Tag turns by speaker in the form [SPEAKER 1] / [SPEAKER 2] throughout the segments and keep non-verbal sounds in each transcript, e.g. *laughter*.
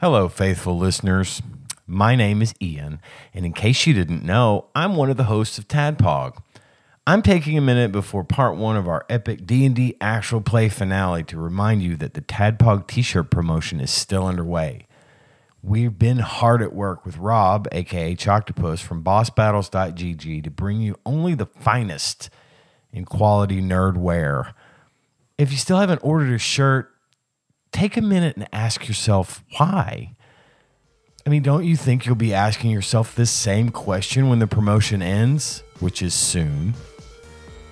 [SPEAKER 1] Hello, faithful listeners. My name is Ian, and in case you didn't know, I'm one of the hosts of Tadpog. I'm taking a minute before part one of our epic D&D actual play finale to remind you that the Tadpog t-shirt promotion is still underway. We've been hard at work with Rob, aka Choctopus, from bossbattles.gg to bring you only the finest in quality nerd wear. If you still haven't ordered a shirt, take a minute and ask yourself why. I mean, don't you think you'll be asking yourself this same question when the promotion ends, which is soon?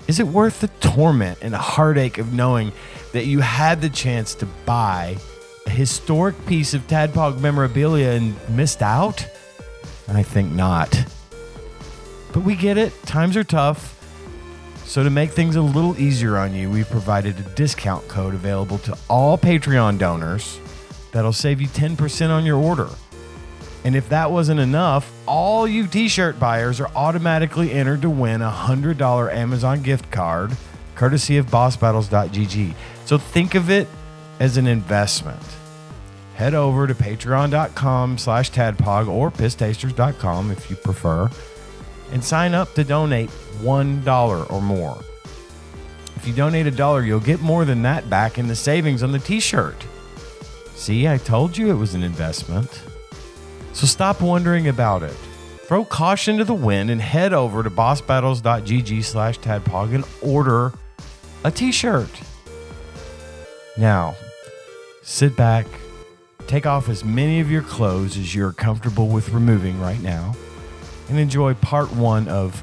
[SPEAKER 1] Is it worth the torment and the heartache of knowing that you had the chance to buy a historic piece of Tadpog memorabilia and missed out? I think not. But we get it, times are tough. So, to make things a little easier on you, we've provided a discount code available to all Patreon donors that'll save you 10% on your order. And if that wasn't enough, all you t shirt buyers are automatically entered to win a $100 Amazon gift card courtesy of bossbattles.gg. So, think of it as an investment head over to patreon.com slash tadpog or pisstasters.com if you prefer and sign up to donate $1 or more if you donate a dollar you'll get more than that back in the savings on the t-shirt see i told you it was an investment so stop wondering about it throw caution to the wind and head over to bossbattles.gg slash tadpog and order a t-shirt now sit back, take off as many of your clothes as you're comfortable with removing right now, and enjoy part one of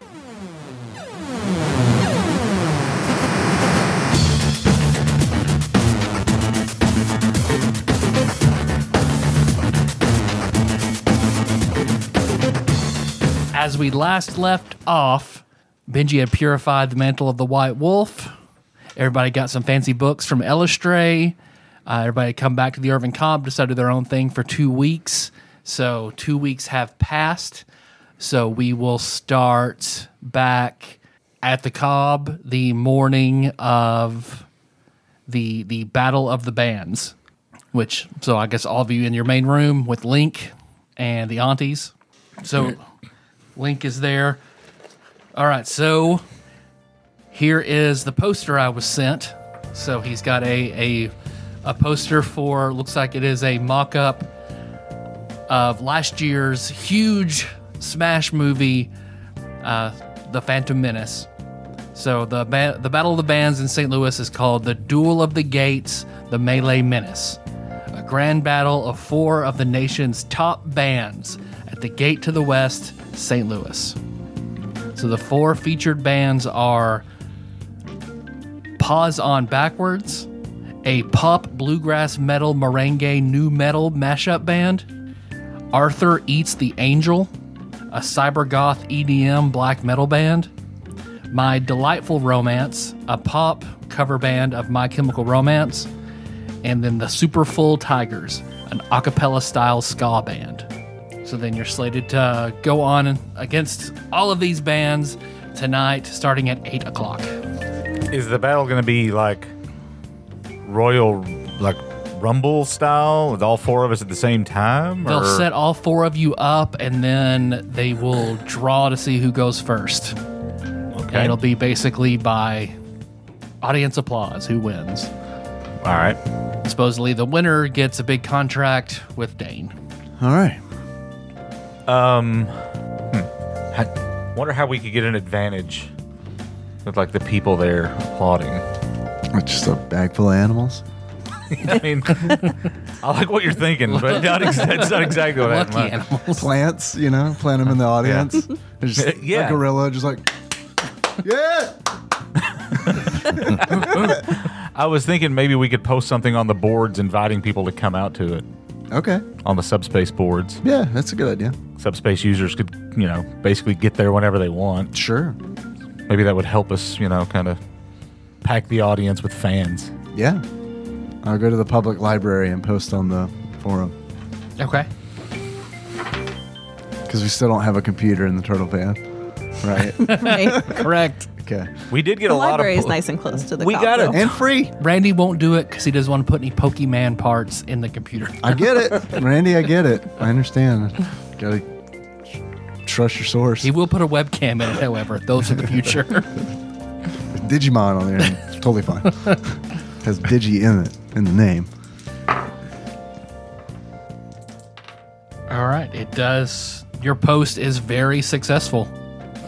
[SPEAKER 2] As we last left off, Benji had purified the mantle of the White Wolf. Everybody got some fancy books from Elistray. Uh, everybody had come back to the Irvin Cobb to do their own thing for two weeks. So two weeks have passed. So we will start back at the Cobb the morning of the the Battle of the Bands, which so I guess all of you in your main room with Link and the aunties. So Link is there. All right, so here is the poster I was sent. So he's got a a, a poster for looks like it is a mock-up of last year's huge smash movie, uh, The Phantom Menace. So the ba- the Battle of the Bands in St. Louis is called the Duel of the Gates, the Melee Menace, a grand battle of four of the nation's top bands at the gate to the west, St. Louis. So the four featured bands are Pause on Backwards, a pop bluegrass metal merengue new metal mashup band, Arthur Eats the Angel, a cyber goth EDM black metal band, My Delightful Romance, a pop cover band of My Chemical Romance, and then the Super Full Tigers, an a cappella style ska band. So then you're slated to go on against all of these bands tonight, starting at 8 o'clock.
[SPEAKER 3] Is the battle going to be like Royal, like Rumble style with all four of us at the same time?
[SPEAKER 2] They'll
[SPEAKER 3] or-
[SPEAKER 2] set all four of you up, and then they will draw to see who goes first. And
[SPEAKER 3] Okay.
[SPEAKER 2] it'll be basically by audience applause who wins.
[SPEAKER 3] All right.
[SPEAKER 2] Supposedly, the winner gets a big contract with Dane.
[SPEAKER 4] All right.
[SPEAKER 3] I wonder how we could get an advantage with like the people there applauding.
[SPEAKER 4] What, just a bag full of animals?
[SPEAKER 3] I mean, *laughs* I like what you're thinking, but not ex- that's not exactly what
[SPEAKER 2] Lucky
[SPEAKER 3] I meant.
[SPEAKER 2] animals.
[SPEAKER 4] Plants, you know, plant them in the audience. There's just
[SPEAKER 3] Yeah.
[SPEAKER 4] a gorilla just like, *laughs* yeah.
[SPEAKER 3] I was thinking maybe we could post something on the boards inviting people to come out to it.
[SPEAKER 4] Okay.
[SPEAKER 3] on the subspace boards.
[SPEAKER 4] Yeah, that's a good idea.
[SPEAKER 3] Subspace users could, you know, basically get there whenever they want.
[SPEAKER 4] Sure.
[SPEAKER 3] Maybe that would help us, you know, kind of pack the audience with fans.
[SPEAKER 4] Yeah. I'll go to the public library and post on the forum
[SPEAKER 2] *laughs* Okay.
[SPEAKER 4] because we still don't have a computer in the turtle van. Right.
[SPEAKER 5] Right.
[SPEAKER 2] Correct.
[SPEAKER 4] okay.
[SPEAKER 3] We did get
[SPEAKER 6] The
[SPEAKER 3] a lot of.
[SPEAKER 6] library is nice and close to the
[SPEAKER 3] We
[SPEAKER 6] cop,
[SPEAKER 3] got
[SPEAKER 6] though.
[SPEAKER 3] a-
[SPEAKER 4] And free.
[SPEAKER 2] Randy won't do it because he doesn't want to put any Pokemon parts in the computer.
[SPEAKER 4] I get it. Randy, I get it. I understand. Gotta trust your source.
[SPEAKER 2] He will put a webcam in it, however. Those are the future.
[SPEAKER 4] *laughs* Digimon on there. It's totally fine. Has Digi in it in the name.
[SPEAKER 2] All right. It does. Your post is very successful.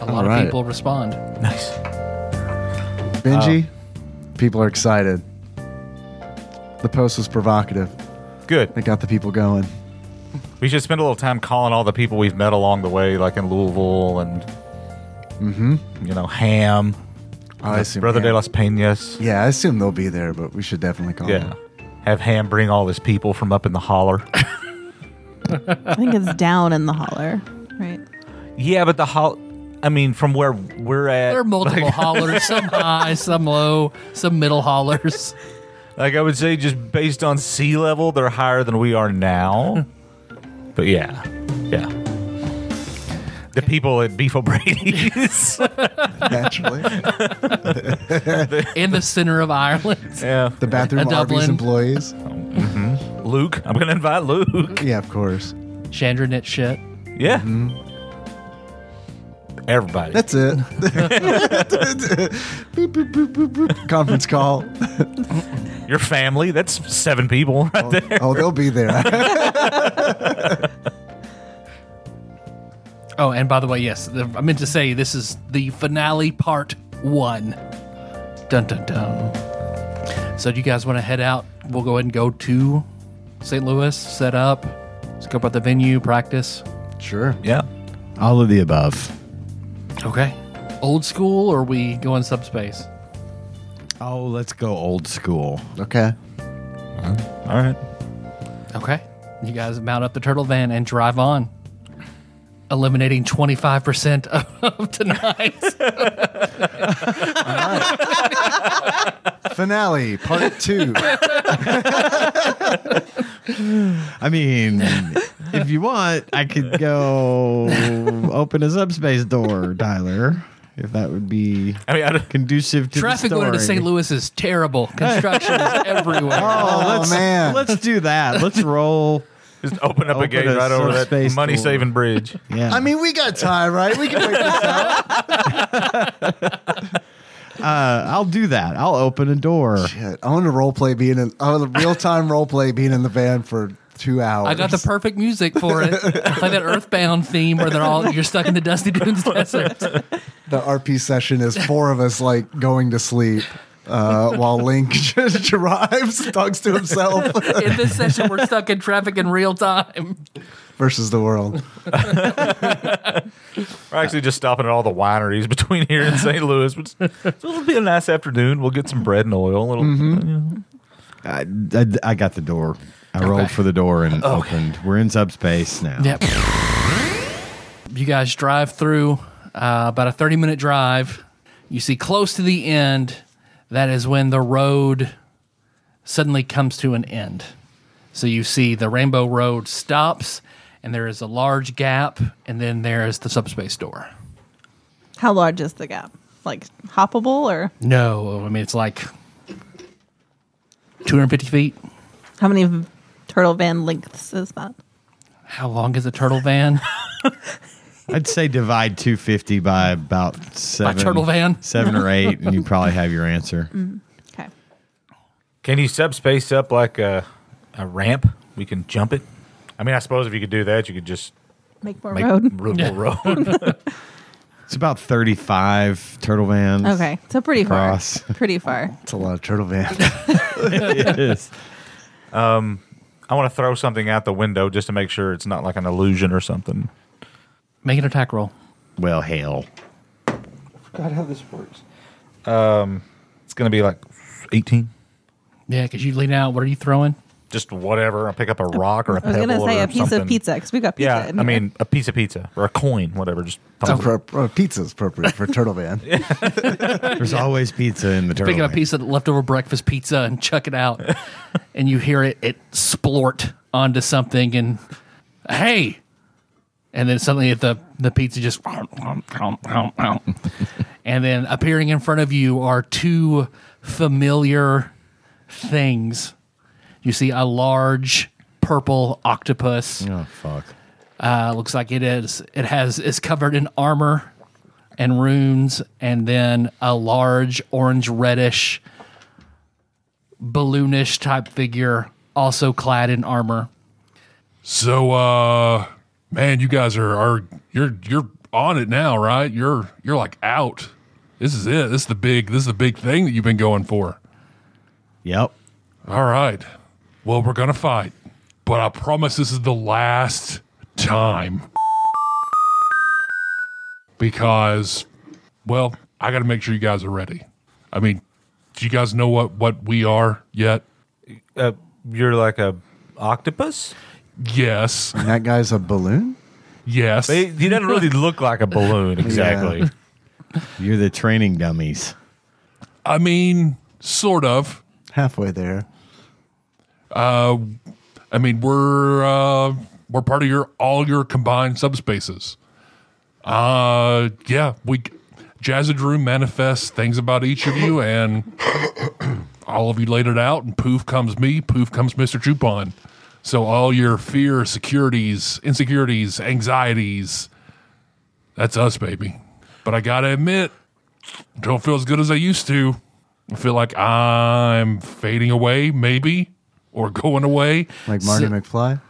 [SPEAKER 2] A lot
[SPEAKER 4] All right.
[SPEAKER 2] of people respond.
[SPEAKER 3] Nice.
[SPEAKER 4] Benji, Oh. people are excited. The post was provocative.
[SPEAKER 3] Good.
[SPEAKER 4] It got the people going.
[SPEAKER 3] We should spend a little time calling all the people we've met along the way, like in Louisville and, you know, Ham,
[SPEAKER 4] I assume
[SPEAKER 3] Brother
[SPEAKER 4] Ham-
[SPEAKER 3] de las Penas.
[SPEAKER 4] Yeah, I assume they'll be there, but we should definitely call
[SPEAKER 3] Yeah.
[SPEAKER 4] them.
[SPEAKER 3] Have Ham bring all his people from up in the holler.
[SPEAKER 6] I think it's down in the holler, right?
[SPEAKER 3] *coughs* yeah, but the holler, I mean, from where we're at.
[SPEAKER 2] There are multiple
[SPEAKER 4] *laughs*
[SPEAKER 2] hollers, some high, some low, some middle hollers.
[SPEAKER 3] Like I would say, just based on sea level, they're higher than we are *laughs* now. but yeah, yeah. The people at Beef O'Brady's.
[SPEAKER 4] Naturally.
[SPEAKER 2] in the center of Ireland.
[SPEAKER 3] *laughs* yeah.
[SPEAKER 4] The bathroom
[SPEAKER 2] A
[SPEAKER 4] Arby's
[SPEAKER 2] Dublin.
[SPEAKER 4] employees.
[SPEAKER 3] Luke. I'm going to invite Luke.
[SPEAKER 4] Yeah, of course.
[SPEAKER 2] Chandra knit shit.
[SPEAKER 3] Yeah. Everybody.
[SPEAKER 4] That's it. Boop, boop, boop, boop, boop. Conference call.
[SPEAKER 3] Your family. That's seven people right there.
[SPEAKER 4] Oh, they'll be there.
[SPEAKER 2] Oh, and by the way, yes, the, I meant to say this is the finale part one. Dun dun dun. So, do you guys want to head out? We'll go ahead and go to St. Louis, set up, scope out the venue, practice.
[SPEAKER 4] sure.
[SPEAKER 3] Yeah.
[SPEAKER 7] All of the above.
[SPEAKER 2] Okay. Old school, or we go in subspace?
[SPEAKER 7] Oh, let's go old school.
[SPEAKER 4] Okay.
[SPEAKER 3] All right.
[SPEAKER 2] Okay. You guys mount up the turtle van and drive on, eliminating 25% of *laughs* tonight's.
[SPEAKER 4] Finale, part two.
[SPEAKER 7] I mean, if you want, I could go open a subspace door, Tyler, if that would be
[SPEAKER 3] I mean, I don't-
[SPEAKER 7] conducive to
[SPEAKER 2] Traffic
[SPEAKER 7] the
[SPEAKER 2] going
[SPEAKER 7] story.
[SPEAKER 2] into St. Louis is terrible. Construction is *laughs* everywhere.
[SPEAKER 4] Oh,
[SPEAKER 7] let's,
[SPEAKER 4] man.
[SPEAKER 7] Let's do
[SPEAKER 2] *laughs*
[SPEAKER 7] that. Let's roll.
[SPEAKER 3] just open up a
[SPEAKER 7] Open
[SPEAKER 3] gate
[SPEAKER 7] a
[SPEAKER 3] right over that
[SPEAKER 7] subspace
[SPEAKER 3] money saving bridge.
[SPEAKER 7] Yeah.
[SPEAKER 4] I mean, we got time, right? We can wait this out.
[SPEAKER 7] uh, I'll do that. I'll open a door.
[SPEAKER 4] Shit, I want to role play being in. I want a
[SPEAKER 2] *laughs*
[SPEAKER 4] real time role play being in the van for two hours.
[SPEAKER 2] I got the perfect music for it. Play that Earthbound theme where they're all you're stuck in the dusty dunes *laughs* desert.
[SPEAKER 4] the RP session is four of us like going to sleep. Uh, while Link *laughs* just drives, talks to himself *laughs*
[SPEAKER 2] In this session, we're stuck in traffic in real time.
[SPEAKER 4] versus the world.
[SPEAKER 3] We're actually just stopping at all the wineries *laughs* between here and St. Louis. Which, so it'll be a nice afternoon. We'll get some bread and oil. It'll,
[SPEAKER 6] Mm-hmm.
[SPEAKER 7] I, I, I got the door. I rolled for the door and opened. We're in subspace now.
[SPEAKER 2] Yep. You guys drive through uh, about a 30 minute drive. You see, close to the end, that is when the road suddenly comes to an end. So you see the Rainbow Road stops, and there is a large gap, and then there is the subspace door.
[SPEAKER 6] How large is the gap? Like hoppable or
[SPEAKER 2] No, I mean, it's like 250 feet.
[SPEAKER 6] how many v- turtle van lengths is that?
[SPEAKER 2] How long is a turtle van?
[SPEAKER 7] I'd say divide 250 by about seven.
[SPEAKER 2] turtle van?
[SPEAKER 7] Seven or eight,
[SPEAKER 2] *laughs*
[SPEAKER 7] and you probably have your answer.
[SPEAKER 6] Okay.
[SPEAKER 3] Can you subspace up like a, a ramp? We can jump it. I mean, I suppose if you could do that, you could just
[SPEAKER 6] Make more
[SPEAKER 3] make
[SPEAKER 6] road.
[SPEAKER 3] room more road. *laughs*
[SPEAKER 7] It's about 35 turtle vans. *laughs*
[SPEAKER 6] Okay. So pretty
[SPEAKER 7] Cross.
[SPEAKER 6] far. *laughs*
[SPEAKER 3] *laughs*
[SPEAKER 6] Pretty far.
[SPEAKER 4] It's a lot of
[SPEAKER 2] *laughs*
[SPEAKER 4] turtle van.
[SPEAKER 7] It is.
[SPEAKER 3] I want to throw something out the window just to make sure it's not like an illusion or something.
[SPEAKER 2] Make an attack roll.
[SPEAKER 7] Well, hell.
[SPEAKER 3] God, how this works. Um, it's going to be like 18.
[SPEAKER 2] Yeah, because you lean out. What are you throwing?
[SPEAKER 3] just whatever. I pick up a rock or a
[SPEAKER 6] I was
[SPEAKER 3] pebble
[SPEAKER 6] gonna say
[SPEAKER 3] or
[SPEAKER 6] a piece
[SPEAKER 3] something.
[SPEAKER 6] of pizza because we got pizza.
[SPEAKER 3] Yeah,
[SPEAKER 6] in
[SPEAKER 3] I
[SPEAKER 6] here.
[SPEAKER 3] mean a piece of pizza or a coin, whatever. Just
[SPEAKER 4] Appro- uh, pizza's appropriate for Turtle Van.
[SPEAKER 7] There's always pizza in the turtle.
[SPEAKER 2] Pick up a
[SPEAKER 7] Man.
[SPEAKER 2] piece of leftover breakfast pizza and chuck it
[SPEAKER 7] *laughs*
[SPEAKER 2] out, and you hear it it splort onto something, and hey, and then suddenly at the the pizza just, and then appearing in front of you are two familiar things. You see a large purple octopus.
[SPEAKER 7] Oh fuck!
[SPEAKER 2] Uh, looks like it is. It has is covered in armor and runes, and then a large orange reddish balloonish type figure, also clad in armor.
[SPEAKER 8] So, uh, man, you guys are are you're you're on it now, right? You're you're like out. This is it. This is the big this is the big thing that you've been going for.
[SPEAKER 7] Yep.
[SPEAKER 8] All right. Well, we're gonna fight, but I promise this is the last time because, well, I got to make sure you guys are ready. I mean, do you guys know what what we are yet?
[SPEAKER 3] uh, you're like a octopus.
[SPEAKER 8] Yes,
[SPEAKER 4] that guy's a balloon?
[SPEAKER 8] yes.
[SPEAKER 3] He, he doesn't *laughs* really look like a balloon exactly. *laughs*
[SPEAKER 7] You're the training dummies.
[SPEAKER 8] I mean, sort of.
[SPEAKER 4] Halfway there.
[SPEAKER 8] Uh, I mean, we're uh, we're part of your all your combined subspaces. Uh, yeah, we Jazzadrew manifests things about each of you, and all of you laid it out. And poof comes me, poof comes Mister Chupon. So all your fear, securities, insecurities, anxieties—that's us, baby. But I gotta admit, don't feel as good as I used to. I feel like I'm fading away, maybe, or going away.
[SPEAKER 4] Like Marty
[SPEAKER 2] So-
[SPEAKER 4] McFly?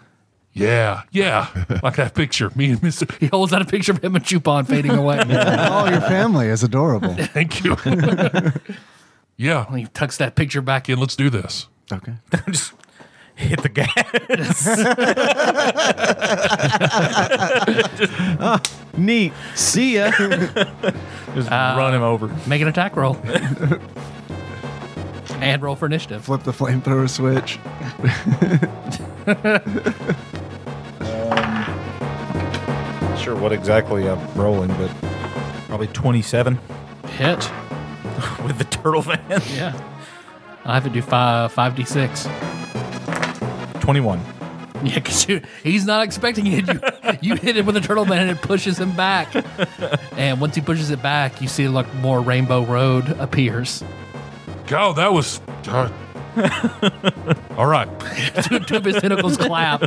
[SPEAKER 8] Yeah, yeah. like that picture. Me and Mr.
[SPEAKER 2] He holds out a picture of him and Chupon fading away.
[SPEAKER 4] Oh, your family is
[SPEAKER 2] *laughs*
[SPEAKER 4] adorable.
[SPEAKER 8] Thank you. yeah,
[SPEAKER 2] And he tucks that picture back in.
[SPEAKER 8] and let's do this.
[SPEAKER 4] Okay.
[SPEAKER 3] just hit the gas.
[SPEAKER 7] Neat.
[SPEAKER 4] *laughs*
[SPEAKER 7] See ya.
[SPEAKER 3] just run him over.
[SPEAKER 2] Make an attack roll. and roll for initiative.
[SPEAKER 4] Flip the flamethrower switch.
[SPEAKER 3] Sure, what exactly I'm rolling, but probably 27
[SPEAKER 2] Hit.
[SPEAKER 3] with the turtle *laughs* van.
[SPEAKER 2] Yeah. I have to do five five d six. *laughs*
[SPEAKER 3] 21.
[SPEAKER 2] Yeah, because he's not expecting it. You, you hit him with a turtle man and it pushes him back. And once he pushes it back, you see like more Rainbow Road appears.
[SPEAKER 8] God, that was. God. All right.
[SPEAKER 2] two, two of his tentacles clap.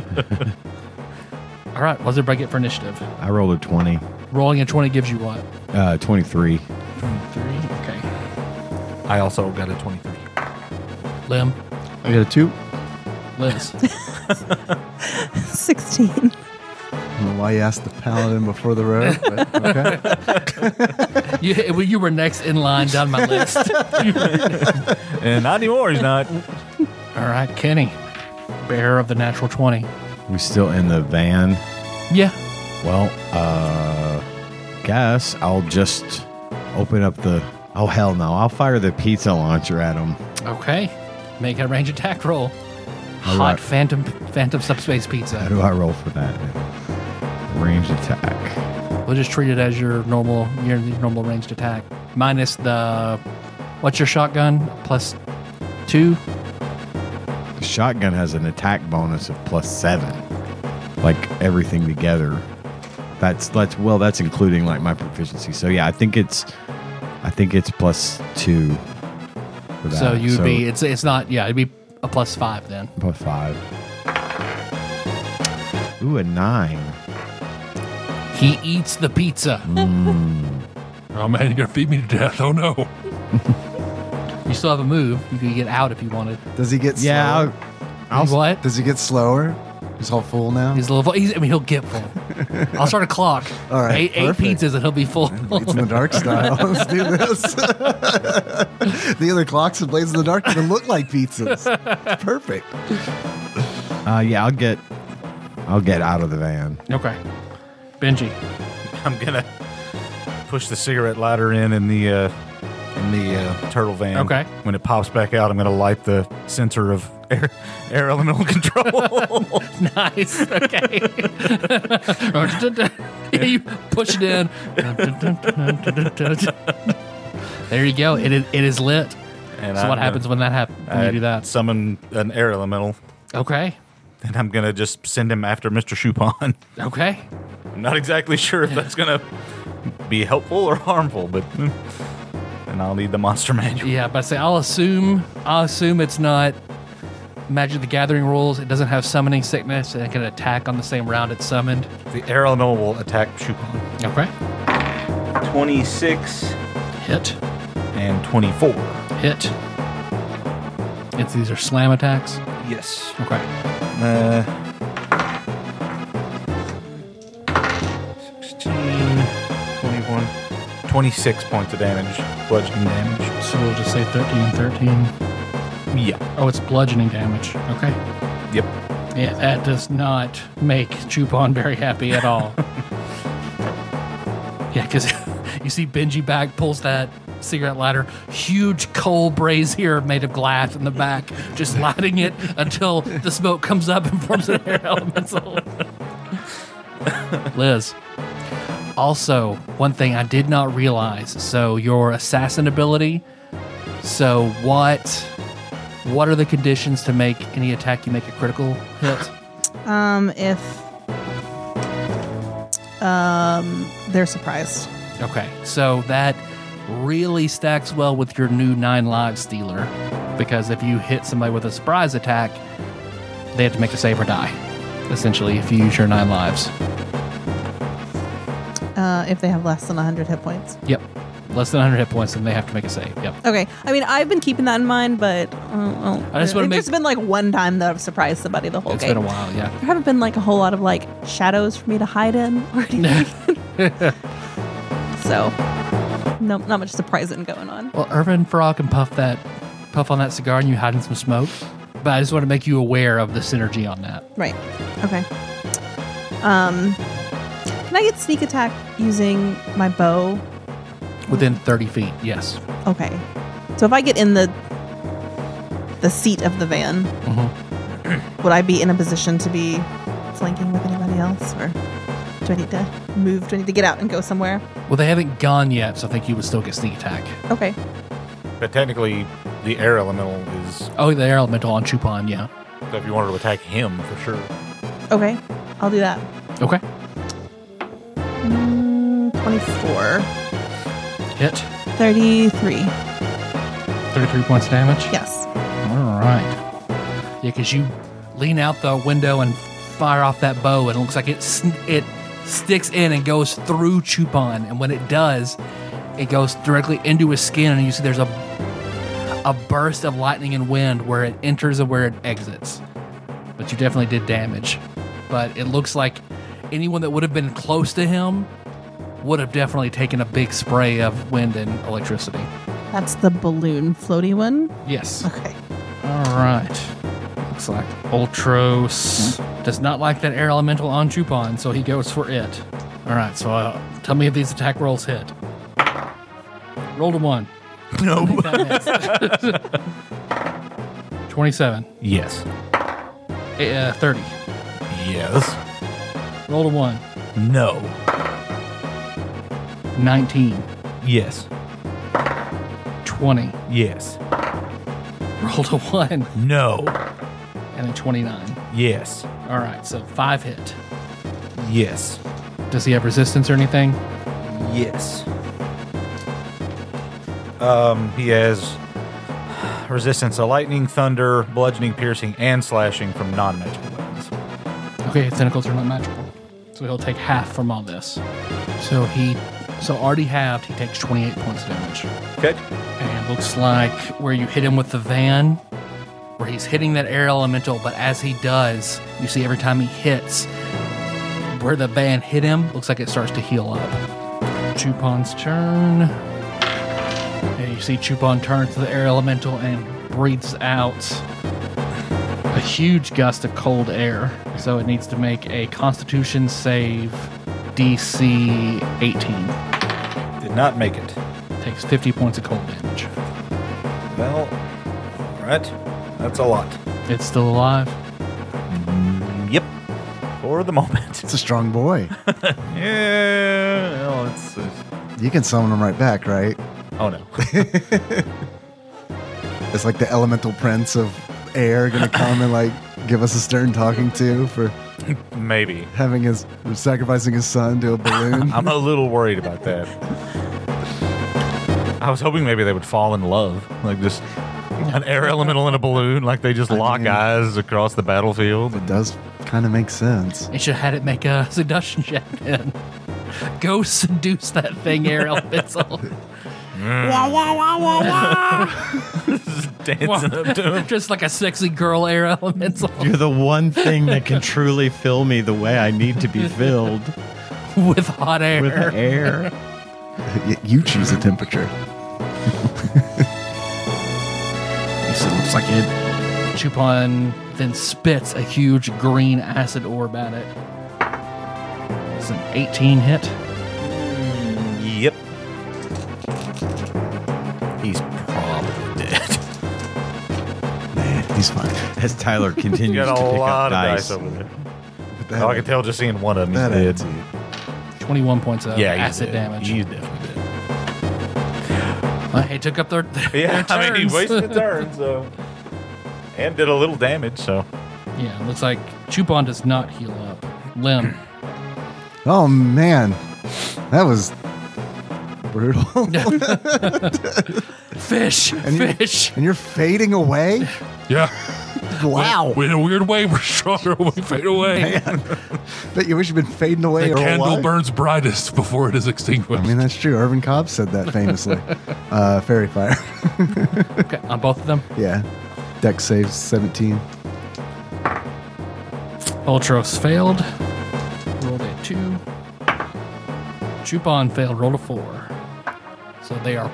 [SPEAKER 2] All right, what's everybody get for initiative?
[SPEAKER 7] I rolled a twenty.
[SPEAKER 2] Rolling a 20 gives you what?
[SPEAKER 7] Uh, Twenty-three.
[SPEAKER 2] Three. Okay.
[SPEAKER 3] I also got a 23.
[SPEAKER 2] Lim,
[SPEAKER 4] I got a two.
[SPEAKER 2] Liz,
[SPEAKER 6] sixteen.
[SPEAKER 4] I
[SPEAKER 6] *laughs*
[SPEAKER 4] don't know why you asked the paladin before the road, but okay.
[SPEAKER 2] you, well, you were next in line down my list.
[SPEAKER 3] And not anymore, he's not.
[SPEAKER 2] All right, Kenny, bearer of the natural 20.
[SPEAKER 7] We still in the van.
[SPEAKER 2] Yeah.
[SPEAKER 7] Well, uh, guess I'll just open up the. Oh hell no! I'll fire the pizza launcher at him.
[SPEAKER 2] Okay. Make a range attack roll. Hot
[SPEAKER 7] right.
[SPEAKER 2] phantom phantom subspace
[SPEAKER 7] How
[SPEAKER 2] pizza.
[SPEAKER 7] do I roll for that? Range attack.
[SPEAKER 2] We'll just treat it as your normal your normal ranged attack minus the what's your shotgun plus two.
[SPEAKER 7] The shotgun has an attack bonus of plus seven. Like everything together. That's that's well, that's including like my proficiency. So yeah, I think it's I think it's plus two for that.
[SPEAKER 2] So you'd be it's it's not yeah it'd be a plus five then.
[SPEAKER 7] plus five. Ooh, a nine.
[SPEAKER 2] He eats the pizza.
[SPEAKER 8] Oh, man, you're going to feed me to death. Oh, no.
[SPEAKER 2] You still have a move. You could get out if you wanted.
[SPEAKER 4] Does he get
[SPEAKER 7] Yeah,
[SPEAKER 4] slower?
[SPEAKER 7] I'll, I'll
[SPEAKER 2] what?
[SPEAKER 4] Does he get slower? He's all full now?
[SPEAKER 2] He's a little. He's, I mean, he'll get full. I'll start a clock.
[SPEAKER 4] All right,
[SPEAKER 2] Eight, eight
[SPEAKER 4] perfect.
[SPEAKER 2] pizzas and he'll be full.
[SPEAKER 4] Blades in the Dark style. *laughs* Let's do this. the other clocks and Blades in the Dark even look like pizzas. It's perfect.
[SPEAKER 7] Uh, yeah, I'll get, I'll get out of the van.
[SPEAKER 2] okay. Benji,
[SPEAKER 3] I'm going to push the cigarette lighter in in the. Uh, in the uh, turtle van.
[SPEAKER 2] Okay.
[SPEAKER 3] When it pops back out, I'm going to light the sensor of air, air elemental *laughs* control.
[SPEAKER 2] Nice. Okay. Yeah, you push it in. there you go. It is, it is lit.
[SPEAKER 3] and
[SPEAKER 2] So
[SPEAKER 3] I'm
[SPEAKER 2] what
[SPEAKER 3] gonna-
[SPEAKER 2] happens when that happens? When
[SPEAKER 3] I
[SPEAKER 2] you do that?
[SPEAKER 3] Summon an air elemental,
[SPEAKER 2] Okay.
[SPEAKER 3] and I'm gonna just send him after Mr. Chupon. *laughs*
[SPEAKER 2] Okay.
[SPEAKER 3] I'm not exactly sure if that's gonna be helpful or harmful, but mm, and I'll need the monster manual.
[SPEAKER 2] Yeah, but I say I'll assume I'll assume it's not Magic the Gathering rules. It doesn't have summoning sickness and it can attack on the same round it's summoned.
[SPEAKER 3] The air elemental will attack Chupon.
[SPEAKER 2] Okay.
[SPEAKER 3] 26
[SPEAKER 2] Hit.
[SPEAKER 3] and 24.
[SPEAKER 2] Hit. It's these are slam attacks.
[SPEAKER 3] Yes.
[SPEAKER 2] Okay.
[SPEAKER 3] Uh, 16, 21, 26 points of damage, bludgeoning damage.
[SPEAKER 2] So we'll just say 13, 13.
[SPEAKER 3] Yeah.
[SPEAKER 2] Oh, it's bludgeoning damage. Okay.
[SPEAKER 3] Yep.
[SPEAKER 2] Yeah, that does not make Chupon very happy at all. yeah, because *laughs* you see Benji back pulls that cigarette lighter, huge coal brazier made of glass in the back, just lighting it until the smoke comes up and forms an air elemental. *laughs* Liz. Also, one thing I did not realize. So your assassin ability. So what? What are the conditions to make any attack you make a critical hit?
[SPEAKER 6] Um, if um they're surprised.
[SPEAKER 2] Okay, so that really stacks well with your new nine lives stealer, because if you hit somebody with a surprise attack, they have to make a save or die. Essentially, if you use your nine lives.
[SPEAKER 6] Uh, if they have less than 100 hit points.
[SPEAKER 2] Yep, less than 100 hit points, then they have to make a save. Yep.
[SPEAKER 6] Okay. I mean, I've been keeping that in mind, but uh,
[SPEAKER 2] I just wanna
[SPEAKER 6] it's
[SPEAKER 2] make-
[SPEAKER 6] just been like one time that I've surprised somebody the whole
[SPEAKER 2] it's
[SPEAKER 6] game.
[SPEAKER 2] been a while. Yeah.
[SPEAKER 6] There haven't been like a whole lot of like shadows for me to hide in *laughs* or anything. *laughs* so, no, not much surprising going on.
[SPEAKER 2] Well, Irvin Frog can puff that, puff on that cigar, and you hiding some smoke. But I just want to make you aware of the synergy on that.
[SPEAKER 6] Right. Okay. Um, can I get sneak attack using my bow?
[SPEAKER 2] Within 30 feet. Yes.
[SPEAKER 6] Okay. So if I get in the the seat of the van, would I be in a position to be flanking with anybody else, or do I need to move? Do I need to get out and go somewhere?
[SPEAKER 2] Well, they haven't gone yet, so I think you would still get sneak attack.
[SPEAKER 6] Okay.
[SPEAKER 3] But technically, the air elemental is.
[SPEAKER 2] Oh, the air elemental on Chupon. Yeah.
[SPEAKER 3] So if you wanted to attack him, for sure.
[SPEAKER 6] Okay. I'll do that.
[SPEAKER 2] Okay.
[SPEAKER 6] Mm, 24.
[SPEAKER 2] Hit.
[SPEAKER 6] 33.
[SPEAKER 2] 33 points of damage?
[SPEAKER 6] Yes.
[SPEAKER 2] All right. Yeah, because you lean out the window and fire off that bow, and it looks like it, sn- it sticks in and goes through Chupon. And when it does, it goes directly into his skin, and you see there's a a burst of lightning and wind where it enters and where it exits. But you definitely did damage. But it looks like anyone that would have been close to him would have definitely taken a big spray of wind and electricity.
[SPEAKER 6] That's the balloon floaty one.
[SPEAKER 2] Yes.
[SPEAKER 6] Okay.
[SPEAKER 2] All right. Looks like Hmm. Ultros does not like that air elemental on Chupon, so he goes for it. All right, so uh, tell me if these attack rolls hit. Rolled a one. No. *laughs* Twenty-seven.
[SPEAKER 3] Yes.
[SPEAKER 2] Eh, Uh, Thirty.
[SPEAKER 3] Yes.
[SPEAKER 2] Rolled a one.
[SPEAKER 3] No.
[SPEAKER 2] Nineteen.
[SPEAKER 3] Yes.
[SPEAKER 2] Twenty. *laughs*
[SPEAKER 3] Yes.
[SPEAKER 2] Rolled a one,
[SPEAKER 3] No.
[SPEAKER 2] and then twenty-nine.
[SPEAKER 3] Yes.
[SPEAKER 2] All right, so five hit.
[SPEAKER 3] Yes.
[SPEAKER 2] Does he have resistance or anything?
[SPEAKER 3] Yes. Um, he has resistance to lightning, thunder, bludgeoning, piercing, and slashing from non-magical weapons.
[SPEAKER 2] Okay, his tentacles are not magical. So he'll take half from all this. So he so already halved, he takes 28 points of damage.
[SPEAKER 3] Okay.
[SPEAKER 2] And it looks like where you hit him with the van, where he's hitting that air elemental, but as he does, you see every time he hits, where the van hit him, looks like it starts to heal up. Chupon's turn. And you see Chupon turns to the air elemental and breathes out a huge gust of cold air. So it needs to make a Constitution save DC 18.
[SPEAKER 3] Did not make it.
[SPEAKER 2] Takes 50 points of cold damage.
[SPEAKER 3] Well, all right. That's a lot.
[SPEAKER 2] It's still alive.
[SPEAKER 3] Yep. For the moment. *laughs*
[SPEAKER 4] It's a strong boy.
[SPEAKER 3] Yeah. well, it's- it's-
[SPEAKER 4] You can summon him right back, right?
[SPEAKER 3] oh no.
[SPEAKER 4] *laughs* It's like the elemental prince of air gonna come and like give us a stern talking to for
[SPEAKER 3] Maybe.
[SPEAKER 4] having his for sacrificing his son to a
[SPEAKER 3] *laughs*
[SPEAKER 4] balloon.
[SPEAKER 3] I'm a little worried about that. I was hoping maybe they would fall in love, like just an air elemental in a balloon, like they just lock
[SPEAKER 4] mean-
[SPEAKER 3] eyes across the battlefield. *laughs*
[SPEAKER 4] it does kind of make sense.
[SPEAKER 2] They should have had it make a *laughs* seduction check then. *laughs* Go seduce that thing,
[SPEAKER 3] *laughs*
[SPEAKER 2] Ariel Pencil.
[SPEAKER 3] Just dancing up to him.
[SPEAKER 2] Just like a sexy girl air
[SPEAKER 3] *laughs*
[SPEAKER 2] elemental
[SPEAKER 7] You're the one thing that can truly fill me the way I
[SPEAKER 3] *laughs*
[SPEAKER 7] need to be filled
[SPEAKER 2] *laughs* with hot air.
[SPEAKER 7] with air.
[SPEAKER 4] Y- You choose a temperature.
[SPEAKER 7] it looks like it.
[SPEAKER 2] Chupon then spits a huge green acid orb at it. It's an 18 hit.
[SPEAKER 3] Yep. He's probably dead.
[SPEAKER 4] Man, he's fine.
[SPEAKER 7] As Tyler
[SPEAKER 3] You
[SPEAKER 7] continues to
[SPEAKER 3] got a
[SPEAKER 7] pick up
[SPEAKER 3] lot of
[SPEAKER 7] dice.
[SPEAKER 3] dice over there.
[SPEAKER 4] But
[SPEAKER 3] Oh, I can tell just seeing one of them.
[SPEAKER 4] that
[SPEAKER 3] He's dead.
[SPEAKER 4] attitude.
[SPEAKER 2] 21 points of
[SPEAKER 3] Yeah, he's
[SPEAKER 2] acid
[SPEAKER 3] dead.
[SPEAKER 2] damage.
[SPEAKER 3] He's definitely dead.
[SPEAKER 2] Uh, he took up their, their
[SPEAKER 3] Yeah, I mean,
[SPEAKER 2] turns.
[SPEAKER 3] he wasted
[SPEAKER 2] *laughs*
[SPEAKER 3] a turn, so. And did a little damage, so.
[SPEAKER 2] yeah, looks like Chupon does not heal up.
[SPEAKER 3] *clears throat*
[SPEAKER 2] Lim,
[SPEAKER 4] Oh man, that was brutal. *laughs*
[SPEAKER 2] fish,
[SPEAKER 4] you-
[SPEAKER 2] fish.
[SPEAKER 4] and you're fading away.
[SPEAKER 8] Yeah.
[SPEAKER 4] Wow.
[SPEAKER 8] We- In a weird way, we're stronger when we fade away.
[SPEAKER 4] Bet you wish you'd been fading away
[SPEAKER 8] The
[SPEAKER 4] or
[SPEAKER 8] candle
[SPEAKER 4] what?
[SPEAKER 8] burns brightest before it is extinguished.
[SPEAKER 4] I mean, that's true. Irvin Cobb said that
[SPEAKER 8] *laughs*
[SPEAKER 4] famously. uh, fairy fire. *laughs*
[SPEAKER 2] Okay, on both of them.
[SPEAKER 4] yeah. Deck saves 17.
[SPEAKER 2] Ultros failed. Rolled a two. Chupon failed. Rolled a four. So they are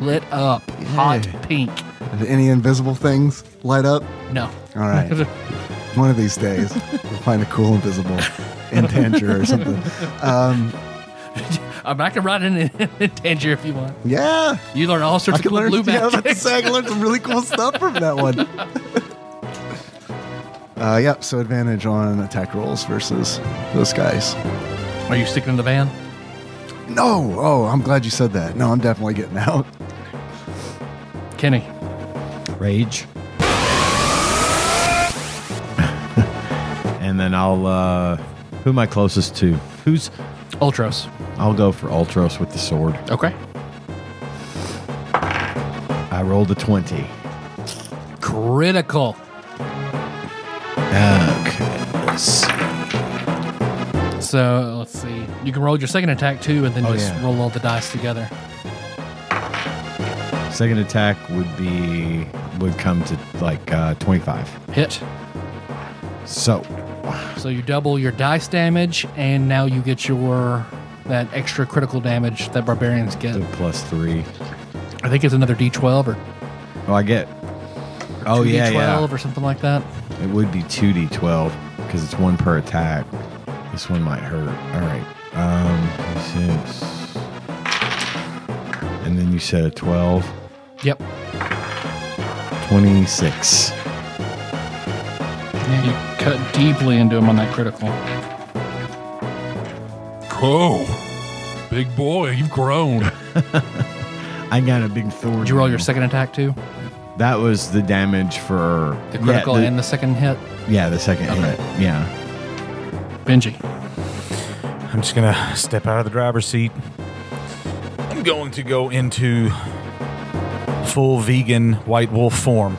[SPEAKER 2] lit up, hot
[SPEAKER 4] Yay.
[SPEAKER 2] pink.
[SPEAKER 4] Did any invisible things light up?
[SPEAKER 2] No.
[SPEAKER 4] All right.
[SPEAKER 8] *laughs*
[SPEAKER 2] *laughs*
[SPEAKER 4] One of these days, we'll find a cool invisible intanger or something.
[SPEAKER 2] I'm not gonna ride in *laughs* in Tangier if you want.
[SPEAKER 4] Yeah.
[SPEAKER 2] You learn all
[SPEAKER 4] I
[SPEAKER 2] sorts of
[SPEAKER 4] can
[SPEAKER 2] cool
[SPEAKER 4] learn,
[SPEAKER 2] blue
[SPEAKER 4] yeah, I was about to
[SPEAKER 2] magic.
[SPEAKER 4] say, I can learn some really cool stuff from that one. Uh, yep, so advantage on attack rolls versus those guys.
[SPEAKER 2] Are you sticking in the van?
[SPEAKER 4] No, oh, I'm glad you said that. No, I'm definitely getting out.
[SPEAKER 2] Kenny.
[SPEAKER 7] Rage. *laughs* and then I'll. Uh, who am I closest to? Who's.
[SPEAKER 2] Ultros.
[SPEAKER 7] I'll go for Ultros with the sword.
[SPEAKER 2] Okay.
[SPEAKER 7] I rolled a 20.
[SPEAKER 2] Critical.
[SPEAKER 7] Okay. Let's-
[SPEAKER 2] So let's see. You can roll your second attack too, and then
[SPEAKER 7] Oh,
[SPEAKER 2] just
[SPEAKER 7] yeah.
[SPEAKER 2] roll all the dice together.
[SPEAKER 7] Second attack would be. would come to like uh, 25.
[SPEAKER 2] Hit.
[SPEAKER 7] So.
[SPEAKER 2] So you double your dice damage, and now you get your that extra critical damage that barbarians get.
[SPEAKER 7] the Plus three.
[SPEAKER 2] I think it's another D12 or
[SPEAKER 7] Oh, I get. Oh, yeah, yeah.
[SPEAKER 2] D12 or something like that.
[SPEAKER 7] It would be 2d12 because it's one per attack. This one might hurt. All right. Um, six. And then you said a 12.
[SPEAKER 2] Yep.
[SPEAKER 7] 26.
[SPEAKER 2] Yeah, you cut deeply into him on that critical.
[SPEAKER 8] oh, big boy, you've grown.
[SPEAKER 7] I got a big thorn.
[SPEAKER 2] Did you roll your second attack too?
[SPEAKER 7] That was the damage for
[SPEAKER 2] The critical
[SPEAKER 7] yeah,
[SPEAKER 2] and the second hit.
[SPEAKER 7] yeah, the second hit. Yeah.
[SPEAKER 2] Benji.
[SPEAKER 3] I'm just gonna step out of the driver's seat. I'm going to go into full vegan white wolf form.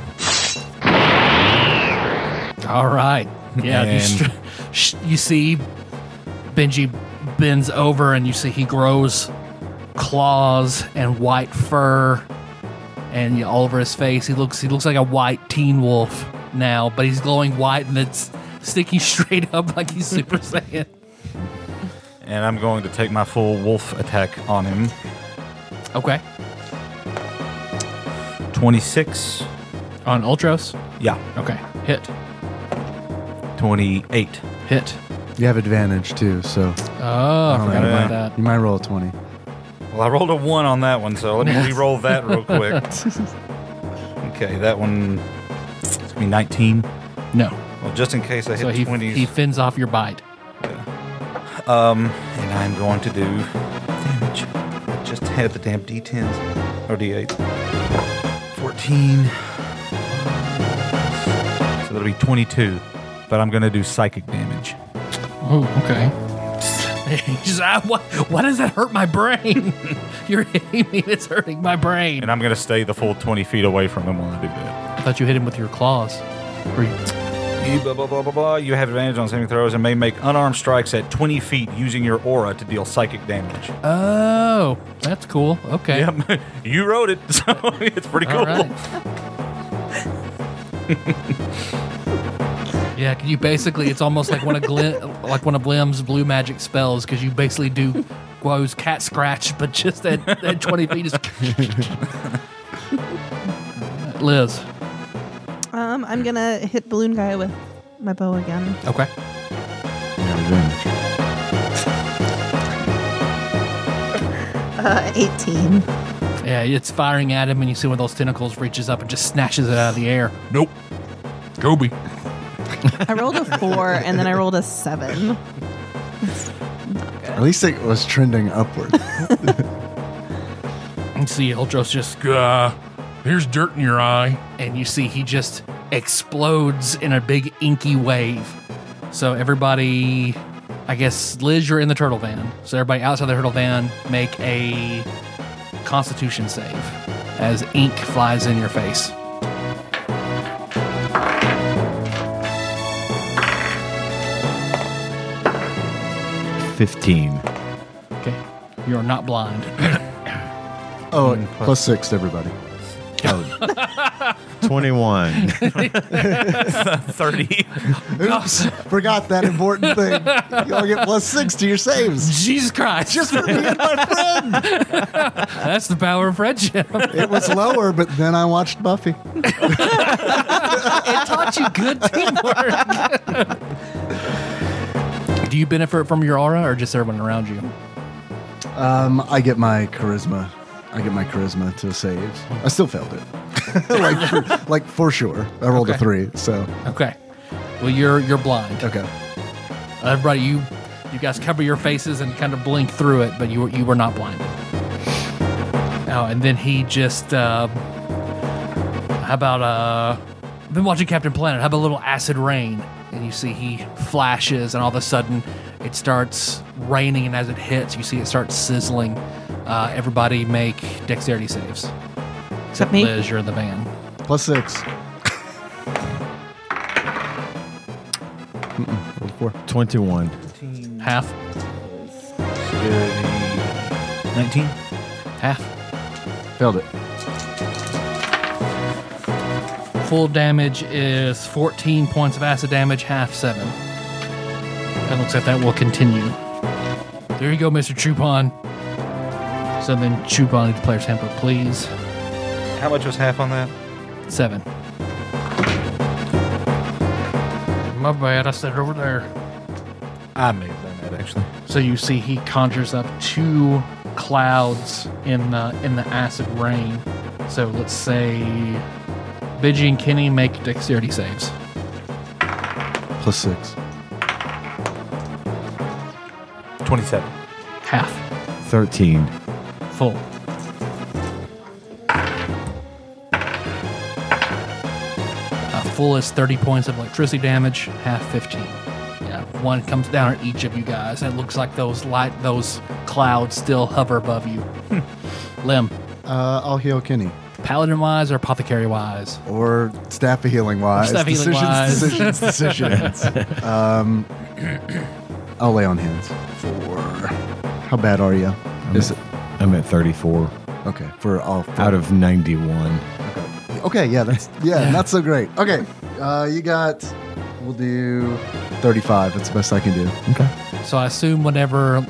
[SPEAKER 2] All right. Yeah. You,
[SPEAKER 3] And-
[SPEAKER 2] str- sh- you see Benji bends over and you see he grows claws and white fur and yeah, all over his face. He looks he looks like a white teen wolf now, but he's glowing white and it's sticking *laughs* straight up like he's *laughs* Super Saiyan.
[SPEAKER 3] And I'm going to take my full wolf attack on him.
[SPEAKER 2] Okay.
[SPEAKER 3] 26.
[SPEAKER 2] On Ultros?
[SPEAKER 3] Yeah.
[SPEAKER 2] Okay. Hit.
[SPEAKER 3] 28.
[SPEAKER 2] Hit.
[SPEAKER 4] You have advantage too, so
[SPEAKER 2] Oh, I forgot
[SPEAKER 3] yeah.
[SPEAKER 2] about that.
[SPEAKER 4] you might roll a 20.
[SPEAKER 3] Well, I rolled a 1
[SPEAKER 2] *laughs*
[SPEAKER 3] on that one, so let me re roll that real quick. Okay, that one. I mean, 19.
[SPEAKER 2] No.
[SPEAKER 3] Well, just in case I hit
[SPEAKER 2] So he,
[SPEAKER 3] 20s.
[SPEAKER 2] he fins off your bite.
[SPEAKER 3] Um, and I'm going to do damage. I Just had the damn D10s or D8s. 14. So that'll be 22. But I'm going to do psychic damage.
[SPEAKER 2] Oh, okay. *laughs* He's just, "Ah, why, why does that hurt my brain? *laughs* You're hitting me. It's hurting my brain.
[SPEAKER 3] And I'm going to stay the full 20 feet away from him while I do that.
[SPEAKER 2] I thought you hit him with your claws. Or you-
[SPEAKER 3] You blah, blah, blah, blah, blah. You have advantage on saving throws and may make unarmed strikes at 20 feet using your aura to deal psychic damage.
[SPEAKER 2] Oh, that's cool. Okay.
[SPEAKER 3] Yep. *laughs* you wrote it, so it's pretty cool.
[SPEAKER 2] All
[SPEAKER 3] *laughs*
[SPEAKER 2] right. yeah, 'cause you basically it's almost like one of Glim, *laughs* like one of Glim's blue magic spells because you basically do Guo's cat scratch, *laughs* but just that, that twenty feet is. *laughs* Liz.
[SPEAKER 6] Um, I'm gonna hit balloon guy with my bow again.
[SPEAKER 2] Okay.
[SPEAKER 6] Uh, 18.
[SPEAKER 2] Yeah, it's firing at him, and you see one of those tentacles reaches up and just snatches it out of the air.
[SPEAKER 8] Nope. Kobe.
[SPEAKER 6] I rolled a four and then I rolled a seven.
[SPEAKER 4] At least it was trending upward.
[SPEAKER 2] And see Ultros just
[SPEAKER 8] Uh, here's dirt in your eye.
[SPEAKER 2] and you see he just explodes in a big inky wave. So everybody, I guess Liz, you're in the turtle van. So everybody outside the turtle van, make a Constitution save as ink flies in your face.
[SPEAKER 7] Fifteen.
[SPEAKER 2] Okay, you are not blind. *laughs*
[SPEAKER 4] Oh, and plus six to everybody.
[SPEAKER 2] *laughs*
[SPEAKER 7] Twenty-one.
[SPEAKER 3] 30.
[SPEAKER 4] Oops, *laughs* forgot that important thing. Y'all get plus six to your saves.
[SPEAKER 2] Jesus Christ!
[SPEAKER 4] Just for me and my friend.
[SPEAKER 2] *laughs* That's the power of friendship.
[SPEAKER 4] It was lower, but then I watched Buffy.
[SPEAKER 2] it taught you good teamwork. Do you benefit from your aura, or just everyone around you?
[SPEAKER 4] Um, I get my charisma. I get my charisma to saves. I still failed it. *laughs* like, for, like for sure. I rolled a three. So
[SPEAKER 2] Okay. Well, you're you're blind.
[SPEAKER 4] okay.
[SPEAKER 2] Everybody, you you guys cover your faces and kind of blink through it, but you were, you were not blinded. Oh, and then he just uh, how about uh, I've been watching Captain Planet. How about a little acid rain? And you see he flashes, and all of a sudden it starts raining, and as it hits, you see it starts sizzling. Uh, everybody make dexterity saves. Except
[SPEAKER 6] me?
[SPEAKER 2] Liz, you're in the van.
[SPEAKER 4] Plus six. Mm-mm, rolled a four.
[SPEAKER 7] Twenty-one.
[SPEAKER 2] Half,
[SPEAKER 3] 19.
[SPEAKER 2] half.
[SPEAKER 4] Failed it.
[SPEAKER 2] Full damage is 14 points of acid damage, half seven. That looks like that will continue. There you go, Mr. Chupon. So then Chupon the player's handbook, please.
[SPEAKER 3] How much was half on that?
[SPEAKER 2] Seven. My bad, I said it over there.
[SPEAKER 3] I may have done that, actually.
[SPEAKER 2] So you see he conjures up two clouds in the in the acid rain. So let's say Bidgie and Kenny make dexterity saves.
[SPEAKER 4] Plus six.
[SPEAKER 3] 27.
[SPEAKER 2] Half.
[SPEAKER 7] Thirteen.
[SPEAKER 2] full. Uh, full is 30 points of electricity damage, half 15. Yeah, one comes down on each of you guys. and It looks like those light, those clouds still hover above you. Lim,
[SPEAKER 4] Uh, I'll heal Kenny.
[SPEAKER 2] paladin wise or apothecary wise?
[SPEAKER 4] Or staff healing wise.
[SPEAKER 2] Staff healing
[SPEAKER 4] decisions,
[SPEAKER 2] wise. *laughs*
[SPEAKER 4] decisions, decisions, um, I'll lay on hands. For how bad are you? Is it
[SPEAKER 7] I'm at thirty-four
[SPEAKER 4] okay for all four.
[SPEAKER 7] out of ninety-one.
[SPEAKER 4] Okay, yeah, that's yeah, not so great. Okay, uh, you got. We'll do thirty-five. That's the best I can do.
[SPEAKER 7] Okay.
[SPEAKER 2] So I assume whenever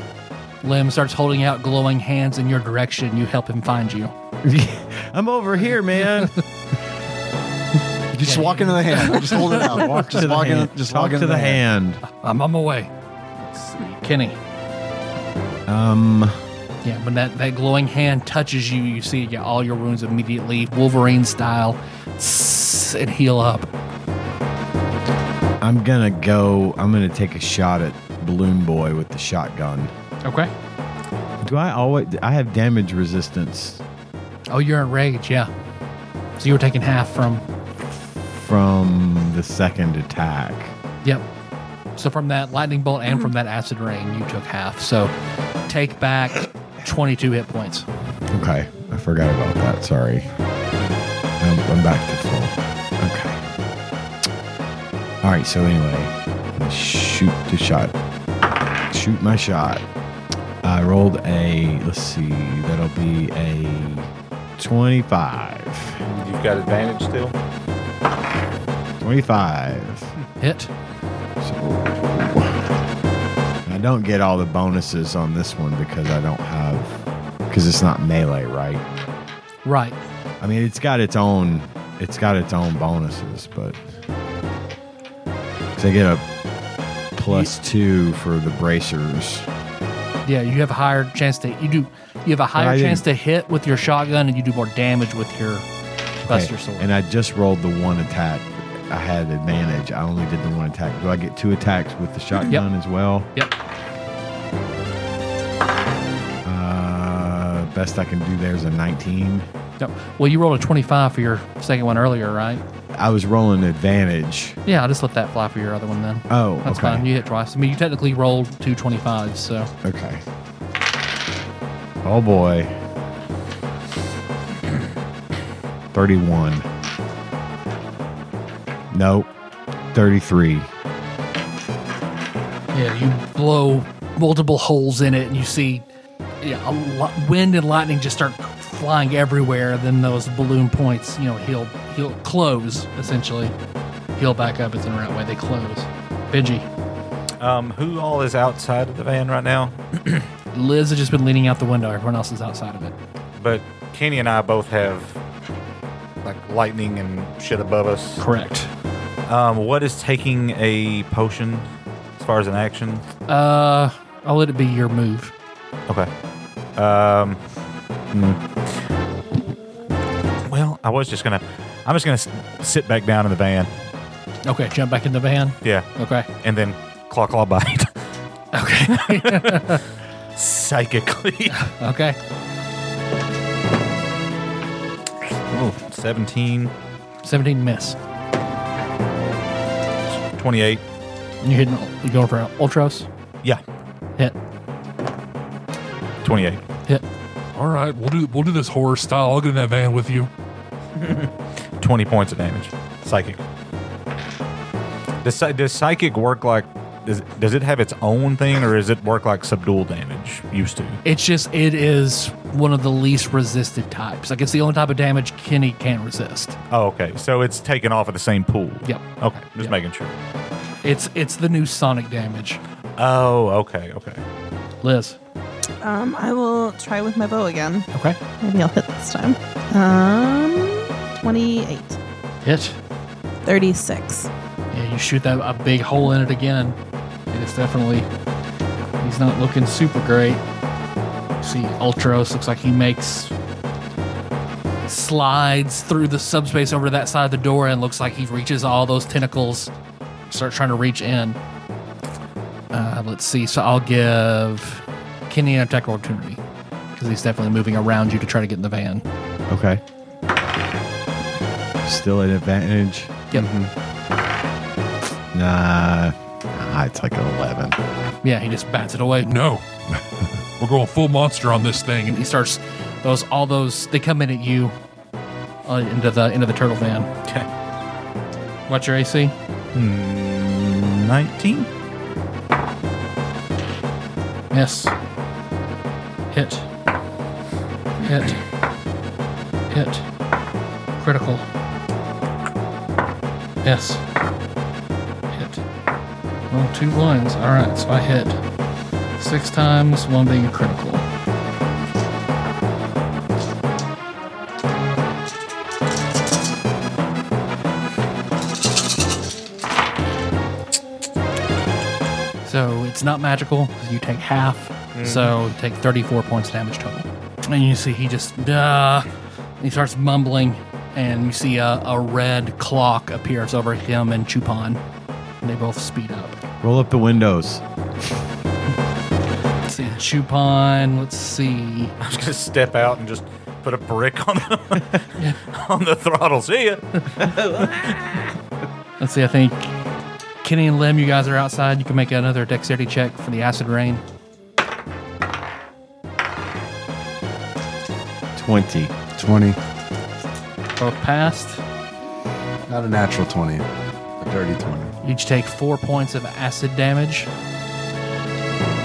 [SPEAKER 2] Lim starts holding out glowing hands in your direction, you help him find you.
[SPEAKER 7] I'm over here, man.
[SPEAKER 4] You just walk into the hand. Just hold it out. *laughs* Walk just
[SPEAKER 7] to the
[SPEAKER 4] walk in.
[SPEAKER 7] hand.
[SPEAKER 4] Just
[SPEAKER 7] Talk
[SPEAKER 4] walk into
[SPEAKER 7] to the hand.
[SPEAKER 2] I'm on my way. Kenny.
[SPEAKER 7] Um,
[SPEAKER 2] Yeah, when that, that glowing hand touches you, you see yeah, all your wounds immediately, Wolverine style, tss, and heal up.
[SPEAKER 7] I'm gonna go. I'm gonna take a shot at Balloon Boy with the shotgun.
[SPEAKER 2] Okay.
[SPEAKER 7] Do I always? I have damage resistance
[SPEAKER 2] Oh, you're in rage. Yeah. So you were taking half from.
[SPEAKER 7] from the second attack.
[SPEAKER 2] Yep. So from that lightning bolt and from that acid rain, you took half. So take back 22 hit points.
[SPEAKER 7] Okay, I forgot about that. Sorry. I'm, I'm back to full. Okay. All right. So anyway, let's shoot the shot. Shoot my shot. I rolled a. Let's see. That'll be a twenty-five.
[SPEAKER 3] You've got advantage still.
[SPEAKER 7] 25.
[SPEAKER 2] Hit.
[SPEAKER 7] So I don't get all the bonuses on this one because I don't have because it's not melee, right?
[SPEAKER 2] Right.
[SPEAKER 7] I mean, it's got its own it's got its own bonuses, but so I get a plus 2 for the bracers.
[SPEAKER 2] Yeah, you have a higher chance to you do you have a higher
[SPEAKER 7] I
[SPEAKER 2] chance to hit with your shotgun and you do more damage with your buster sword.
[SPEAKER 7] And I just rolled the one attack. I had advantage. I only did the one attack. Do I get two attacks with the shotgun as well?
[SPEAKER 2] yep.
[SPEAKER 7] Uh, best I can do there is a 19.
[SPEAKER 2] No. Well, you rolled a 25 for your second one earlier, right?
[SPEAKER 7] I was rolling advantage.
[SPEAKER 2] Yeah, I'll just let that fly for your other one then.
[SPEAKER 7] Oh,
[SPEAKER 2] That's
[SPEAKER 7] okay.
[SPEAKER 2] fine. You hit twice. I mean, you technically rolled two 25s, so
[SPEAKER 7] Okay. Oh boy. 31. Nope. 33.
[SPEAKER 2] yeah, you blow multiple holes in it and you see yeah, a lo- wind and lightning just start flying everywhere. Then those balloon points, you know, he'll he'll close essentially. He'll back up. It's in the right way. They close. Benji,
[SPEAKER 3] Um, who all is outside of the van right now?
[SPEAKER 2] Liz has just been leaning out the window. Everyone else is outside of it.
[SPEAKER 3] But Kenny and I both have like lightning and shit above us.
[SPEAKER 2] Correct.
[SPEAKER 3] Um, what is taking a potion as far as an action?
[SPEAKER 2] Uh, I'll let it be your move.
[SPEAKER 3] Okay. Um. mm. Well, I was just gonna. I'm just gonna s- sit back down in the van.
[SPEAKER 2] Okay, jump back in the van.
[SPEAKER 3] Yeah,
[SPEAKER 2] Okay.
[SPEAKER 3] and then claw claw bite
[SPEAKER 2] Okay.
[SPEAKER 3] *laughs* psychically.
[SPEAKER 2] okay.
[SPEAKER 3] oh, 17,
[SPEAKER 2] 17 miss.
[SPEAKER 3] 28.
[SPEAKER 2] And you're hitting, you're going for ultros.
[SPEAKER 3] Yeah,
[SPEAKER 2] Hit,
[SPEAKER 3] 28.
[SPEAKER 2] hit.
[SPEAKER 8] All right, we'll do we'll do this horror style. I'll get in that van with you.
[SPEAKER 3] 20 points of damage. Psychic. Does, psy- does psychic work like. Does, does it have its own thing or does it work like subdual damage used to?
[SPEAKER 2] It's just, it is one of the least resisted types. Like, it's the only type of damage Kenny can resist.
[SPEAKER 3] Oh, okay. So it's taken off of the same pool.
[SPEAKER 2] Yep.
[SPEAKER 3] Okay. Just
[SPEAKER 2] Yep.
[SPEAKER 3] making sure.
[SPEAKER 2] It's it's the new sonic damage.
[SPEAKER 3] Oh, okay. Okay.
[SPEAKER 2] Liz.
[SPEAKER 6] Um, I will try with my bow again.
[SPEAKER 2] Okay.
[SPEAKER 6] Maybe I'll hit this time. Um, 28.
[SPEAKER 2] Hit.
[SPEAKER 6] 36.
[SPEAKER 2] Yeah, you shoot that a big hole in it again. And it's definitely, he's not looking super great. See, Ultros looks like he makes slides through the subspace over to that side of the door and looks like he reaches all those tentacles, start trying to reach in. Uh, let's see. So I'll give Kenny an attack of opportunity because he's definitely moving around you to try to get in the van.
[SPEAKER 7] Okay. Still an advantage.
[SPEAKER 2] Yep.
[SPEAKER 7] Nah. nah, it's like an 11.
[SPEAKER 2] Yeah, he just bats it away.
[SPEAKER 8] No, *laughs* we're going full monster on this thing.
[SPEAKER 2] he starts those all those they come in at you uh, into the into the turtle van.
[SPEAKER 3] Okay.
[SPEAKER 2] What's your AC?
[SPEAKER 3] *laughs* 19?
[SPEAKER 2] Miss. Hit. Hit. Hit. Critical. Miss. Hit. Well, two ones. All right, so I hit six times, one being a critical. So it's not magical. You take half. So you take 34 points damage total. And you see he just, duh. He starts mumbling. And you see a, a red clock appears over him and Chupon. and they both speed up.
[SPEAKER 7] Roll up the windows.
[SPEAKER 2] Let's see, Chupon. Let's see.
[SPEAKER 3] I'm just gonna step out and just put a brick on the *laughs* on the throttle. See ya.
[SPEAKER 2] Let's see. I think Kenny and Lim, you guys are outside. You can make another dexterity check for the acid rain.
[SPEAKER 7] 20.
[SPEAKER 4] 20.
[SPEAKER 2] Both passed.
[SPEAKER 4] Not a natural 20, a dirty 20.
[SPEAKER 2] You each take four points of acid damage.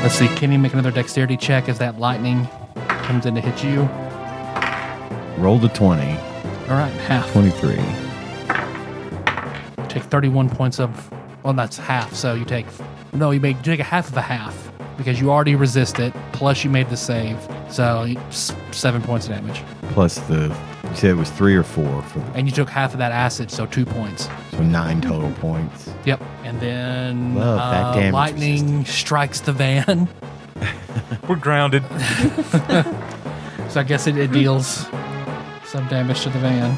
[SPEAKER 2] Let's see, Kenny make another dexterity check as that lightning comes in to hit you.
[SPEAKER 7] Roll the 20.
[SPEAKER 2] All right, half.
[SPEAKER 7] 23.
[SPEAKER 2] Take 31 points of. Well, that's half, so you take. No, you make you take a half of a half because you already resist it, plus you made the save, so you- s- seven points of damage.
[SPEAKER 7] Plus the, you said it was three or four for the,
[SPEAKER 2] And you took half of that acid, so two points.
[SPEAKER 7] so nine total points.
[SPEAKER 2] Yep. And then
[SPEAKER 7] Love that
[SPEAKER 2] uh,
[SPEAKER 7] damage
[SPEAKER 2] lightning strikes the van. *laughs*
[SPEAKER 3] We're grounded.
[SPEAKER 2] So I guess it, it deals some damage to the van.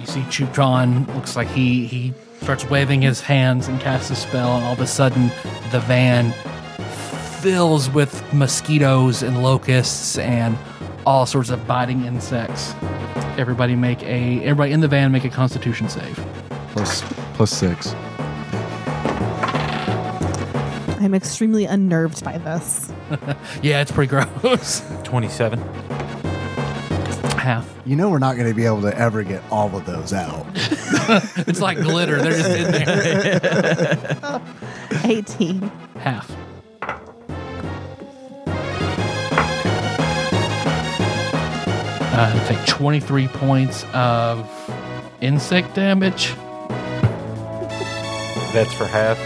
[SPEAKER 2] You see Chutron looks like he he starts waving his hands and casts a spell, and all of a sudden the van fills with mosquitoes and locusts and all sorts of biting insects. Everybody make a everybody in the van make a Constitution save.
[SPEAKER 4] Plus, plus six.
[SPEAKER 6] I'm extremely unnerved by this.
[SPEAKER 2] Yeah, it's pretty *laughs* gross.
[SPEAKER 3] Twenty-seven.
[SPEAKER 2] Half.
[SPEAKER 4] You know we're not going to be able to ever get all of those out.
[SPEAKER 2] It's like glitter. They're just in there.
[SPEAKER 6] 18.
[SPEAKER 2] Half. Uh, take 23 points of insect damage.
[SPEAKER 3] That's for half.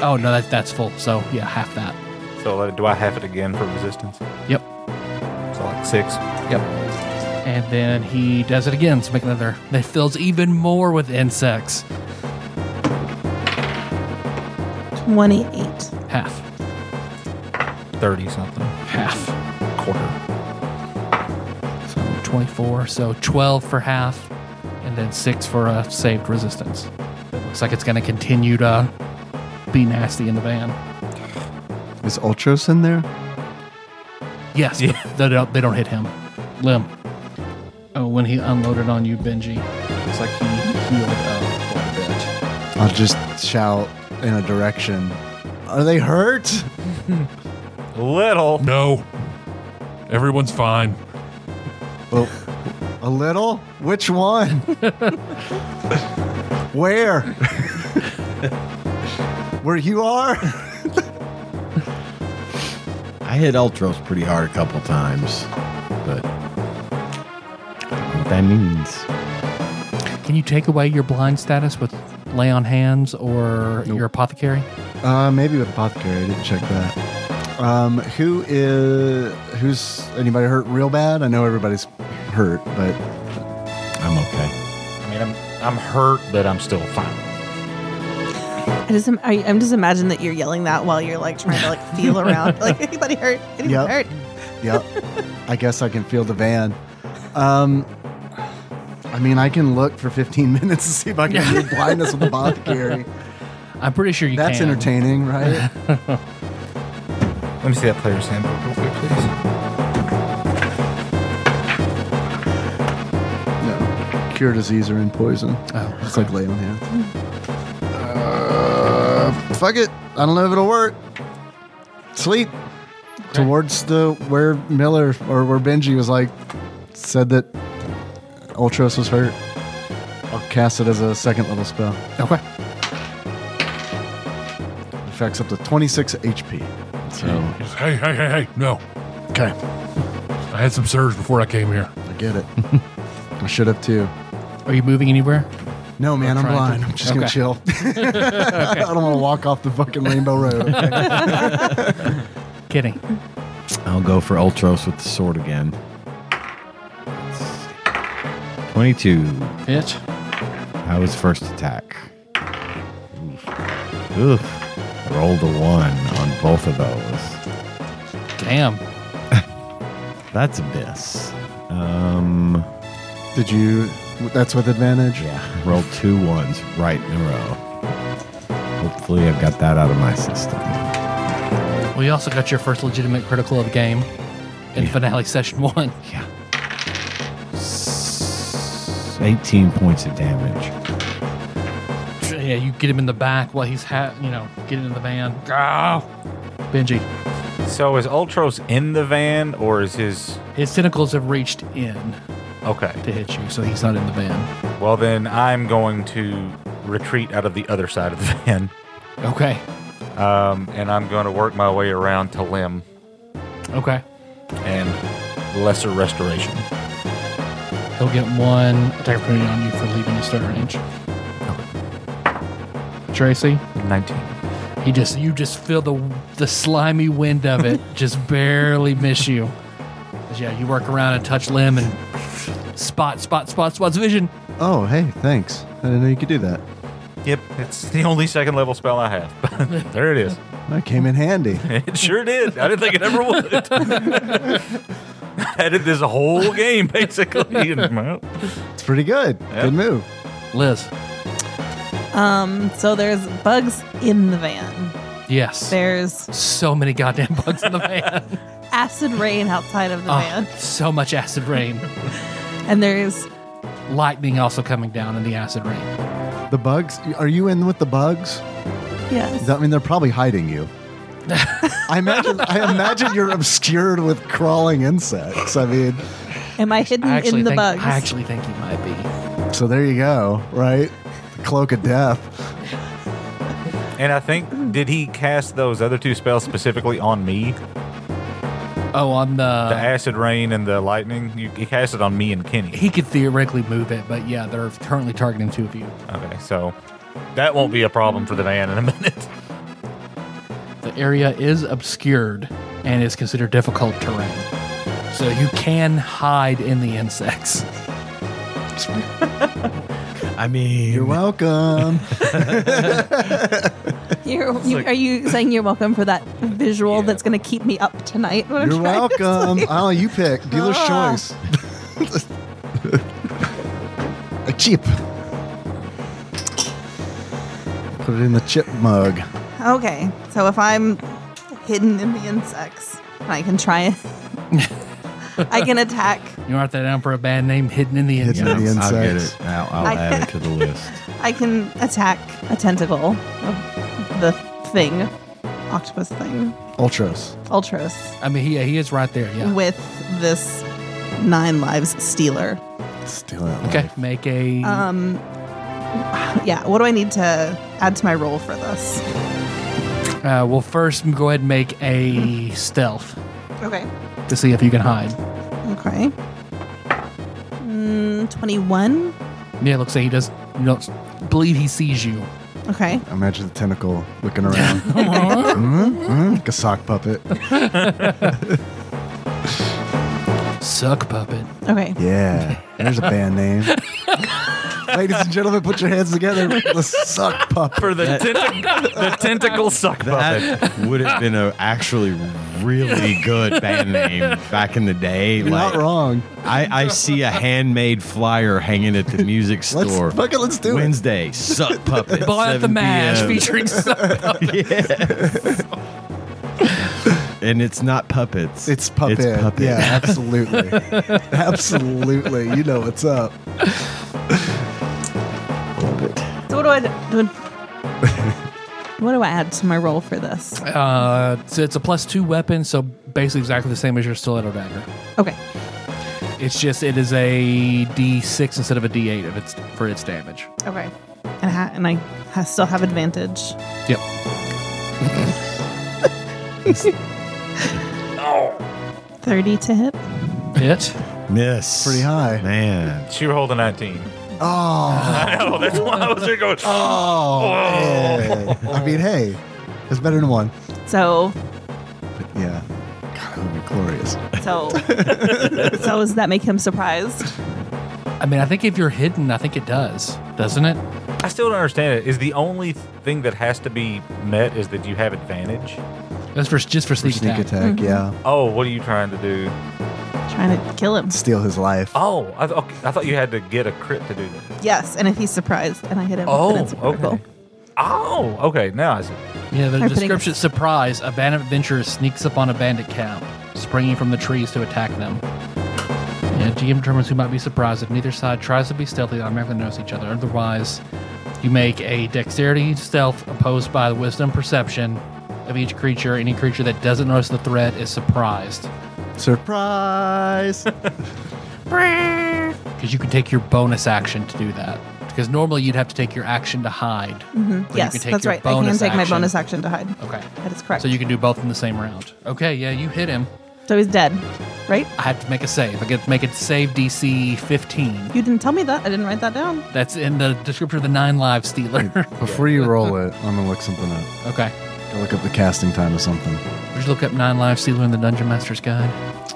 [SPEAKER 2] Oh, no, that, that's full. So, yeah, half that.
[SPEAKER 3] So let it- do I half it again for resistance?
[SPEAKER 2] Yep.
[SPEAKER 3] So like six.
[SPEAKER 2] Yep. And then he does it again. So, make another. That fills even more with insects.
[SPEAKER 6] 28.
[SPEAKER 2] Half.
[SPEAKER 3] Thirty something.
[SPEAKER 2] Half.
[SPEAKER 3] Quarter.
[SPEAKER 2] So, 24. So, 12 for half. And then six for uh, saved resistance. It looks like it's going to continue to be nasty in the van.
[SPEAKER 4] *laughs* Is Ultros in there?
[SPEAKER 2] Yes,
[SPEAKER 3] Yeah.
[SPEAKER 2] but *laughs* they don't, they don't hit him. Lim. Oh, when he unloaded on you, Benji, it's like he healed up quite a bit.
[SPEAKER 4] I'll just shout in a direction. Are they hurt?
[SPEAKER 3] Little.
[SPEAKER 8] No. Everyone's fine.
[SPEAKER 4] Well, a little? Which one? *laughs* Where? Where you are?
[SPEAKER 7] I hit Ultros pretty hard a couple times, but I don't know what that means.
[SPEAKER 2] Can you take away your blind status with lay on hands or your apothecary?
[SPEAKER 4] Uh, maybe with apothecary. I didn't check that. Um, who is who's anybody hurt real bad? I know everybody's hurt, but
[SPEAKER 7] I'm okay.
[SPEAKER 3] I mean, I'm I'm hurt, but I'm still fine.
[SPEAKER 6] I just, im- I, I'm just imagine that you're yelling that while you're like trying to like feel around. *laughs* like, anybody hurt? Anybody
[SPEAKER 4] Yep.
[SPEAKER 6] hurt?
[SPEAKER 4] *laughs* yep. I guess I can feel the van. Um, I mean, I can look for 15 *laughs* minutes to see if I can heal blindness with apothecary.
[SPEAKER 2] I'm pretty sure you
[SPEAKER 4] That's
[SPEAKER 2] can.
[SPEAKER 4] entertaining, right?
[SPEAKER 3] Let me see that player's handbook real quick, please.
[SPEAKER 4] no. Cure disease or in poison.
[SPEAKER 2] Oh,
[SPEAKER 4] It's like lay on hands. Uh, fuck it. I don't know if it'll work. Sleep towards the where Miller or where Benji was like said that Ultros was hurt. I'll cast it as a second level spell.
[SPEAKER 2] Okay.
[SPEAKER 4] It affects up to 26 HP. So
[SPEAKER 8] Just, hey, hey, hey, hey. No.
[SPEAKER 4] okay,
[SPEAKER 8] I had some surge before I came here.
[SPEAKER 4] I get
[SPEAKER 2] *laughs*
[SPEAKER 4] it. I should have too.
[SPEAKER 2] Are you moving anywhere?
[SPEAKER 4] No man, I'm
[SPEAKER 2] trying to-
[SPEAKER 4] blind. I'm just gonna
[SPEAKER 2] Okay. *laughs*
[SPEAKER 4] chill. I don't want to walk off the fucking rainbow road. okay?
[SPEAKER 2] Kidding.
[SPEAKER 7] I'll go for Ultros with the sword again. 22.
[SPEAKER 2] Bitch.
[SPEAKER 7] That was first attack. Oof. Oof. I Rolled a one on both of those.
[SPEAKER 2] Damn.
[SPEAKER 7] That's a miss. Um,
[SPEAKER 4] Did you? That's with advantage.
[SPEAKER 7] yeah. Rolled two ones right in a row. Hopefully, I've got that out of my system.
[SPEAKER 2] We also got your first legitimate critical of the game in finale session *laughs* one.
[SPEAKER 7] Yeah. 18 points of damage.
[SPEAKER 2] Yeah, you get him in the back while he's ha- you know getting in the van. Ah, Benji,
[SPEAKER 3] So is Ultros in the van or is his.
[SPEAKER 2] his tentacles have reached in
[SPEAKER 3] Okay.
[SPEAKER 2] to hit you, so he's not in the van.
[SPEAKER 3] Well, then I'm going to retreat out of the other side of the *laughs* van
[SPEAKER 2] Okay,
[SPEAKER 3] um, and I'm going to work my way around to Lim
[SPEAKER 2] okay.
[SPEAKER 3] and Lesser Restoration.
[SPEAKER 2] He'll get one attack opportunity on you for leaving his third range. Tracy,
[SPEAKER 3] 19.
[SPEAKER 2] he just you just feel the the slimy wind of it just barely miss you. 'Cause, Yeah, you work around and touch limb and spot spot spot spots vision.
[SPEAKER 4] Oh, hey, thanks. I didn't know you could do that.
[SPEAKER 3] Yep, it's the only second level spell I have. *laughs* there it is.
[SPEAKER 4] That came in handy.
[SPEAKER 3] It sure did. I didn't think it ever would. I *laughs* did this whole game basically. And, *laughs* well,
[SPEAKER 4] It's pretty good. Good move.
[SPEAKER 2] Liz,
[SPEAKER 6] Um, so there's bugs in the van.
[SPEAKER 2] yes.
[SPEAKER 6] There's
[SPEAKER 2] so many goddamn bugs in *laughs* the van.
[SPEAKER 6] acid rain outside of the van,
[SPEAKER 2] Oh, so much acid rain.
[SPEAKER 6] and there's
[SPEAKER 2] Lightning also coming down in the acid rain.
[SPEAKER 4] The bugs. Are you in with the bugs?
[SPEAKER 6] yes,
[SPEAKER 4] I mean, they're probably
[SPEAKER 2] *laughs*
[SPEAKER 4] hiding you. I imagine. I imagine you're obscured with crawling insects. I mean,
[SPEAKER 6] Am I hidden
[SPEAKER 2] I actually
[SPEAKER 6] in the
[SPEAKER 2] think
[SPEAKER 6] bugs?
[SPEAKER 2] I actually think you might be.
[SPEAKER 4] so there you go. Right, the cloak of death.
[SPEAKER 3] and I think, did he cast those other two spells specifically on me?
[SPEAKER 2] Oh, on
[SPEAKER 3] The
[SPEAKER 2] the
[SPEAKER 3] acid rain and the lightning? You, he cast it on me and Kenny.
[SPEAKER 2] he could theoretically move it, but yeah, they're currently targeting two of you.
[SPEAKER 3] Okay, so that won't be a problem for the van in a *laughs* minute.
[SPEAKER 2] The area is obscured and is considered difficult terrain. So you can hide in the insects. *laughs*
[SPEAKER 7] I mean,
[SPEAKER 4] You're welcome.
[SPEAKER 6] *laughs* You're, you, are you saying you're welcome for that visual that's going to keep me up tonight? when I'm
[SPEAKER 4] You're
[SPEAKER 6] trying to
[SPEAKER 4] welcome.
[SPEAKER 6] sleep?
[SPEAKER 4] Oh, you pick. Dealer's
[SPEAKER 6] Ah.
[SPEAKER 4] choice. A chip. Put it in the chip mug.
[SPEAKER 6] *laughs* Okay, so if I'm hidden in the insects, I can try
[SPEAKER 2] *laughs*
[SPEAKER 6] it. I can attack.
[SPEAKER 2] You aren't that down for a bad name hidden in the
[SPEAKER 4] Hidden in
[SPEAKER 2] insects.
[SPEAKER 4] the
[SPEAKER 7] I'll get
[SPEAKER 4] insects.
[SPEAKER 7] it. I'll, I'll
[SPEAKER 6] I-
[SPEAKER 7] add it to
[SPEAKER 4] *laughs*
[SPEAKER 7] the list.
[SPEAKER 6] I can attack a tentacle of the thing, octopus thing,
[SPEAKER 4] Ultros.
[SPEAKER 6] Ultros,
[SPEAKER 2] I mean, he, he is right there. Yeah.
[SPEAKER 6] with this nine lives stealer.
[SPEAKER 4] Steal it.
[SPEAKER 2] Okay. Make a.
[SPEAKER 6] Um, yeah. What do I need to add to my roll for this?
[SPEAKER 2] Uh, well, first, go ahead and make a stealth
[SPEAKER 6] Okay.
[SPEAKER 2] to see if you can hide.
[SPEAKER 6] Okay. Mm, Twenty-one.
[SPEAKER 2] Yeah, it looks like he does. You don't s- believe he sees you.
[SPEAKER 6] Okay.
[SPEAKER 4] Imagine the tentacle looking
[SPEAKER 6] *laughs*
[SPEAKER 4] around.
[SPEAKER 6] Uh-huh.
[SPEAKER 4] Mhm, mhm, Like a sock puppet.
[SPEAKER 2] Suck puppet.
[SPEAKER 6] Okay.
[SPEAKER 4] Yeah. There's a band name. Ladies and gentlemen, put your hands together. The suck puppet.
[SPEAKER 3] For the, tentac- the tentacle suck puppet.
[SPEAKER 7] That would have been a actually really good band name back in the day.
[SPEAKER 4] You're not wrong.
[SPEAKER 7] I, I see a handmade flyer hanging at the music
[SPEAKER 4] Let's
[SPEAKER 7] store.
[SPEAKER 4] fuck it, let's do it.
[SPEAKER 7] Wednesday, Suck Puppet.
[SPEAKER 2] Ball at the
[SPEAKER 7] 7
[SPEAKER 2] mash
[SPEAKER 7] p.m. *laughs*
[SPEAKER 2] featuring suck.
[SPEAKER 7] And it's not puppets.
[SPEAKER 4] It's puppet.
[SPEAKER 7] It's puppet.
[SPEAKER 4] Yeah, absolutely. absolutely. You know what's up.
[SPEAKER 6] So what do I do? do-
[SPEAKER 2] *laughs*
[SPEAKER 6] what do I add to my roll for this?
[SPEAKER 2] Uh, so it's a plus two weapon, so basically exactly the same as your stiletto dagger.
[SPEAKER 6] Okay.
[SPEAKER 2] It's just it is a d6 instead of a d8 if it's for its damage.
[SPEAKER 6] Okay. And I, ha- and I ha- still have advantage.
[SPEAKER 2] Yep.
[SPEAKER 6] Thirty to hit.
[SPEAKER 2] Hit.
[SPEAKER 7] Miss.
[SPEAKER 4] Pretty high.
[SPEAKER 7] Man.
[SPEAKER 3] She rolled a 19.
[SPEAKER 4] Oh,
[SPEAKER 3] Oh, that's why I was there going, "Oh."
[SPEAKER 4] man. I mean, hey, it's better than one.
[SPEAKER 6] So
[SPEAKER 4] But yeah, God, that would be glorious.
[SPEAKER 2] *laughs*
[SPEAKER 6] so so does that make him surprised?
[SPEAKER 2] I mean, I think if you're hidden, I think it does, doesn't it?
[SPEAKER 3] I still don't understand it. Is the only thing that has to be met is that you have advantage?
[SPEAKER 2] That's for just for sneak,
[SPEAKER 4] Sneak
[SPEAKER 2] attack.
[SPEAKER 4] attack, yeah.
[SPEAKER 3] Oh, what are you trying to do?
[SPEAKER 6] Trying to kill him.
[SPEAKER 4] Steal his life.
[SPEAKER 3] Oh, I, th- okay, I thought you had to get a crit to do that.
[SPEAKER 6] Yes, and if he's surprised and I hit him, then
[SPEAKER 3] Oh,
[SPEAKER 6] it's a critical.
[SPEAKER 3] okay. Oh, okay. Now I see.
[SPEAKER 2] Yeah, the
[SPEAKER 6] Or putting-
[SPEAKER 2] description surprise. A bandit adventurer sneaks up on a bandit camp, springing from the trees to attack them. Yeah, GM determines who might be surprised. If neither side tries to be stealthy, they automatically notice each other. Otherwise, you make a dexterity stealth opposed by the wisdom perception of each creature. Any creature that doesn't notice the threat is surprised.
[SPEAKER 4] Surprise!
[SPEAKER 2] Because you can take your bonus action to do that. Because normally you'd have to take your action to hide. But you
[SPEAKER 6] Mm-hmm. yes,
[SPEAKER 2] can take
[SPEAKER 6] that's
[SPEAKER 2] your
[SPEAKER 6] right. I can
[SPEAKER 2] bonus
[SPEAKER 6] take my
[SPEAKER 2] action.
[SPEAKER 6] bonus action to hide.
[SPEAKER 2] Okay.
[SPEAKER 6] That is correct.
[SPEAKER 2] So you can do both in the same round. Okay, yeah, you hit him.
[SPEAKER 6] So he's dead, right?
[SPEAKER 2] I have to make a save. I get to make a save DC 15.
[SPEAKER 6] You didn't tell me that. I didn't write that down.
[SPEAKER 2] That's in the description of the nine live stealer.
[SPEAKER 4] Before you roll it, I'm gonna look something up.
[SPEAKER 2] *laughs* okay.
[SPEAKER 4] Go look up the casting time of something.
[SPEAKER 2] Just look up nine live stealer in the Dungeon Master's Guide.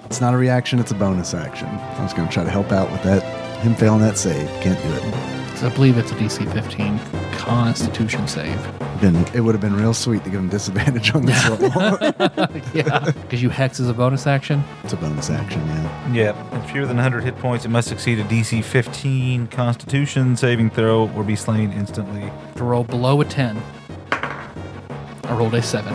[SPEAKER 4] It's not a reaction; it's a bonus action. I was gonna try to help out with that. Him failing that save can't do it.
[SPEAKER 2] So I believe it's a DC 15 Constitution save. *laughs*
[SPEAKER 4] Then it would have been real sweet to give him disadvantage on this roll.
[SPEAKER 2] yeah. Because you hex is a bonus action.
[SPEAKER 4] it's a bonus action, yeah.
[SPEAKER 3] Yep. And fewer than 100 hit points, it must succeed a DC 15 Constitution saving throw or be slain instantly.
[SPEAKER 2] To roll below a 10. I rolled a 7.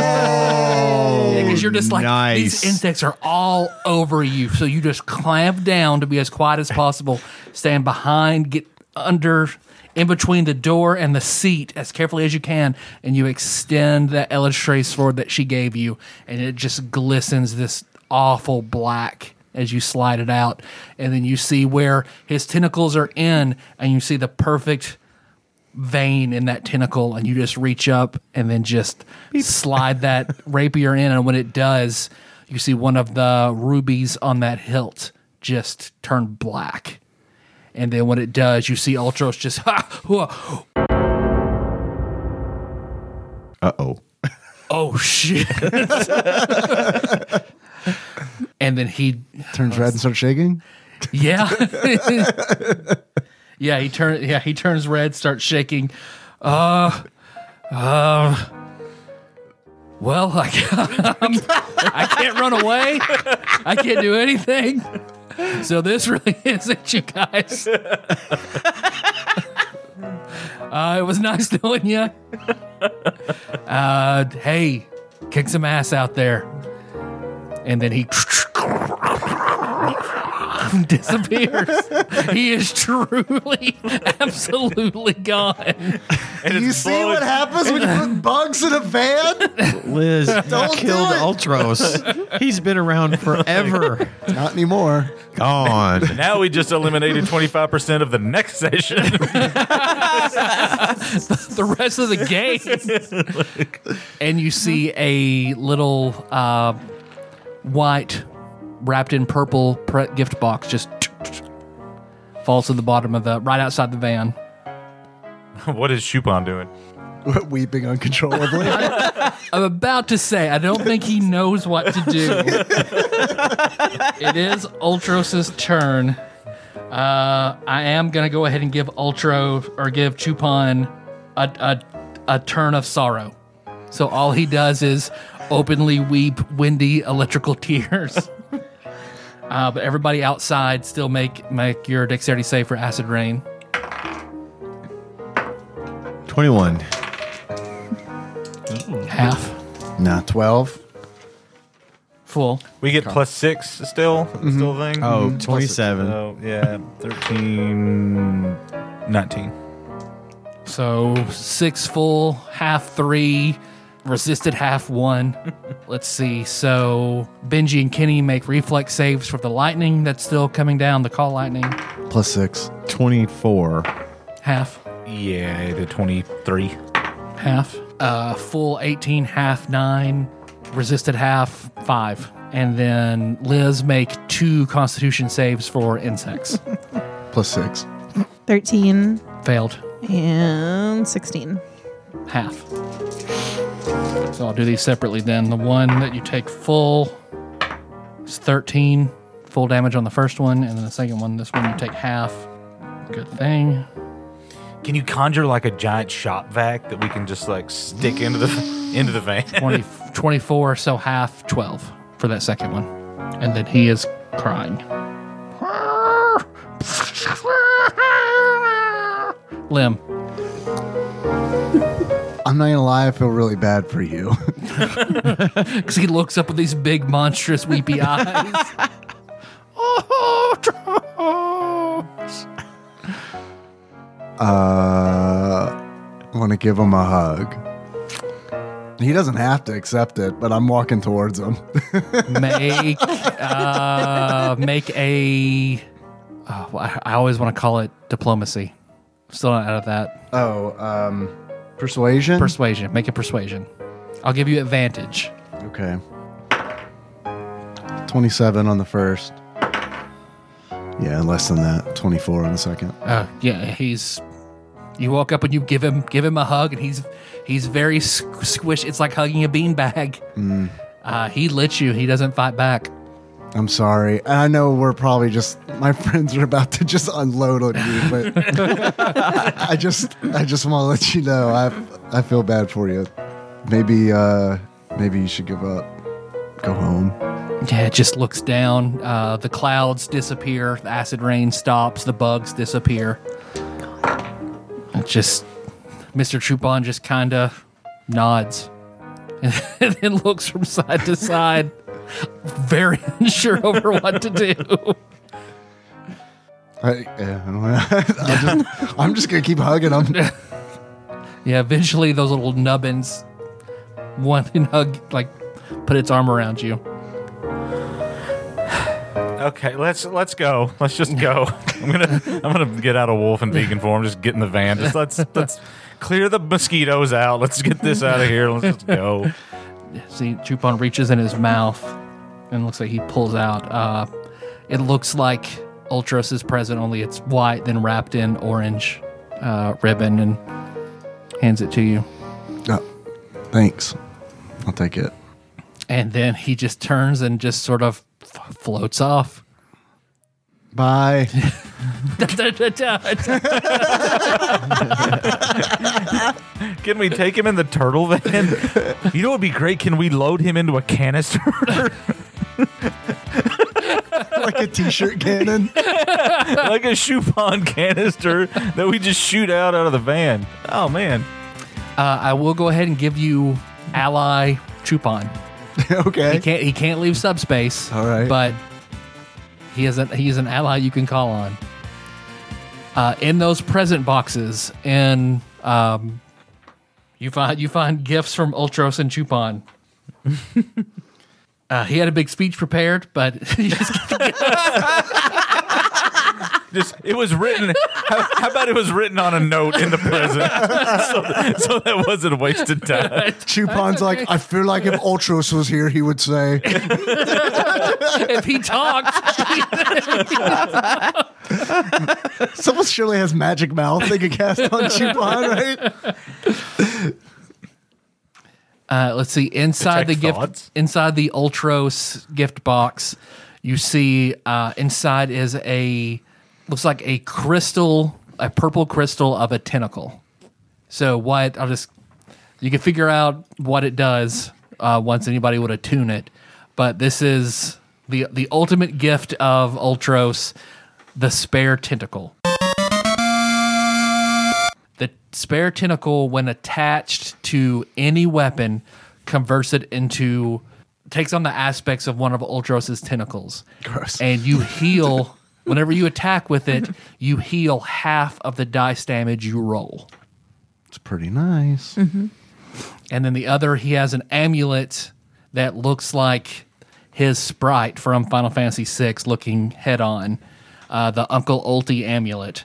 [SPEAKER 7] No.
[SPEAKER 2] Because you're just like,
[SPEAKER 7] Oh, nice.
[SPEAKER 2] these insects are all over you. So you just clamp down to be as quiet as possible, stand behind, get under, in between the door and the seat as carefully as you can, and you extend that Elistray sword that she gave you, and it just glistens this awful black as you slide it out. And then you see where his tentacles are in, and you see the perfect vein in that tentacle and you just reach up and then just slide that rapier in and when it does you see one of the rubies on that hilt just turn black and then when it does you see ultros just *laughs* ha, hua,
[SPEAKER 7] Uh oh.
[SPEAKER 2] oh shit *laughs* and then he
[SPEAKER 4] Turns red and starts shaking.
[SPEAKER 2] yeah yeah he turn yeah he turns red starts shaking uh uh well I, I'm, I can't run away i can't do anything so this really *laughs* isn't you guys uh, it was nice knowing you uh hey kick some ass out there and then he *laughs* disappears he is truly absolutely gone
[SPEAKER 3] And
[SPEAKER 4] You
[SPEAKER 3] it's
[SPEAKER 4] see what
[SPEAKER 3] blowing-
[SPEAKER 4] happens when you put bugs in a van?
[SPEAKER 7] Liz *laughs*
[SPEAKER 4] Don't do
[SPEAKER 7] killed
[SPEAKER 4] it.
[SPEAKER 7] Ultros. He's been around forever.
[SPEAKER 4] Not anymore.
[SPEAKER 7] Gone.
[SPEAKER 3] Now we just eliminated 25% of the next session. *laughs*
[SPEAKER 2] the rest of the game. and you see a little uh, white, wrapped in purple pre- gift box just falls to the bottom of the right outside the van.
[SPEAKER 3] what is Chupon doing?
[SPEAKER 4] Weeping uncontrollably. *laughs*
[SPEAKER 2] I'm about to say, I don't think he knows what to do. it is Ultros' turn. Uh, I am gonna go ahead and give Ultro or give Chupon a, a a turn of sorrow. So all he does is openly weep windy electrical *laughs* tears. uh, but everybody outside still make make your dexterity save for acid rain.
[SPEAKER 7] 21.
[SPEAKER 2] Half
[SPEAKER 4] nah, 12.
[SPEAKER 2] full.
[SPEAKER 3] We get plus six still?
[SPEAKER 4] Mm-hmm.
[SPEAKER 3] It's Still a thing?
[SPEAKER 7] Oh, 27.
[SPEAKER 3] So, yeah, 13, 19.
[SPEAKER 2] So six full, half three, resisted half one. Let's see. So Benji and Kenny make reflex saves for the lightning that's still coming down, the call lightning.
[SPEAKER 4] Plus 6.
[SPEAKER 7] 24.
[SPEAKER 2] Half,
[SPEAKER 3] Yeah, the 23.
[SPEAKER 2] half. Uh, full 18, half nine, resisted half five. And then Liz make two constitution saves for insects.
[SPEAKER 4] Plus 6.
[SPEAKER 6] 13
[SPEAKER 2] Failed.
[SPEAKER 6] and 16.
[SPEAKER 2] half. So I'll do these separately then. The one that you take full is 13 full damage on the first one, and then the second one, this one you take half. Good thing.
[SPEAKER 3] Can you conjure like a giant shop vac that we can just like stick into the into the van?
[SPEAKER 2] 20, 24, so half 12 for that second one. And then he is crying. limb.
[SPEAKER 4] I'm not gonna lie, I feel really bad for you. *laughs*
[SPEAKER 2] Because he looks up with these big, monstrous, weepy eyes. oh, Charles.
[SPEAKER 4] uh, want to give him a hug. He doesn't have to accept it, but I'm walking towards him. *laughs*
[SPEAKER 2] Make, uh, make a. Oh, well, I I always want to call it diplomacy. Still not out of that.
[SPEAKER 4] oh, um, persuasion.
[SPEAKER 2] Persuasion. Make a persuasion. I'll give you advantage.
[SPEAKER 4] okay. Twenty-seven on the first. Yeah, less than that. Twenty-four on the second.
[SPEAKER 2] Uh, yeah, he's. You walk up and you give him give him a hug, and he's he's very squ- squish. It's like hugging a beanbag. Uh, he lets you. He doesn't fight back.
[SPEAKER 4] I'm sorry. I know we're probably just my *laughs* friends are about to just unload on you, but I just I just want to let you know I I feel bad for you. Maybe uh maybe you should give up. Go home.
[SPEAKER 2] Yeah, it just looks down. Uh, the clouds disappear. The acid rain stops. The bugs disappear. It just Mr. Trupon just kind of nods *laughs* and then looks from side to side, very *laughs* unsure over what to do.
[SPEAKER 4] I, yeah, *laughs* I don't know. I'm, just, I'm just gonna keep hugging him.
[SPEAKER 2] Yeah, eventually those little nubbins want and hug like put its arm around you.
[SPEAKER 3] Okay, let's let's go. Let's just go. *laughs* I'm gonna I'm gonna get out of wolf and vegan form. Just get in the van. Just let's let's clear the mosquitoes out. Let's get this out of here. Let's just go.
[SPEAKER 2] See, Chupon reaches in his mouth and looks like he pulls out. Uh, it looks like Ultros is present, only it's white, then wrapped in orange uh, ribbon, and hands it to you.
[SPEAKER 4] Oh, thanks. I'll take it.
[SPEAKER 2] And then he just turns and just sort of f- floats off. *laughs*
[SPEAKER 4] Bye.
[SPEAKER 2] Turtle
[SPEAKER 3] Can we take him in the turtle van? You know what'd be great? Can we load him into a canister? *laughs*
[SPEAKER 4] like a t-shirt cannon.
[SPEAKER 3] like a Chupon canister that we just shoot out out of the van. Oh man.
[SPEAKER 2] Uh, I will go ahead and give you ally Chupon. He
[SPEAKER 4] *laughs* okay.
[SPEAKER 2] can't he can't leave subspace.
[SPEAKER 4] All right.
[SPEAKER 2] But he is a, he is an ally you can call on. Uh, in those present boxes, in um, you find you find gifts from Ultros and
[SPEAKER 4] *laughs*
[SPEAKER 2] Chupon. uh, he had a big speech prepared, but *laughs* he just
[SPEAKER 3] Just it was written. How, how about it was written on a note in the present, *laughs* so, so that wasn't wasted time.
[SPEAKER 4] Chupon's like, I feel like if Ultros was here, he would say,
[SPEAKER 2] if he talked, *laughs*
[SPEAKER 4] someone surely has magic mouth they could cast on Chupon, right?
[SPEAKER 2] Uh, let's see inside the
[SPEAKER 3] Detect
[SPEAKER 2] gift
[SPEAKER 3] thoughts.
[SPEAKER 2] inside the Ultros gift box. You see uh, inside is a looks like a crystal, a purple crystal of a tentacle. So what? I'll just you can figure out what it does uh, once anybody would attune it. But this is the the ultimate gift of Ultros, the spare tentacle. The spare tentacle, when attached to any weapon, converts it into takes on the aspects of one of Ultros's tentacles.
[SPEAKER 4] Gross.
[SPEAKER 2] And you heal whenever you attack with it, you heal half of the dice damage you roll.
[SPEAKER 4] It's pretty nice.
[SPEAKER 2] And then the other, he has an amulet that looks like his sprite from Final Fantasy VI looking head on, uh, the Uncle Ulti amulet.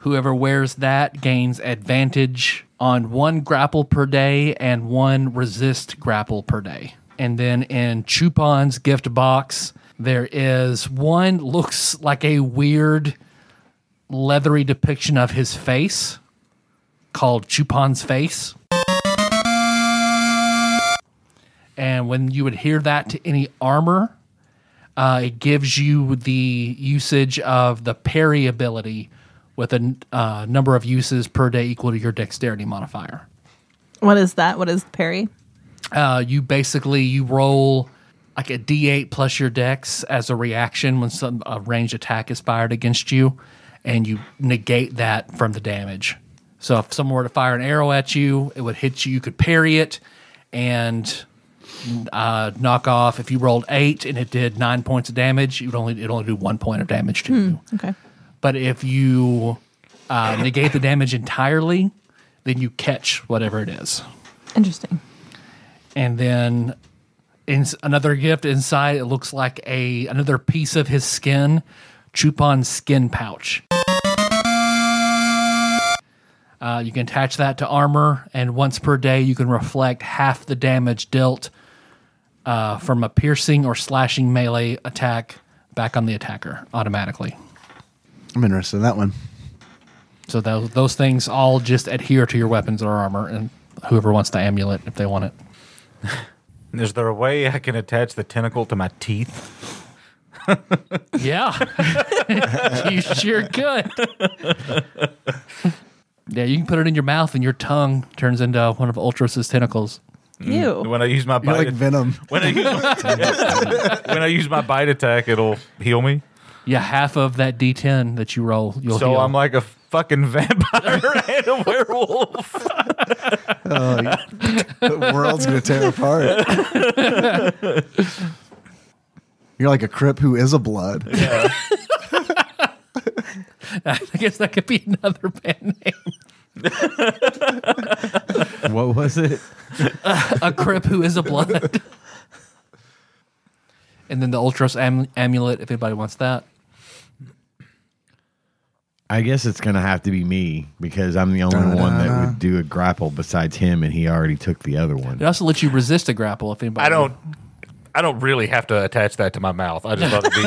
[SPEAKER 2] Whoever wears that gains advantage on one grapple per day and one resist grapple per day. And then in Chupon's gift box, there is one looks like a weird leathery depiction of his face called Chupon's Face. And when you adhere that to any armor, uh, it gives you the usage of the parry ability with a n- uh, number of uses per day equal to your dexterity modifier.
[SPEAKER 6] What is that? What is Perry?
[SPEAKER 2] Uh, you basically you roll like a d8 plus your dex as a reaction when some a ranged attack is fired against you, and you negate that from the damage. So if someone were to fire an arrow at you, it would hit you. You could parry it and uh, knock off. If you rolled eight and it did nine points of damage, it would only it only do one point of damage to you.
[SPEAKER 6] Okay.
[SPEAKER 2] But if you uh, negate the damage entirely, then you catch whatever it is.
[SPEAKER 6] Interesting.
[SPEAKER 2] And then in another gift inside, it looks like a another piece of his skin, Chupan's skin pouch. Uh, you can attach that to armor, and once per day, you can reflect half the damage dealt uh, from a piercing or slashing melee attack back on the attacker automatically.
[SPEAKER 4] I'm interested in that one.
[SPEAKER 2] So those those things all just adhere to your weapons or armor, and whoever wants the amulet if they want it.
[SPEAKER 3] Is there a way I can attach the tentacle to my teeth?
[SPEAKER 2] Yeah, *laughs* you sure could. *laughs* yeah, you can put it in your mouth, and your tongue turns into one of Ultras's tentacles.
[SPEAKER 6] Mm. You.
[SPEAKER 3] When I use my
[SPEAKER 4] You're
[SPEAKER 3] bite,
[SPEAKER 4] like
[SPEAKER 2] *laughs*
[SPEAKER 4] Venom.
[SPEAKER 3] when I use when I use my *laughs* bite attack, it'll heal me.
[SPEAKER 2] Yeah, half of that D10 that you roll, you'll
[SPEAKER 3] So
[SPEAKER 2] heal.
[SPEAKER 3] I'm like a fucking *laughs* vampire and a werewolf.
[SPEAKER 4] Uh, The world's gonna tear
[SPEAKER 2] *laughs*
[SPEAKER 4] apart. You're like a crip who is a blood.
[SPEAKER 2] *laughs* I guess that could be another band name.
[SPEAKER 7] What was it?
[SPEAKER 2] A crip who is a blood. *laughs* and then the Ultras am- amulet, if anybody wants that.
[SPEAKER 7] I guess it's gonna have to be me because I'm the only one that would do a grapple besides him, and he already took the other one.
[SPEAKER 2] It also lets you resist a grapple if anybody.
[SPEAKER 3] I don't. I don't really have to attach that to my mouth. I just love to be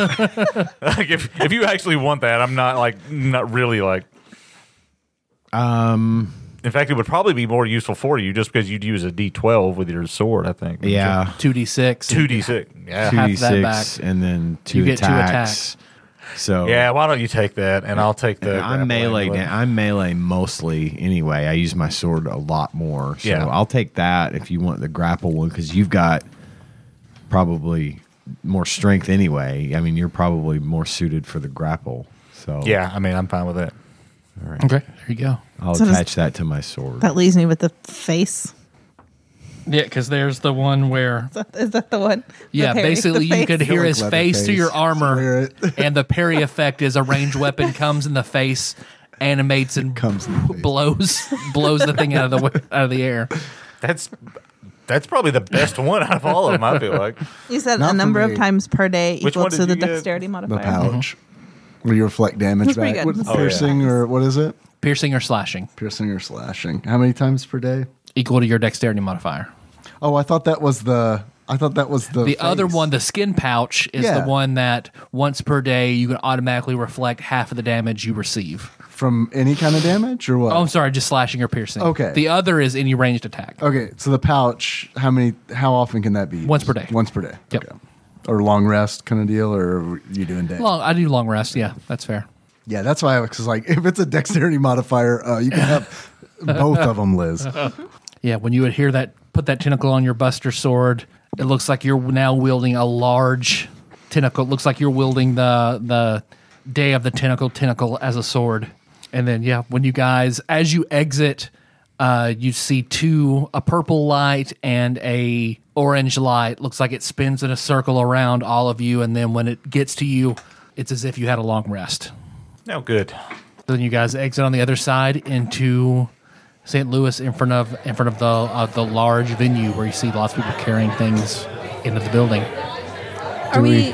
[SPEAKER 3] like if if you actually want that, I'm not like not really like.
[SPEAKER 7] Um,
[SPEAKER 3] In fact, it would probably be more useful for you just because you'd use a D12 with your sword. I think.
[SPEAKER 7] yeah,
[SPEAKER 2] 2d6.
[SPEAKER 3] Two D6. Yeah.
[SPEAKER 7] two
[SPEAKER 2] half
[SPEAKER 7] d
[SPEAKER 2] that
[SPEAKER 7] six,
[SPEAKER 2] back.
[SPEAKER 7] and then two
[SPEAKER 2] You get two
[SPEAKER 7] attacks. So
[SPEAKER 3] Yeah. Why don't you take that and I'll take the.
[SPEAKER 7] I'm melee
[SPEAKER 3] grappling hook.
[SPEAKER 7] now. I'm melee mostly anyway. I use my sword a lot more. So
[SPEAKER 3] Yeah.
[SPEAKER 7] I'll take that if you want the grapple one because you've got probably more strength anyway. I mean, you're probably more suited for the grapple. So
[SPEAKER 3] Yeah. I mean, I'm fine with it.
[SPEAKER 2] Okay, there you go.
[SPEAKER 7] I'll
[SPEAKER 6] So does-
[SPEAKER 7] attach that to my sword.
[SPEAKER 6] That leaves me with the face. *laughs*
[SPEAKER 2] Yeah, because there's the one where
[SPEAKER 6] Is that- Is that the one?
[SPEAKER 2] Yeah,
[SPEAKER 6] *laughs* The parry,
[SPEAKER 2] basically
[SPEAKER 6] the
[SPEAKER 2] you could
[SPEAKER 6] face?
[SPEAKER 2] hear
[SPEAKER 4] Like
[SPEAKER 2] his face,
[SPEAKER 4] Leatherface.
[SPEAKER 2] through your
[SPEAKER 4] Swear
[SPEAKER 2] armor,
[SPEAKER 4] it. *laughs*
[SPEAKER 2] and the parry effect is a ranged weapon comes in the face, animates and
[SPEAKER 4] Comes in the face.
[SPEAKER 2] blows blows the thing out of the wa- out of the air.
[SPEAKER 3] That's that's probably the best one out of all of them. I feel like.
[SPEAKER 6] You said
[SPEAKER 4] Not
[SPEAKER 6] a
[SPEAKER 4] for
[SPEAKER 6] number
[SPEAKER 4] me.
[SPEAKER 6] of times per day
[SPEAKER 3] Which
[SPEAKER 6] equal
[SPEAKER 3] one
[SPEAKER 6] to
[SPEAKER 3] did
[SPEAKER 6] the
[SPEAKER 3] you get?
[SPEAKER 6] dexterity
[SPEAKER 4] The
[SPEAKER 6] modifier.
[SPEAKER 4] pouch.
[SPEAKER 2] Mm-hmm.
[SPEAKER 4] Where you reflect damage
[SPEAKER 6] That's pretty
[SPEAKER 4] back.
[SPEAKER 6] good.
[SPEAKER 4] What-
[SPEAKER 6] Oh, yeah.
[SPEAKER 4] piercing or what is it?
[SPEAKER 2] Piercing or slashing
[SPEAKER 4] Piercing or slashing. How many times per day?
[SPEAKER 2] equal to your dexterity modifier.
[SPEAKER 4] Oh, I thought that was the. I thought that was the.
[SPEAKER 2] The other
[SPEAKER 4] face.
[SPEAKER 2] one, the skin pouch, is
[SPEAKER 4] Yeah.
[SPEAKER 2] the one that once per day you can automatically reflect half of the damage you receive.
[SPEAKER 4] from any kind of damage or what?
[SPEAKER 2] Oh, I'm sorry, just slashing or piercing.
[SPEAKER 4] Okay.
[SPEAKER 2] The other is any ranged attack.
[SPEAKER 4] Okay, so the pouch. How many? How often can that be? Used?
[SPEAKER 2] Once per day.
[SPEAKER 4] Once per day.
[SPEAKER 2] Yep.
[SPEAKER 4] Okay. Or long rest kind of deal, or are you doing day?
[SPEAKER 2] Long, I do long rest. Yeah, that's fair.
[SPEAKER 4] Yeah, that's why I was 'cause, like, if it's a dexterity modifier, uh, you can
[SPEAKER 2] *laughs*
[SPEAKER 4] have both of them, Liz.
[SPEAKER 2] Oh. Yeah, when you would hear that, put that tentacle on your Buster sword, it looks like you're now wielding a large tentacle. It looks like you're wielding the the Day of the Tentacle tentacle as a sword. And then yeah, when you guys as you exit, uh, you see two a purple light and a orange light. Looks like it spins in a circle around all of you, and then when it gets to you, it's as if you had a long rest.
[SPEAKER 3] No good.
[SPEAKER 2] Then you guys exit on the other side into St. Louis in front of in front of the uh, the large venue where you see lots of people carrying things into the building.
[SPEAKER 5] Are we?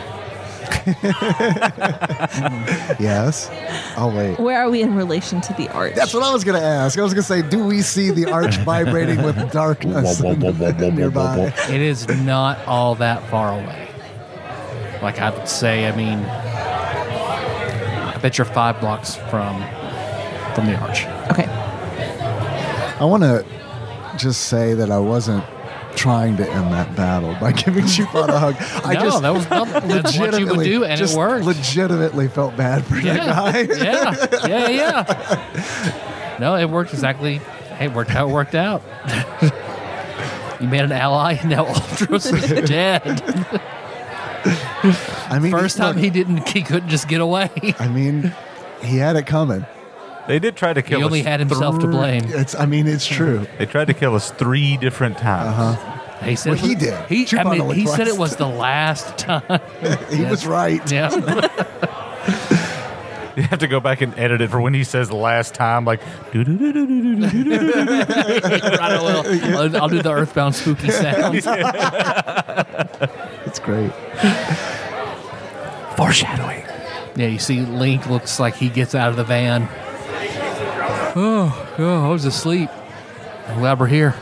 [SPEAKER 4] yes. I'll wait.
[SPEAKER 6] Where are we in relation to the arch?
[SPEAKER 4] That's what I was gonna ask. I was gonna say, do we see the arch vibrating
[SPEAKER 2] *laughs*
[SPEAKER 4] with darkness nearby?
[SPEAKER 2] It is not all that far away. Like I would say, I mean, I bet you're five blocks from from the arch.
[SPEAKER 6] Okay.
[SPEAKER 4] I want to just say that I wasn't trying to end that battle by *laughs* giving Chupon a hug. I
[SPEAKER 2] no,
[SPEAKER 4] just
[SPEAKER 2] that was
[SPEAKER 4] *laughs*
[SPEAKER 2] not, that's what you would
[SPEAKER 4] legitimately-
[SPEAKER 2] do, and it
[SPEAKER 4] just
[SPEAKER 2] worked.
[SPEAKER 4] Legitimately felt bad for
[SPEAKER 2] yeah.
[SPEAKER 4] that guy.
[SPEAKER 2] yeah,
[SPEAKER 4] *laughs*
[SPEAKER 2] yeah, yeah. No, it worked exactly. It worked how it worked out. *laughs* you made an ally, and now Ultros is
[SPEAKER 4] *laughs*
[SPEAKER 2] dead.
[SPEAKER 4] I mean,
[SPEAKER 2] First time
[SPEAKER 4] look,
[SPEAKER 2] he didn't, he couldn't just get away. *laughs*
[SPEAKER 4] I mean, He had it coming.
[SPEAKER 3] They did try to
[SPEAKER 2] He
[SPEAKER 3] kill
[SPEAKER 2] only
[SPEAKER 3] us.
[SPEAKER 2] had himself to blame.
[SPEAKER 4] It's. I mean, it's true.
[SPEAKER 3] they tried to kill us three different times.
[SPEAKER 7] Uh-huh.
[SPEAKER 2] He said
[SPEAKER 4] Well, he did.
[SPEAKER 2] He, I
[SPEAKER 4] Chupon
[SPEAKER 2] mean,
[SPEAKER 4] only
[SPEAKER 2] he said
[SPEAKER 4] twice.
[SPEAKER 2] it was the
[SPEAKER 4] *laughs*
[SPEAKER 2] last time. *laughs*
[SPEAKER 4] He was right.
[SPEAKER 2] Yeah.
[SPEAKER 3] You have to go back and edit it for when he says last time, like "Doo-doo-doo-doo-doo-doo-doo-doo."
[SPEAKER 2] right, I will. I'll, I'll do the earthbound spooky sounds.
[SPEAKER 4] It's great.
[SPEAKER 3] foreshadowing.
[SPEAKER 2] Yeah, you see, Link looks like he gets out of the van. Oh, oh I was asleep. I'm glad we're here.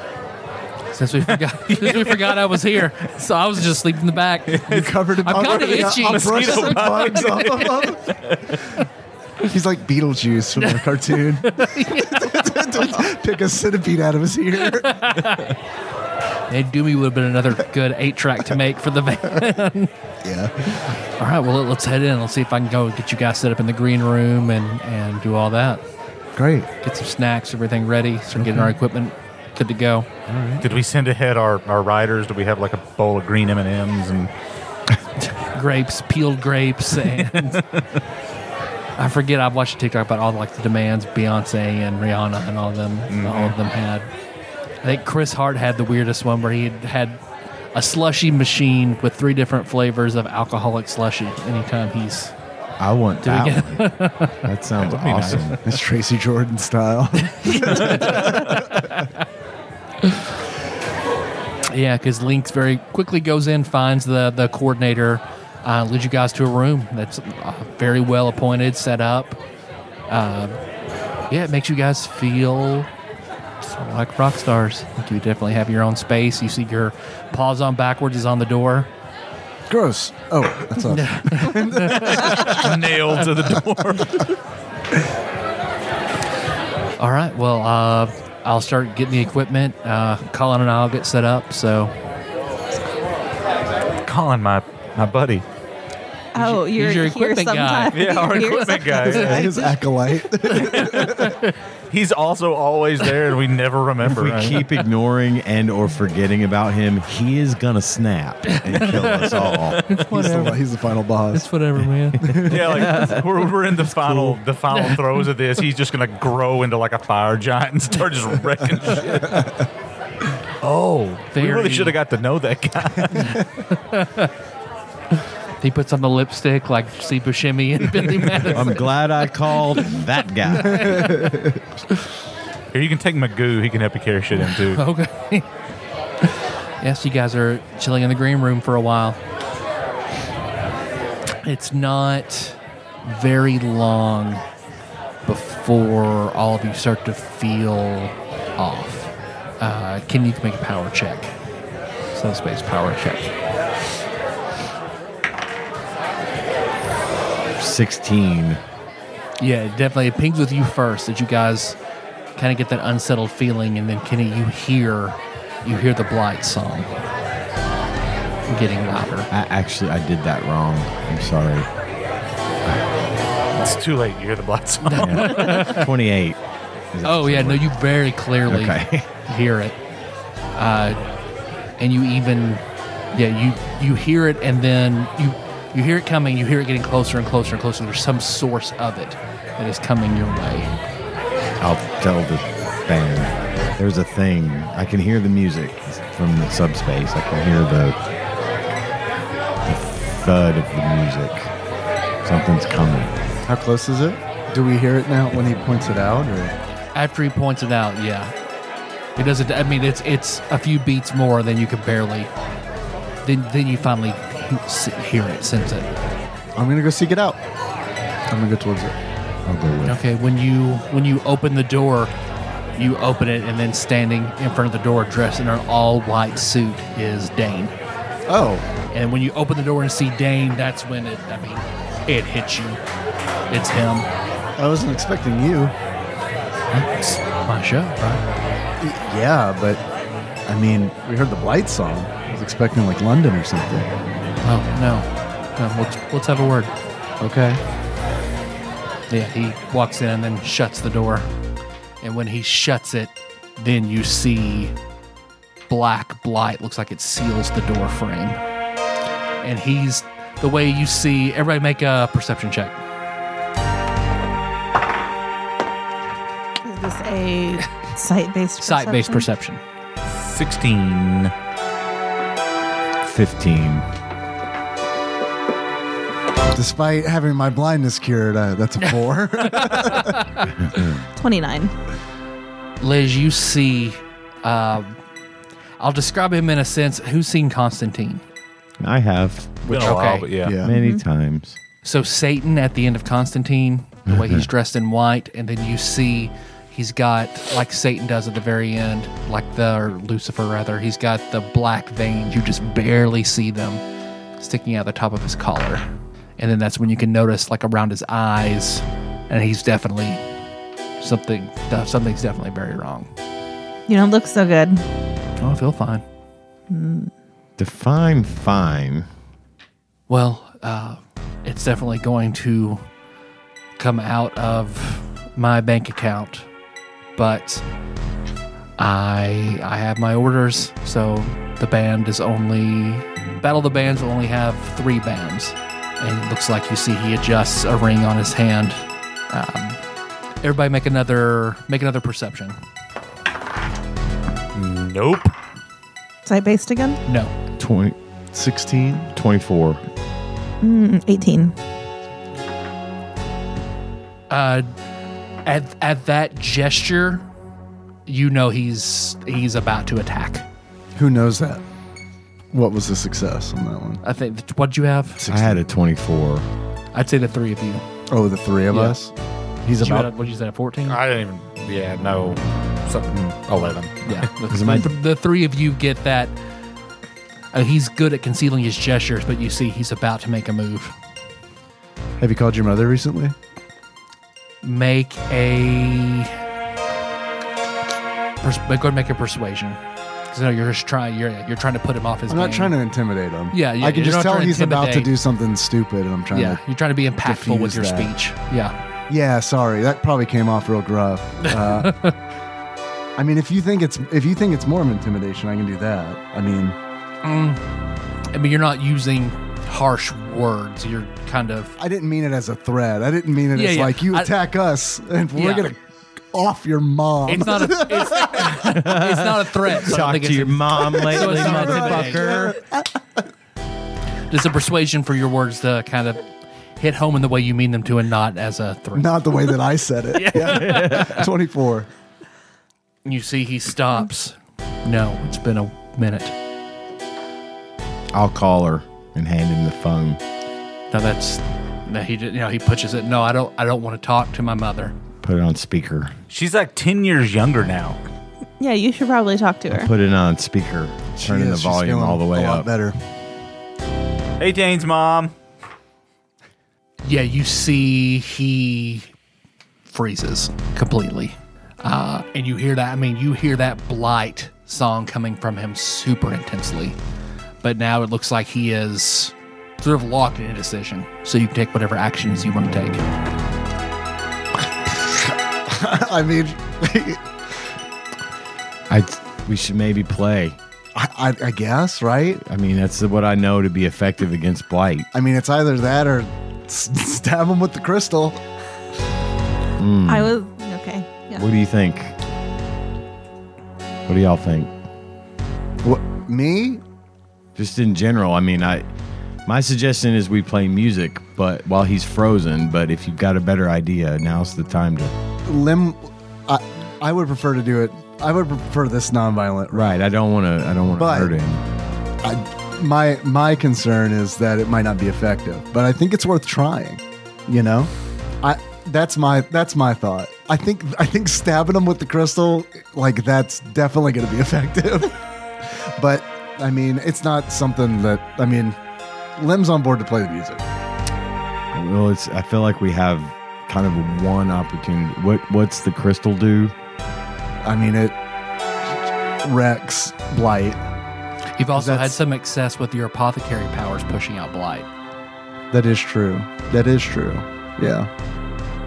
[SPEAKER 2] Since we forgot, since we forgot I was here, so I was just asleep in the back.
[SPEAKER 4] You covered him.
[SPEAKER 2] I'm kinda
[SPEAKER 4] *laughs*
[SPEAKER 2] itchy.
[SPEAKER 4] I'll brush
[SPEAKER 2] Mosquito
[SPEAKER 4] some bugs off of
[SPEAKER 2] *laughs*
[SPEAKER 4] him. He's like Beetlejuice from the cartoon. *laughs* Pick a centipede out of
[SPEAKER 2] *laughs*
[SPEAKER 4] his ear.
[SPEAKER 2] And Doomy would have been another good eight-track to make for the van. *laughs*
[SPEAKER 4] Yeah.
[SPEAKER 2] All right, well let's head in. Let's see if I can go get you guys set up in the green room and and do all that.
[SPEAKER 4] Great.
[SPEAKER 2] Get some snacks, everything ready. Start getting our equipment good to go.
[SPEAKER 3] Did we send ahead our, our riders? Do we have like a bowl of green M and M's
[SPEAKER 2] *laughs*
[SPEAKER 3] and
[SPEAKER 2] grapes, peeled grapes, and I forget. I've watched a TikTok about all like the demands Beyonce and Rihanna and all them. All of them had. I think Chris Hart had the weirdest one where he had a slushy machine with three different flavors of alcoholic slushy. Anytime he's
[SPEAKER 7] I want that one.
[SPEAKER 2] *laughs*
[SPEAKER 7] That sounds awesome.
[SPEAKER 4] That's Tracy Jordan style.
[SPEAKER 2] yeah, because Link's very quickly goes in, finds the the coordinator, uh, leads you guys to a room that's uh, very well appointed, set up. Uh, yeah, it makes you guys feel sort of like rock stars. Like you definitely have your own space. You see your paws on backwards is on the door.
[SPEAKER 4] Gross. Oh, that's all.
[SPEAKER 3] nailed to the door?
[SPEAKER 2] All right, well, uh, I'll start getting the equipment. Uh, Colin and I'll get set up. So
[SPEAKER 3] Colin, my my buddy.
[SPEAKER 6] Oh,
[SPEAKER 2] your-
[SPEAKER 6] you're
[SPEAKER 2] he's your
[SPEAKER 6] here
[SPEAKER 2] equipment guy.
[SPEAKER 6] sometime.
[SPEAKER 3] Yeah, our
[SPEAKER 6] You're here
[SPEAKER 3] equipment guy.
[SPEAKER 6] sometime.
[SPEAKER 3] Yeah,
[SPEAKER 2] *laughs*
[SPEAKER 4] His acolyte.
[SPEAKER 3] He's also always there, and we never remember.
[SPEAKER 7] If
[SPEAKER 3] right?
[SPEAKER 7] we keep ignoring and or forgetting about him, he is gonna snap and kill us all.
[SPEAKER 4] He's the, he's the final boss.
[SPEAKER 2] whatever, man.
[SPEAKER 3] yeah, like *laughs* we're, we're in the final the final throes of this. He's just gonna grow into like a fire giant and start just wrecking shit. *laughs* Oh, we
[SPEAKER 2] Very-
[SPEAKER 3] really should have got to know that guy.
[SPEAKER 2] *laughs* he puts on the lipstick like Steve Buscemi and *laughs* Billy Madison.
[SPEAKER 7] I'm glad I called that guy.
[SPEAKER 3] Here, you can take Magoo. He can help you carry shit in too. *laughs*
[SPEAKER 2] Okay. yes, you guys are chilling in the green room for a while. It's not very long before all of you start to feel off. Uh, can you make a power check? Sun space power check.
[SPEAKER 7] 16.
[SPEAKER 2] Yeah, it definitely. It pings with you first that you guys kind of get that unsettled feeling, and then Kenny, you hear you hear the Blight song getting louder.
[SPEAKER 7] I actually I did that wrong. I'm sorry.
[SPEAKER 3] It's too late. You hear the black song.
[SPEAKER 7] Yeah. 28. is
[SPEAKER 2] Oh
[SPEAKER 7] actually
[SPEAKER 2] yeah, no,
[SPEAKER 7] what-
[SPEAKER 2] you very clearly
[SPEAKER 7] Okay.
[SPEAKER 2] *laughs* hear it, uh, and you even yeah you you hear it, and then you you hear it coming, you hear it getting closer and closer and closer. There's some source of it that is coming your way.
[SPEAKER 7] I'll tell the band. There's a thing. I can hear the music from the subspace. I can hear the, the thud of the music. Something's coming.
[SPEAKER 4] How close is it? Do we hear it now when he points it out? Or?
[SPEAKER 2] After he points it out, yeah, it doesn't. I mean, it's it's a few beats more than you can barely. Then then you finally he- hear it, sense it.
[SPEAKER 4] I'm going to go seek it out. I'm going to go towards it.
[SPEAKER 7] I'll go with.
[SPEAKER 2] Okay, when you when you open the door, you open it, and then standing in front of the door, dressed in an all white suit, is Dane.
[SPEAKER 4] Oh,
[SPEAKER 2] And when you open the door and see Dane, that's when it. I mean, it hits you. It's him.
[SPEAKER 4] I wasn't expecting you.
[SPEAKER 2] It's my show, right?
[SPEAKER 4] Yeah, but I mean, we heard the Blight song. I was expecting like London or something.
[SPEAKER 2] Oh no, no. Let's let's have a word.
[SPEAKER 4] Okay.
[SPEAKER 2] Yeah, he walks in and then shuts the door. And when he shuts it, then you see black blight. Looks like it seals the door frame. And he's the way you see everybody make a perception check.
[SPEAKER 6] this a sight
[SPEAKER 2] *laughs*
[SPEAKER 6] based
[SPEAKER 2] Sight based perception.
[SPEAKER 3] 16.
[SPEAKER 7] 15.
[SPEAKER 4] Despite having my blindness cured, uh, that's
[SPEAKER 2] *laughs*
[SPEAKER 4] a four.
[SPEAKER 6] 29.
[SPEAKER 2] Liz, you see, uh, I'll describe him in a sense. Who's seen Constantine?
[SPEAKER 7] I have
[SPEAKER 3] Which
[SPEAKER 2] Okay.
[SPEAKER 3] okay. but yeah.
[SPEAKER 4] yeah.
[SPEAKER 2] Mm-hmm.
[SPEAKER 7] many times.
[SPEAKER 2] So Satan at the end of Constantine, the way he's dressed in white, and then you see he's got like Satan does at the very end, like the or Lucifer rather. He's got the black veins. You just barely see them sticking out the top of his collar, and then that's when you can notice like around his eyes, and he's definitely something. Something's definitely very wrong.
[SPEAKER 6] You don't look so good.
[SPEAKER 2] Oh, I feel fine.
[SPEAKER 7] Define fine.
[SPEAKER 2] Well, uh, it's definitely going to come out of my bank account, but I I have my orders, so the band is only Battle of the Bands will only have three bands, and it looks like you see he adjusts a ring on his hand. Um, everybody, make another make another perception.
[SPEAKER 3] Nope.
[SPEAKER 6] Sight based again?
[SPEAKER 2] No,
[SPEAKER 7] 20,
[SPEAKER 4] 16.
[SPEAKER 7] 24.
[SPEAKER 6] Mm, 18.
[SPEAKER 2] uh, at at that gesture, you know he's he's about to attack.
[SPEAKER 4] Who knows that? What was the success on that one?
[SPEAKER 2] I think. What'd you have?
[SPEAKER 7] I had a 24.
[SPEAKER 2] I'd say the three of you.
[SPEAKER 4] Oh, the three of
[SPEAKER 2] Yeah.
[SPEAKER 4] us? He's
[SPEAKER 2] You had a-
[SPEAKER 4] about.
[SPEAKER 2] what'd you say? Fourteen.
[SPEAKER 3] I didn't even. Yeah, no. Something. 11.
[SPEAKER 2] Yeah. *laughs* The,
[SPEAKER 7] Because my-
[SPEAKER 2] the- the three of you get that. Uh, he's good at concealing his gestures, but you see he's about to make a move.
[SPEAKER 4] Have you called your mother recently?
[SPEAKER 2] Make a. Pers- go ahead and make a persuasion. Because no, you're just trying. You're you're trying to put him off his.
[SPEAKER 4] I'm not
[SPEAKER 2] game.
[SPEAKER 4] trying to intimidate him.
[SPEAKER 2] Yeah, yeah,
[SPEAKER 4] I can
[SPEAKER 2] you're
[SPEAKER 4] just
[SPEAKER 2] not
[SPEAKER 4] tell
[SPEAKER 2] trying to
[SPEAKER 4] he's about to
[SPEAKER 2] intimidate.
[SPEAKER 4] do something stupid, and I'm trying
[SPEAKER 2] Yeah,
[SPEAKER 4] to.
[SPEAKER 2] you're trying to be impactful with
[SPEAKER 4] diffuse
[SPEAKER 2] your
[SPEAKER 4] that.
[SPEAKER 2] speech. Yeah.
[SPEAKER 4] Yeah, sorry, that probably came off
[SPEAKER 2] *laughs*
[SPEAKER 4] real gruff. Uh, I mean, if you think it's if you think it's more of intimidation, I can do that. I mean,
[SPEAKER 2] I mean, you're not using harsh words. You're kind of
[SPEAKER 4] I didn't mean it as a threat. I didn't mean it
[SPEAKER 2] Yeah,
[SPEAKER 4] as
[SPEAKER 2] yeah.
[SPEAKER 4] like you
[SPEAKER 2] I-
[SPEAKER 4] attack us and we're
[SPEAKER 2] Yeah.
[SPEAKER 4] gonna off your mom.
[SPEAKER 2] It's
[SPEAKER 4] *laughs*
[SPEAKER 2] not a. It's, *laughs* it's not a threat. so I don't
[SPEAKER 7] Talk
[SPEAKER 2] think
[SPEAKER 7] to
[SPEAKER 2] it's
[SPEAKER 7] your
[SPEAKER 2] a- *laughs*
[SPEAKER 7] mom
[SPEAKER 2] so
[SPEAKER 7] lately,
[SPEAKER 2] it's not
[SPEAKER 7] motherfucker.
[SPEAKER 2] intimidating. Just a persuasion for your words to kind of hit home in the way you mean them to, and not as a threat.
[SPEAKER 4] not the way that I said
[SPEAKER 2] *laughs*
[SPEAKER 4] it. Yeah. *laughs* 24.
[SPEAKER 2] You see, he stops. No, it's been a minute.
[SPEAKER 7] I'll call her and hand him the phone.
[SPEAKER 2] No, that's. No, he did. You know, he pushes it. No, I don't. I don't want to talk to my mother.
[SPEAKER 7] Put it on speaker.
[SPEAKER 3] She's like 10 years younger now.
[SPEAKER 6] Yeah, you should probably talk to her.
[SPEAKER 7] Put it on speaker. Turning
[SPEAKER 4] Jeez,
[SPEAKER 7] the
[SPEAKER 4] she's
[SPEAKER 7] volume
[SPEAKER 4] feeling
[SPEAKER 7] all the way
[SPEAKER 4] a lot
[SPEAKER 7] up.
[SPEAKER 4] better. *laughs*
[SPEAKER 3] Hey, Dane's mom.
[SPEAKER 2] Yeah, you see, he freezes completely, uh, and you hear that. I mean, you hear that blight song coming from him super intensely, but now it looks like he is sort of locked in indecision. So you can take whatever actions you want to take.
[SPEAKER 4] I mean, *laughs*
[SPEAKER 7] I, we should maybe play.
[SPEAKER 4] I, I, I guess, right?
[SPEAKER 7] I mean, that's what I know to be effective against blight.
[SPEAKER 4] I mean, it's either that or s- *laughs* stab him with the crystal.
[SPEAKER 2] Hmm.
[SPEAKER 6] I was. Okay. Yeah.
[SPEAKER 7] What do you think? What do y'all think?
[SPEAKER 4] What, me?
[SPEAKER 7] Just in general, I mean, I my suggestion is we play music, but while he's frozen. But if you've got a better idea, now's the time to.
[SPEAKER 4] Lim. I, I would prefer to do it. I would prefer this nonviolent. Right.
[SPEAKER 7] Right, I don't want to. I don't want to
[SPEAKER 4] But-
[SPEAKER 7] hurt him.
[SPEAKER 4] I, my my concern is that it might not be effective, but I think it's worth trying. You know, I that's my that's my thought. I think I think stabbing him with the crystal like that's definitely going to be *laughs* effective. but I mean, it's not something that I mean. Lim's on board to play the music.
[SPEAKER 7] Well, it's. I feel like we have kind of one opportunity. What What's the crystal do?
[SPEAKER 4] I mean, it wrecks blight.
[SPEAKER 2] You've also had
[SPEAKER 4] That's-
[SPEAKER 2] some excess with your apothecary powers pushing out blight.
[SPEAKER 4] That is true. That is true. Yeah.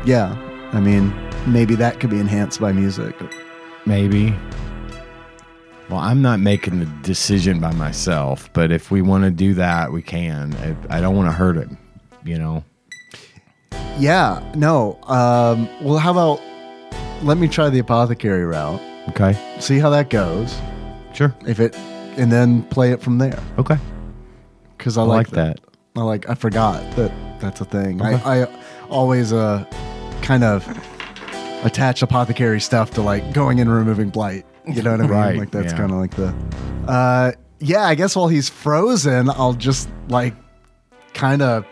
[SPEAKER 4] Yeah. I mean, maybe that could be enhanced by music.
[SPEAKER 7] Maybe. Well, I'm not making the decision by myself, but if we want to do that, we can. I, I don't want to hurt him. You know.
[SPEAKER 4] Yeah, no. Um, well, how about let me try the apothecary route.
[SPEAKER 7] Okay.
[SPEAKER 4] See how that goes.
[SPEAKER 7] Sure.
[SPEAKER 4] If it, and then play it from there.
[SPEAKER 7] Okay.
[SPEAKER 4] Because I,
[SPEAKER 7] I like that.
[SPEAKER 4] I like. I forgot that that's a thing. I, I always uh, kind of attach apothecary stuff to like going and removing blight. You know what I mean?
[SPEAKER 7] Right,
[SPEAKER 4] Like that's
[SPEAKER 7] yeah.
[SPEAKER 4] kind of like the. Uh, yeah, I guess while he's frozen, I'll just like kind of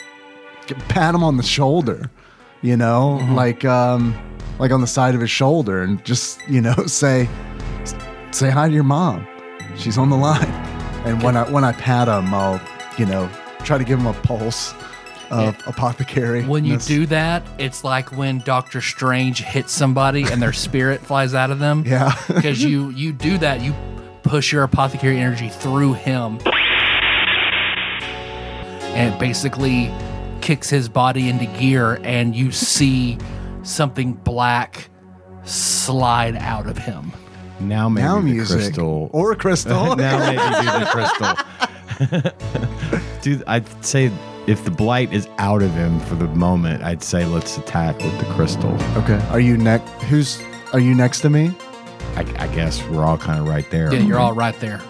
[SPEAKER 4] pat him on the shoulder. You know, like um, like on the side of his shoulder, and just you know *laughs* say say hi to your mom. She's on the line. And when I when I pat him, I'll you know try to give him a pulse of apothecary.
[SPEAKER 2] When you do that, it's like when Doctor Strange hits somebody and
[SPEAKER 4] *laughs*
[SPEAKER 2] their spirit flies out of them.
[SPEAKER 4] yeah,
[SPEAKER 2] Because you you do that, you push your apothecary energy through him, and it basically kicks his body into gear, and you see something black slide out of him.
[SPEAKER 7] Now maybe
[SPEAKER 4] now
[SPEAKER 7] the
[SPEAKER 4] music
[SPEAKER 7] crystal.
[SPEAKER 4] or a crystal.
[SPEAKER 7] *laughs* now maybe do the crystal.
[SPEAKER 4] *laughs*
[SPEAKER 7] *laughs* Dude, I'd say if the blight is out of him for the moment, I'd say let's attack with the crystal.
[SPEAKER 4] Okay, are you next? Who's are you next to me?
[SPEAKER 7] I, I guess we're all kind of right there.
[SPEAKER 2] Yeah,
[SPEAKER 4] Mm-hmm.
[SPEAKER 2] you're all right there.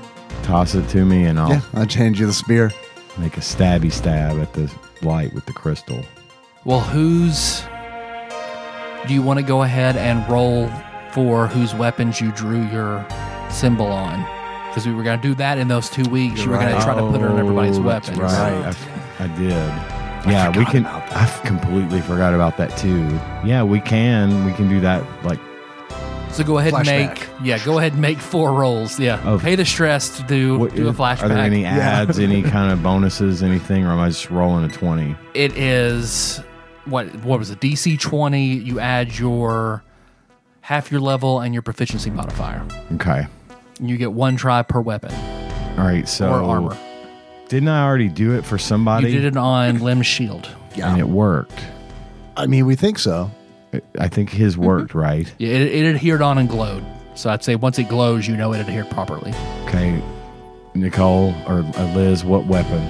[SPEAKER 7] Toss it to me, and I'll
[SPEAKER 4] Yeah, I'll change you the spear.
[SPEAKER 7] make a stabby stab at the blight with the crystal.
[SPEAKER 2] Well, whose do you want to go ahead and roll for whose weapons you drew your symbol on? Because we were going to do that in those two weeks. You were going to try to put her in everybody's
[SPEAKER 7] Oh, that's
[SPEAKER 2] weapons.
[SPEAKER 7] Right, I, f- I did. yeah, we can. I've completely forgot about that too. Yeah, we can. We can do that. Like,
[SPEAKER 2] So go ahead and
[SPEAKER 4] Flashback.
[SPEAKER 2] make yeah, go ahead and make four rolls. Yeah,
[SPEAKER 7] Oh.
[SPEAKER 2] pay the stress to do
[SPEAKER 7] what-
[SPEAKER 2] do a
[SPEAKER 7] Are
[SPEAKER 2] flashback.
[SPEAKER 7] there
[SPEAKER 2] *laughs*
[SPEAKER 7] any ads? Any kind of bonuses? Anything? Or am I just rolling a twenty?
[SPEAKER 2] it is what what was it? DC twenty. You add your half your level and your proficiency modifier.
[SPEAKER 7] Okay.
[SPEAKER 2] And you get one try per weapon
[SPEAKER 7] All right. So
[SPEAKER 2] or armor.
[SPEAKER 7] Didn't I already do it for
[SPEAKER 2] You
[SPEAKER 7] somebody?
[SPEAKER 2] did it on Lim's shield.
[SPEAKER 7] and it worked.
[SPEAKER 4] I mean, we think so.
[SPEAKER 7] I- I think his
[SPEAKER 2] Mm-hmm.
[SPEAKER 7] worked, right?
[SPEAKER 2] Yeah, it, it adhered on and glowed. So I'd say once it glows, you know it adhered properly.
[SPEAKER 7] Okay. Nicole or uh, Liz, what weapon?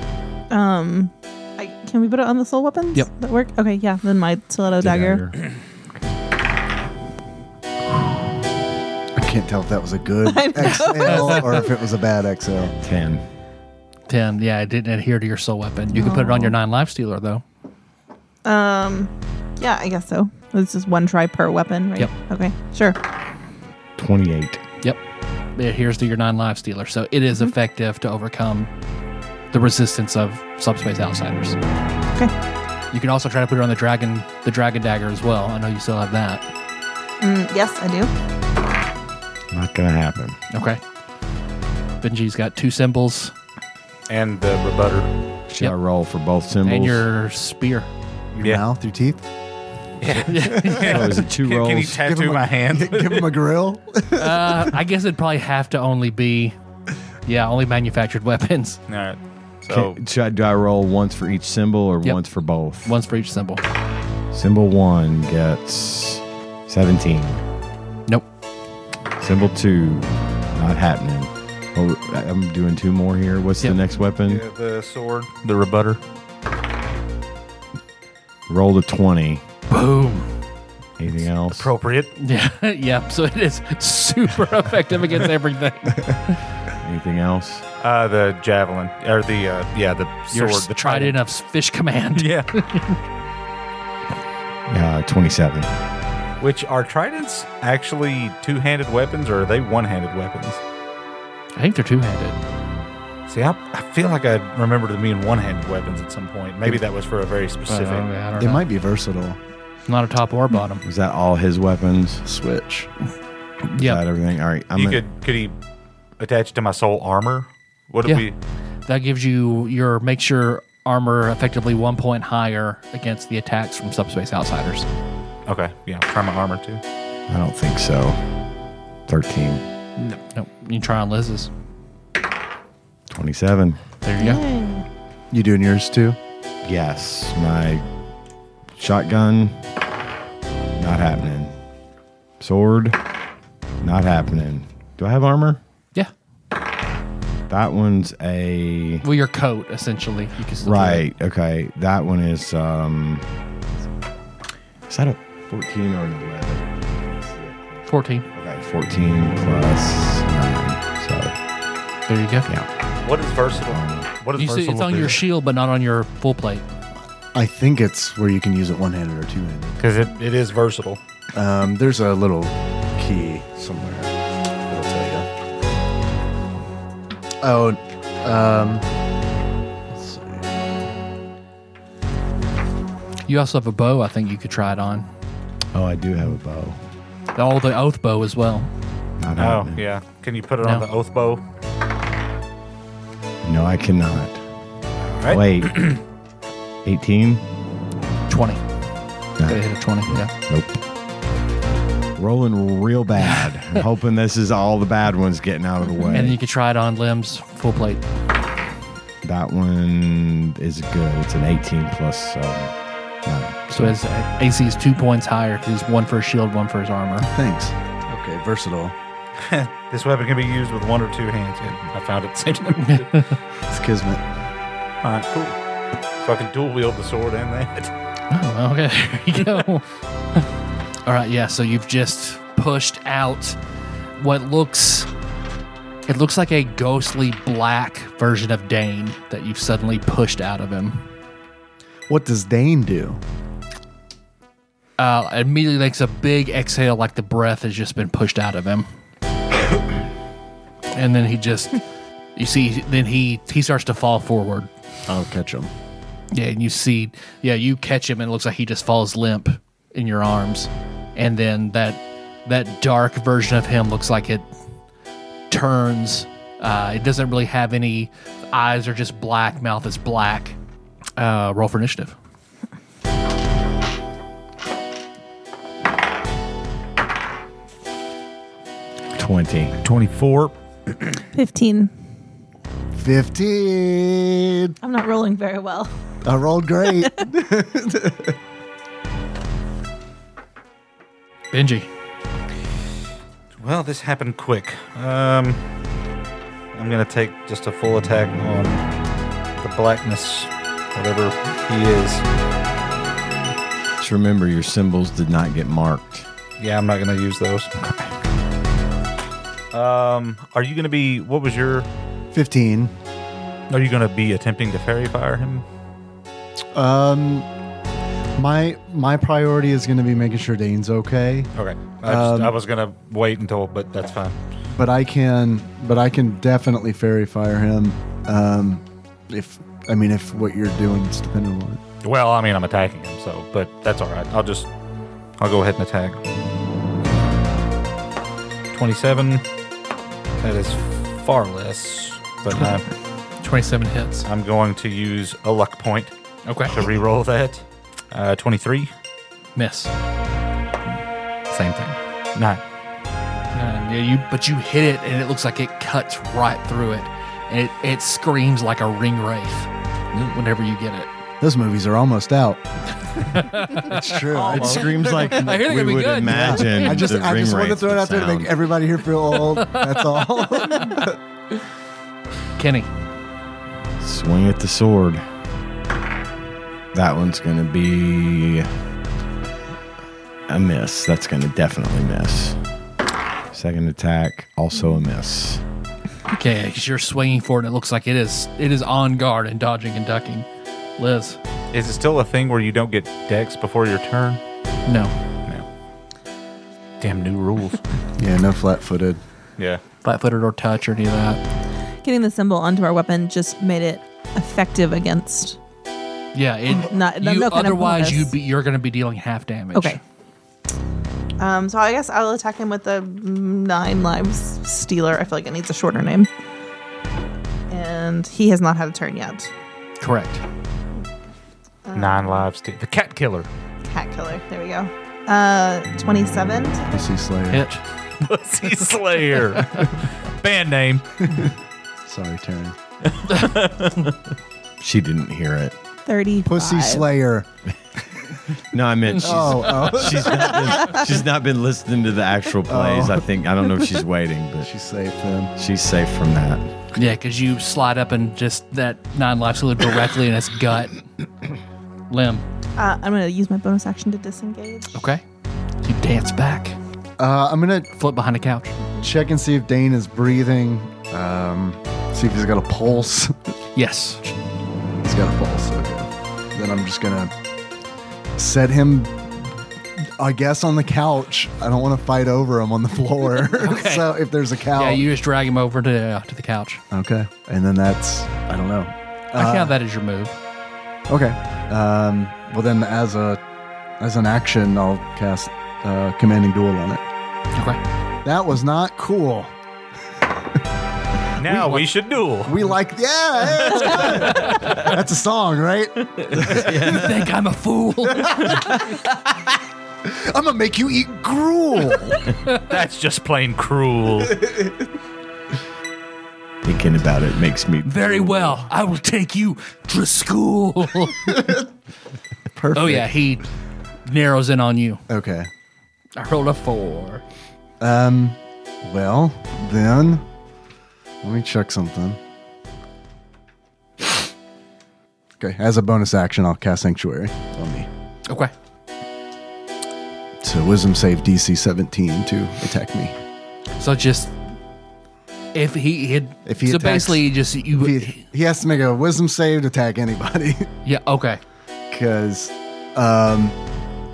[SPEAKER 6] Um, I, can we put it on the soul weapons?
[SPEAKER 2] Yep.
[SPEAKER 6] That work? Okay, yeah. Then my stiletto dagger.
[SPEAKER 4] I can't tell if that was a good
[SPEAKER 6] I know.
[SPEAKER 4] XL or if it was a bad XL.
[SPEAKER 7] Ten.
[SPEAKER 2] Ten, yeah, it didn't adhere to your soul weapon. You can put it on your nine life stealer though.
[SPEAKER 6] Um, yeah, I guess so. It's just one try per weapon, right?
[SPEAKER 2] Yep.
[SPEAKER 6] Okay, sure.
[SPEAKER 7] Twenty-eight.
[SPEAKER 2] Yep, it adheres to your nine life stealer, so it is effective to overcome the resistance of subspace outsiders.
[SPEAKER 6] Okay.
[SPEAKER 2] You can also try to put it on the dragon, the dragon dagger as well. I know you still have that.
[SPEAKER 6] Mm, yes, I do.
[SPEAKER 7] Not gonna happen.
[SPEAKER 2] Okay. Benji's got two symbols
[SPEAKER 3] And the rebutter.
[SPEAKER 7] Should I
[SPEAKER 2] Yep.
[SPEAKER 7] roll for both symbols?
[SPEAKER 2] and your spear.
[SPEAKER 4] Your
[SPEAKER 3] Yeah.
[SPEAKER 4] mouth, your teeth.
[SPEAKER 7] So is it two
[SPEAKER 3] *laughs* Can, can you
[SPEAKER 7] rolls?
[SPEAKER 4] Give him
[SPEAKER 3] tattoo
[SPEAKER 4] a-
[SPEAKER 3] my hand?
[SPEAKER 4] *laughs* Give him a grill.
[SPEAKER 2] Uh, I guess it'd probably have to only be, yeah, only manufactured *laughs* weapons.
[SPEAKER 3] All right. So
[SPEAKER 7] Can- should I, do I roll once for each symbol or
[SPEAKER 2] Yep.
[SPEAKER 7] once for both?
[SPEAKER 2] One's for each symbol.
[SPEAKER 7] Symbol one gets seventeen.
[SPEAKER 2] Nope.
[SPEAKER 7] Symbol two, not happening. Oh, I- I'm doing two more here. What's
[SPEAKER 2] Yep.
[SPEAKER 7] the next weapon?
[SPEAKER 3] yeah, the sword, the rebutter.
[SPEAKER 7] Roll to twenty.
[SPEAKER 2] Boom.
[SPEAKER 7] Anything else?
[SPEAKER 3] Appropriate.
[SPEAKER 2] *laughs* Yeah, yeah. So it is super *laughs* effective against everything.
[SPEAKER 7] Anything else?
[SPEAKER 3] Uh, the javelin or the uh, yeah the sword.
[SPEAKER 2] Your
[SPEAKER 3] the
[SPEAKER 2] trident of fish
[SPEAKER 3] *laughs*
[SPEAKER 2] command.
[SPEAKER 3] Yeah.
[SPEAKER 7] Uh, twenty-seven.
[SPEAKER 3] Which are tridents actually two-handed weapons or are they one-handed weapons?
[SPEAKER 2] I think they're two handed.
[SPEAKER 3] See, I, I feel like I remember them being one-handed weapons at some point. Maybe that was for a very specific.
[SPEAKER 2] Oh,
[SPEAKER 4] They might be versatile.
[SPEAKER 2] Not a top or bottom.
[SPEAKER 7] Was that all his weapons?
[SPEAKER 4] Switch. Hmm.
[SPEAKER 7] Yeah.
[SPEAKER 2] Yeah,
[SPEAKER 7] That everything. All right. I'm
[SPEAKER 3] you
[SPEAKER 7] gonna-
[SPEAKER 3] could could he attach to my soul armor? What did
[SPEAKER 2] Yeah.
[SPEAKER 3] we?
[SPEAKER 2] that gives you your makes your armor effectively one point higher against the attacks from subspace outsiders.
[SPEAKER 3] Okay, yeah, try my armor too.
[SPEAKER 7] I don't think so. Thirteen.
[SPEAKER 2] Nope. You can try on Liz's.
[SPEAKER 7] Twenty-seven.
[SPEAKER 2] There you go.
[SPEAKER 4] You doing yours too?
[SPEAKER 7] Yes, my shotgun, not happening. Sword, not happening. Do I have armor?
[SPEAKER 2] Yeah.
[SPEAKER 7] That one's a
[SPEAKER 2] Well, your coat essentially. You can still do
[SPEAKER 7] right. Okay, that one is um. Is that a fourteen or an eleven?
[SPEAKER 2] 14.
[SPEAKER 7] Okay, 14 plus 9. So,
[SPEAKER 2] There you go.
[SPEAKER 7] yeah.
[SPEAKER 3] What is versatile? What is
[SPEAKER 2] You see,
[SPEAKER 3] versatile?
[SPEAKER 2] it's on your shield, but not on your full plate.
[SPEAKER 4] I think it's where you can use it one handed or two handed.
[SPEAKER 3] because it, it is versatile.
[SPEAKER 4] Um, there's a little key somewhere. It'll tell you. Oh, um, let's see.
[SPEAKER 2] You also have a bow, I think you could try it on.
[SPEAKER 7] Oh, I do have a bow.
[SPEAKER 2] Oh, the oath bow as well.
[SPEAKER 7] Not
[SPEAKER 3] Oh,
[SPEAKER 7] happening.
[SPEAKER 3] yeah. Can you put it
[SPEAKER 2] No.
[SPEAKER 3] on the oath bow?
[SPEAKER 7] No, I cannot.
[SPEAKER 3] right.
[SPEAKER 7] Wait. 18?
[SPEAKER 2] 20. They hit a 20, yeah.
[SPEAKER 7] Nope. Rolling real bad.
[SPEAKER 4] *laughs*
[SPEAKER 7] hoping this is all the bad ones getting out of the way.
[SPEAKER 2] And then you could try it on limbs, full plate.
[SPEAKER 7] that one is good. It's an 18 plus um, 9.
[SPEAKER 2] So his AC is two points higher because he's one for his shield, one for his armor.
[SPEAKER 4] Thanks. Okay, versatile.
[SPEAKER 3] This weapon can be used with one or two hands. Yeah, I found it. *laughs* Same time.
[SPEAKER 4] It's Kismet.
[SPEAKER 3] All right, cool. So I can dual wield the sword and that.
[SPEAKER 2] Oh, okay. *laughs* There you go. All right, yeah. So you've just pushed out what looks it looks like a ghostly black version of Dane that you've suddenly pushed out of him.
[SPEAKER 4] What does Dane do?
[SPEAKER 2] Uh, immediately makes a big exhale, like the breath has just been pushed out of *coughs* him. and then he just, you see, then he he starts to fall forward.
[SPEAKER 4] I'll catch him.
[SPEAKER 2] Yeah, and you see, yeah, you catch him, and it looks like he just falls limp in your arms, and then that that dark version of him looks like it turns. Uh, it doesn't really have any eyes; are just black. Mouth is black. Uh, roll for initiative.
[SPEAKER 7] So 20.
[SPEAKER 3] 24.
[SPEAKER 6] 15.
[SPEAKER 4] 15.
[SPEAKER 6] I'm not rolling very well. *laughs*
[SPEAKER 4] I rolled *laughs* great.
[SPEAKER 2] Benji,
[SPEAKER 3] Well, this happened quick. Um, I'm going to take just a full attack on the blackness, whatever he is.
[SPEAKER 7] Just remember your symbols did not get marked.
[SPEAKER 3] Yeah, I'm not going to use those. Um, are you going to be, what was your,
[SPEAKER 4] 15.
[SPEAKER 3] are you going to be attempting to fairy fire him?
[SPEAKER 4] Um, my my priority is going to be making sure Dane's okay,
[SPEAKER 3] Okay. I, just,
[SPEAKER 4] Um,
[SPEAKER 3] I was going to wait until, but that's fine.
[SPEAKER 4] but I can but I can definitely fairy fire him. Um, if I mean if what you're doing is dependent on it.
[SPEAKER 3] Well, I mean, I'm attacking him, so, but that's all right. I'll just, I'll go ahead and attack. 27. That is far less, but *laughs* I,
[SPEAKER 2] twenty-seven hits.
[SPEAKER 3] I'm going to use a luck point
[SPEAKER 2] Okay,
[SPEAKER 3] to re-roll that. Uh, 23.
[SPEAKER 2] miss. Uh,
[SPEAKER 3] Same thing. Nine.
[SPEAKER 2] yeah, you but you hit it, and it looks like it cuts right through it, and it, it screams like a ring wraith whenever you get it.
[SPEAKER 4] Those movies are almost
[SPEAKER 7] *laughs*
[SPEAKER 4] out. it's true. *laughs* I
[SPEAKER 7] It
[SPEAKER 4] just,
[SPEAKER 7] screams like
[SPEAKER 2] they're
[SPEAKER 7] we
[SPEAKER 2] gonna be
[SPEAKER 7] would
[SPEAKER 2] good.
[SPEAKER 7] imagine.
[SPEAKER 4] *laughs* I just
[SPEAKER 7] the
[SPEAKER 4] I
[SPEAKER 7] ring
[SPEAKER 4] just wanted to
[SPEAKER 7] wraith
[SPEAKER 4] throw it
[SPEAKER 7] would
[SPEAKER 4] out there to make
[SPEAKER 7] sound.
[SPEAKER 4] everybody here feel old. That's all.
[SPEAKER 2] Kenny,
[SPEAKER 7] Swing at the sword. That one's going to be a miss. That's going to definitely miss. Second attack, also a miss.
[SPEAKER 2] Okay, 'cause you're swinging for it, and it looks like it is it is on guard and dodging and ducking. Liz,
[SPEAKER 3] Is it still a thing where you don't get decks before your turn?
[SPEAKER 2] no.
[SPEAKER 3] No. Damn new rules.
[SPEAKER 4] yeah, no flat footed.
[SPEAKER 3] *laughs* yeah.
[SPEAKER 2] Flat-footed or touch or any of that.
[SPEAKER 6] Getting the symbol onto our weapon just made it effective against.
[SPEAKER 2] Yeah, it.
[SPEAKER 6] Mm, Not- no-
[SPEAKER 2] you,
[SPEAKER 6] no kind of
[SPEAKER 2] otherwise,
[SPEAKER 6] bonus.
[SPEAKER 2] you'd be you're going to be dealing half damage.
[SPEAKER 6] Okay. Um, so I guess I'll attack him with the nine lives stealer. I feel like it needs a shorter name. And he has not had a turn yet.
[SPEAKER 2] correct.
[SPEAKER 3] Nine lives. to- the cat killer.
[SPEAKER 6] Cat killer. There we go. Uh, 27.
[SPEAKER 4] Pussy Slayer.
[SPEAKER 2] Hit.
[SPEAKER 3] *laughs* Pussy Slayer. *laughs* Band name.
[SPEAKER 4] Sorry, Taryn.
[SPEAKER 7] She didn't hear it.
[SPEAKER 6] 30.
[SPEAKER 4] Pussy Slayer.
[SPEAKER 7] No, I meant she's,
[SPEAKER 4] Oh, oh.
[SPEAKER 7] *laughs* she's,
[SPEAKER 2] *laughs*
[SPEAKER 7] not been, she's not been listening to the actual plays.
[SPEAKER 2] Oh.
[SPEAKER 7] I think I don't know if she's waiting, but
[SPEAKER 4] She's safe then.
[SPEAKER 7] she's safe from that.
[SPEAKER 2] Yeah, because you slide up and just that nine life salute directly in its gut. *coughs* Limb.
[SPEAKER 6] Uh, I'm going to use my bonus action to disengage.
[SPEAKER 2] Okay. You dance back.
[SPEAKER 4] Uh, I'm gonna
[SPEAKER 2] Flip behind a couch.
[SPEAKER 4] check and see if Dane is breathing. Um, see if he's got a pulse.
[SPEAKER 2] Yes.
[SPEAKER 4] he's got a pulse. Okay. Then I'm just gonna set him, I guess, on the couch. I don't want to fight over him on the floor.
[SPEAKER 2] *laughs*
[SPEAKER 4] *laughs*
[SPEAKER 2] Okay.
[SPEAKER 4] so if there's a couch,
[SPEAKER 2] Yeah, you just drag him over to uh, to the couch.
[SPEAKER 4] okay. And then that's I don't know.
[SPEAKER 2] I count that as your move.
[SPEAKER 4] Okay. Um, well then, as a as an action, I'll cast uh, commanding duel on it.
[SPEAKER 2] Okay.
[SPEAKER 4] That was not cool.
[SPEAKER 3] Now we should duel.
[SPEAKER 4] We like, yeah, hey,
[SPEAKER 2] *laughs*
[SPEAKER 4] that's good. That's a song, right?
[SPEAKER 2] You think I'm a fool?
[SPEAKER 4] I'm gonna make you eat gruel.
[SPEAKER 3] That's just plain cruel.
[SPEAKER 7] Thinking about it makes me
[SPEAKER 2] Very well. I will take you to school.
[SPEAKER 4] Perfect.
[SPEAKER 2] oh yeah, he narrows in on you.
[SPEAKER 4] Okay.
[SPEAKER 2] I rolled a four.
[SPEAKER 4] Um. Well, then, let me check something. Okay. As a bonus action, I'll cast Sanctuary on me.
[SPEAKER 2] Okay.
[SPEAKER 4] So Wisdom save DC 17 to attack me.
[SPEAKER 2] So just if he had
[SPEAKER 4] If he
[SPEAKER 2] so
[SPEAKER 4] attacks-
[SPEAKER 2] basically just you
[SPEAKER 4] He, he has to make a Wisdom save to attack anybody. *laughs*
[SPEAKER 2] yeah okay
[SPEAKER 4] because um,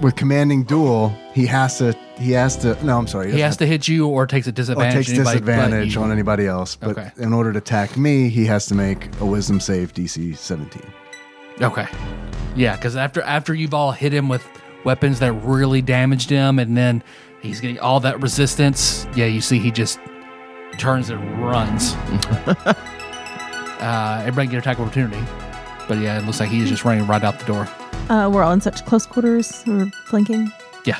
[SPEAKER 4] with commanding duel, he has to he has to no, I'm sorry,
[SPEAKER 2] he has to hit you or takes a
[SPEAKER 4] or
[SPEAKER 2] disadvantage.
[SPEAKER 4] takes
[SPEAKER 2] anybody but
[SPEAKER 4] disadvantage
[SPEAKER 2] you.
[SPEAKER 4] on anybody else. But
[SPEAKER 2] Okay.
[SPEAKER 4] in order to attack me, he has to make a Wisdom save DC 17.
[SPEAKER 2] Okay. Yeah, because after after you've all hit him with weapons that really damaged him, and then he's getting all that resistance. Yeah, you see, he just turns and runs. uh, everybody get an attack of opportunity, but yeah, it looks like he's just running right out the door.
[SPEAKER 6] Uh, we're all in such close quarters. We're flanking.
[SPEAKER 2] Yeah.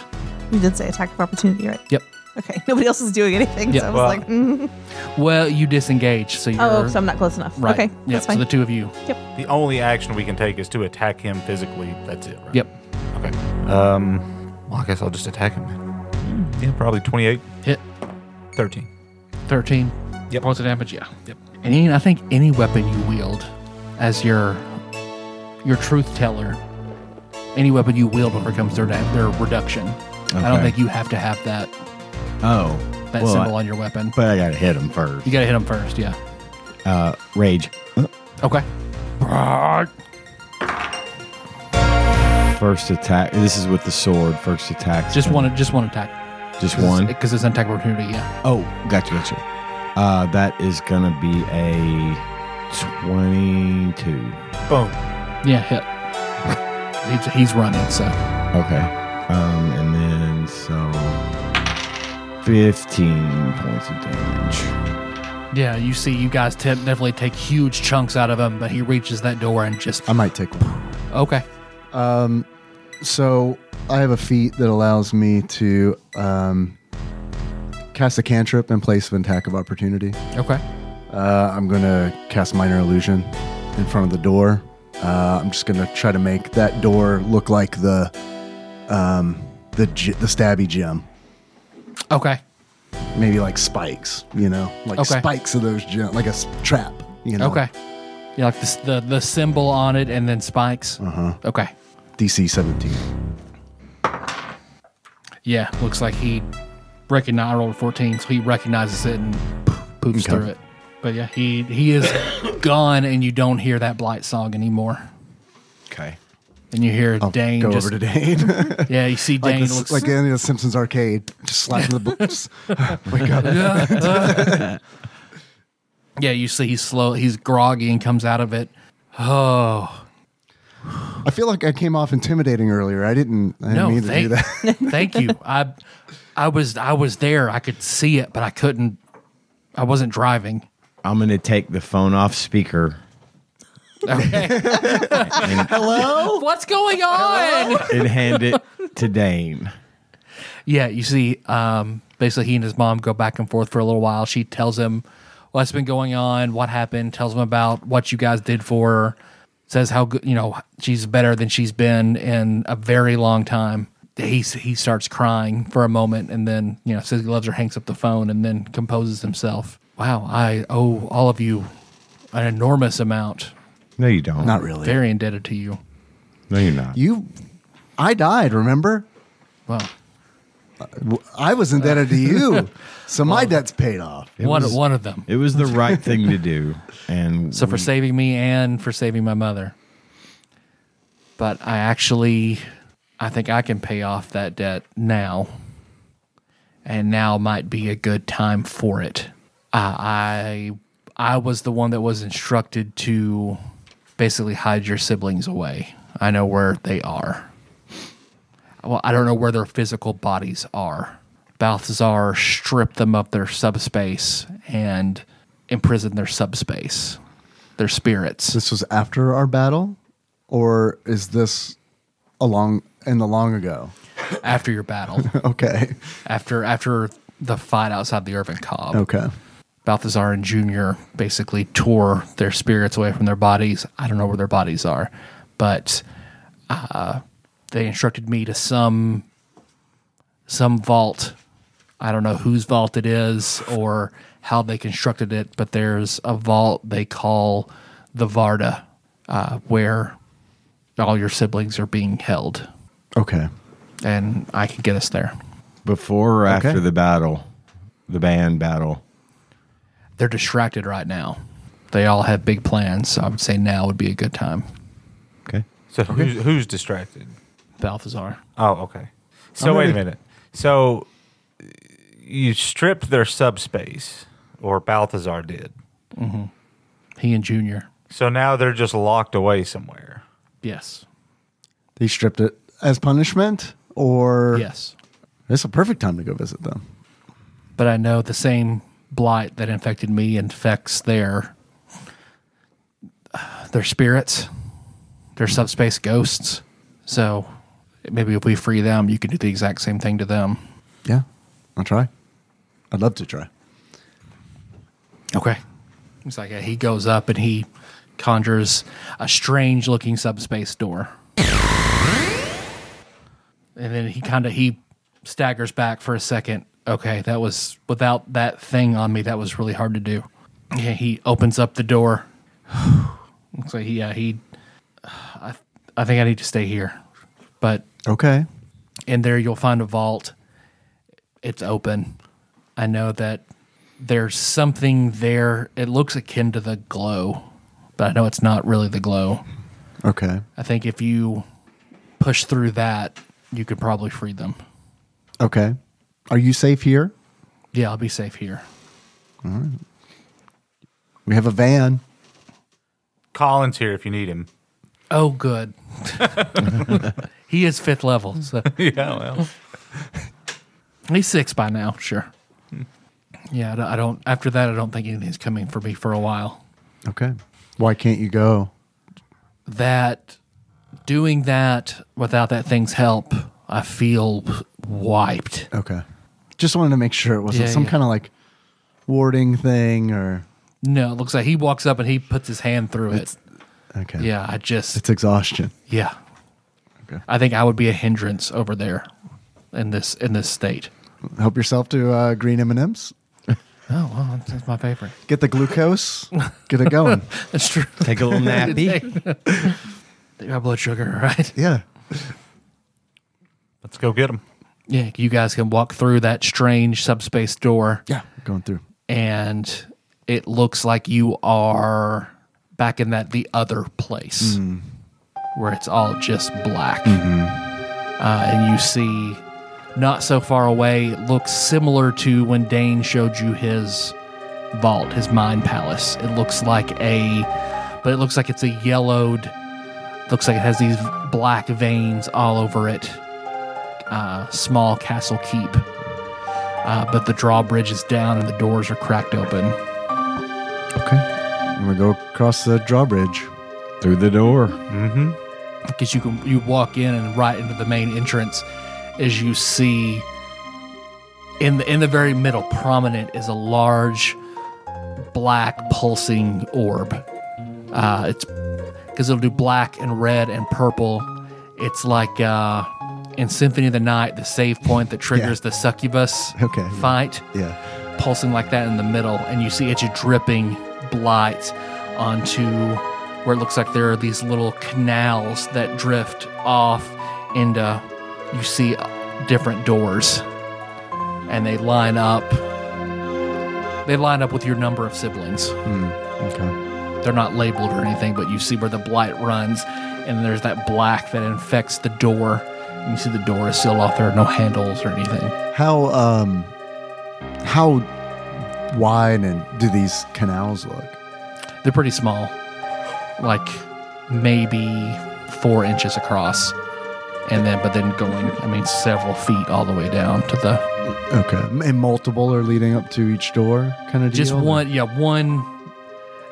[SPEAKER 6] You did say attack of opportunity, right?
[SPEAKER 2] Yep.
[SPEAKER 6] Okay. *laughs* Nobody else is doing anything,
[SPEAKER 2] Yeah,
[SPEAKER 6] so I was
[SPEAKER 3] well-
[SPEAKER 6] like, mm.
[SPEAKER 2] Well, you disengage, so you're
[SPEAKER 6] oh, so I'm not close enough.
[SPEAKER 2] right.
[SPEAKER 6] Okay,
[SPEAKER 2] Yep.
[SPEAKER 6] that's
[SPEAKER 2] So
[SPEAKER 6] fine.
[SPEAKER 2] the two of you.
[SPEAKER 3] The only action we can take is to attack him physically. That's it, right?
[SPEAKER 2] Yep.
[SPEAKER 3] Okay. Um, well, I guess I'll just attack him then. Hmm, Yeah, probably 28,
[SPEAKER 2] Hit
[SPEAKER 3] 13.
[SPEAKER 2] thirteen.
[SPEAKER 3] Yep.
[SPEAKER 2] Points of damage. Yeah. Yep. And Ian, I think any weapon you wield as your your truth teller, any weapon you wield overcomes their da- their reduction. I don't
[SPEAKER 7] Okay.
[SPEAKER 2] think you have to have that
[SPEAKER 7] Oh,
[SPEAKER 2] that
[SPEAKER 7] well,
[SPEAKER 2] symbol
[SPEAKER 7] I-
[SPEAKER 2] on your weapon.
[SPEAKER 7] but I gotta hit him first.
[SPEAKER 2] you gotta hit them first. Yeah.
[SPEAKER 7] Uh, rage.
[SPEAKER 2] Okay.
[SPEAKER 7] First attack. This is with the sword. First attack.
[SPEAKER 2] Just one. Just one attack.
[SPEAKER 7] Just one.
[SPEAKER 2] Because it's an attack opportunity. Yeah.
[SPEAKER 7] Oh, gotcha, gotcha. Uh, that is gonna be a twenty-two.
[SPEAKER 3] Boom.
[SPEAKER 2] Yeah. Hit. *laughs* He's, he's running. So
[SPEAKER 7] Okay. Um, and then so fifteen points of damage.
[SPEAKER 2] yeah, you see, you guys te- definitely take huge chunks out of him, but he reaches that door and just
[SPEAKER 4] I might take one.
[SPEAKER 2] okay.
[SPEAKER 4] Um, so I have a feat that allows me to um, cast a cantrip in place of an attack of opportunity.
[SPEAKER 2] Okay.
[SPEAKER 4] Uh, I'm gonna cast minor illusion in front of the door. Uh, I'm just gonna try to make that door look like the um, the gy- the stabby gym.
[SPEAKER 2] Okay.
[SPEAKER 4] Maybe like spikes, you know, like
[SPEAKER 2] Okay.
[SPEAKER 4] spikes of those gym, like a s- trap, you know.
[SPEAKER 2] Okay. Yeah, like this, the the symbol on it, and then spikes.
[SPEAKER 4] Mm-hmm.
[SPEAKER 2] Okay.
[SPEAKER 4] DC 17.
[SPEAKER 2] Yeah, looks like he recognized. I rolled a fourteen, so he recognizes it and poops
[SPEAKER 4] Okay.
[SPEAKER 2] through it. But yeah, he he
[SPEAKER 4] *coughs*
[SPEAKER 2] is gone, and you don't hear that blight song anymore.
[SPEAKER 7] Okay.
[SPEAKER 2] And you hear Dane
[SPEAKER 4] Oh, Go
[SPEAKER 2] just
[SPEAKER 4] over to Dane. *laughs*
[SPEAKER 2] *laughs*
[SPEAKER 4] like
[SPEAKER 2] yeah, you see Dane
[SPEAKER 4] the, s-
[SPEAKER 2] looks
[SPEAKER 4] like in the Simpsons arcade, just slapping the bl- just, wake up.
[SPEAKER 2] yeah, you see he's slow, he's groggy, and comes out of it. Oh
[SPEAKER 4] I feel like I came off intimidating earlier. I didn't. I didn't
[SPEAKER 2] no,
[SPEAKER 4] mean to do
[SPEAKER 2] thank, *laughs*
[SPEAKER 4] that. *laughs*
[SPEAKER 2] thank you. I I was I was there. I could see it, but I couldn't. I wasn't driving.
[SPEAKER 7] I'm gonna take the phone off speaker
[SPEAKER 2] Okay. *laughs* Hello? What's going on?
[SPEAKER 7] and hand it to Dane.
[SPEAKER 2] Yeah, you see, um, basically, he and his mom go back and forth for a little while. She tells him what's been going on, what happened, tells him about what you guys did for her, says how good, you know, she's better than she's been in a very long time. He, he starts crying for a moment and then, you know, says he loves her, hangs up the phone, and then composes himself. Wow, I owe all of you an enormous amount.
[SPEAKER 7] No, you don't.
[SPEAKER 4] Not really.
[SPEAKER 2] Very indebted to you.
[SPEAKER 7] No, you're not.
[SPEAKER 4] You, I died. Remember?
[SPEAKER 2] Well,
[SPEAKER 4] I was indebted
[SPEAKER 2] *laughs*
[SPEAKER 4] to you, so my debt's paid off.
[SPEAKER 2] one,
[SPEAKER 7] was-
[SPEAKER 2] one of them.
[SPEAKER 7] It was the right thing to do. And
[SPEAKER 2] So for saving me and for saving my mother. But I actually, I think I can pay off that debt now. And now might be a good time for it. I I, I was the one that was instructed to basically hide your siblings away. I know where they are. Well, I don't know where their physical bodies are. Balthazar stripped them of their subspace and imprisoned their subspace, their spirits.
[SPEAKER 4] This was after our battle, or is this along in the long ago? *laughs*
[SPEAKER 2] after your battle, *laughs*
[SPEAKER 4] Okay,
[SPEAKER 2] after after the fight outside the Irvin Cobb.
[SPEAKER 4] okay.
[SPEAKER 2] Balthazar and Junior basically tore their spirits away from their bodies. I don't know where their bodies are, but uh, they instructed me to some some vault. I don't know whose vault it is or how they constructed it, but there's a vault they call the Varda, uh, where all your siblings are being held,
[SPEAKER 4] Okay.
[SPEAKER 2] and I can get us there.
[SPEAKER 7] before or after
[SPEAKER 4] Okay.
[SPEAKER 7] the battle, the band battle.
[SPEAKER 2] They're distracted right now. They all have big plans, so I would say now would be a good time.
[SPEAKER 7] Okay.
[SPEAKER 3] So who's, who's distracted?
[SPEAKER 2] Balthazar.
[SPEAKER 3] Oh, okay. So wait a minute. So uh, you stripped their subspace, or Balthazar did.
[SPEAKER 2] He and Junior.
[SPEAKER 3] So now they're just locked away somewhere.
[SPEAKER 2] Yes.
[SPEAKER 4] They stripped it as punishment, or
[SPEAKER 2] Yes.
[SPEAKER 4] it's a perfect time to go visit them.
[SPEAKER 2] But I know the same blight that infected me infects their *sighs* their spirits, their subspace ghosts. So maybe if we free them, you can do the exact same thing to them.
[SPEAKER 4] Yeah, I'll try. I'd love to try.
[SPEAKER 2] Okay. It's like uh, he goes up and he conjures a strange looking subspace door. And then he kind of he staggers back for a second. Okay, that was without that thing on me. That was really hard to do. Yeah, he opens up the door. *sighs* Looks like he uh, he. *sighs* I I think I need to stay here, but
[SPEAKER 4] Okay.
[SPEAKER 2] in there you'll find a vault. It's open. I know that there's something there. It looks akin to the glow, but I know it's not really the glow.
[SPEAKER 4] Okay.
[SPEAKER 2] I think if you push through that, you could probably free them.
[SPEAKER 4] Okay. Are you safe here?
[SPEAKER 2] Yeah, I'll be safe here.
[SPEAKER 4] We have a van.
[SPEAKER 3] Colin's here if you need him. *laughs*
[SPEAKER 2] Oh, good. *laughs* he is fifth level, so
[SPEAKER 3] yeah, well.
[SPEAKER 2] he's six by now. Sure. Yeah, I don't- I don't. After that, I don't think anything's coming for me for a while.
[SPEAKER 4] Okay. Why can't you go?
[SPEAKER 2] that doing that without that thing's help, I feel wiped.
[SPEAKER 4] Okay. Just wanted to make sure it wasn't
[SPEAKER 2] Yeah,
[SPEAKER 4] some
[SPEAKER 2] yeah.
[SPEAKER 4] kind of like warding thing or
[SPEAKER 2] No, it looks like he walks up and he puts his hand through it.
[SPEAKER 4] okay.
[SPEAKER 2] Yeah, I just
[SPEAKER 4] It's exhaustion.
[SPEAKER 2] yeah.
[SPEAKER 4] Okay.
[SPEAKER 2] I think I would be a hindrance over there in this in this state.
[SPEAKER 4] Help yourself to uh, green M and M's.
[SPEAKER 2] Oh well, that's my favorite.
[SPEAKER 4] Get the
[SPEAKER 2] *laughs*
[SPEAKER 4] glucose. Get it going.
[SPEAKER 2] That's *laughs* true.
[SPEAKER 7] Take *laughs* a little nappy.
[SPEAKER 2] Take my blood sugar, right?
[SPEAKER 4] yeah.
[SPEAKER 3] Let's go get him.
[SPEAKER 2] Yeah, you guys can walk through that strange subspace door.
[SPEAKER 4] Yeah. Going through.
[SPEAKER 2] and it looks like you are back in that the other place where it's all just black. Uh, and you see, not so far away, it looks similar to when Dane showed you his vault, his mind palace. It looks like a, but it looks like it's a yellowed, looks like it has these black veins all over it. Uh, small castle keep uh, but the drawbridge is down and the doors are cracked open.
[SPEAKER 4] Okay. I'm gonna go across the drawbridge.
[SPEAKER 7] Through the door.
[SPEAKER 2] Because you can you walk in and right into the main entrance, as you see in the in the very middle, prominent is a large black pulsing orb. Uh, it's because it'll do black and red and purple. It's like uh, in Symphony of the Night, the save point that triggers the succubus
[SPEAKER 4] Okay, yeah.
[SPEAKER 2] fight.
[SPEAKER 4] Yeah.
[SPEAKER 2] pulsing like that in the middle, and you see it just dripping blight onto where it looks like there are these little uh, canals that drift off into you see uh, different doors and they line up. They line up with your number of siblings.
[SPEAKER 4] Okay.
[SPEAKER 2] They're not labeled or anything, but you see where the blight runs, and there's that black that infects the door. And you see the door is still off. There are no handles or anything.
[SPEAKER 4] How um, how wide and do these canals look?
[SPEAKER 2] They're pretty small, like maybe four inches across, and then but then going, I mean, several feet all the way down to the
[SPEAKER 4] Okay, and multiple are leading up to each door, kind of deal.
[SPEAKER 2] just one, yeah, one.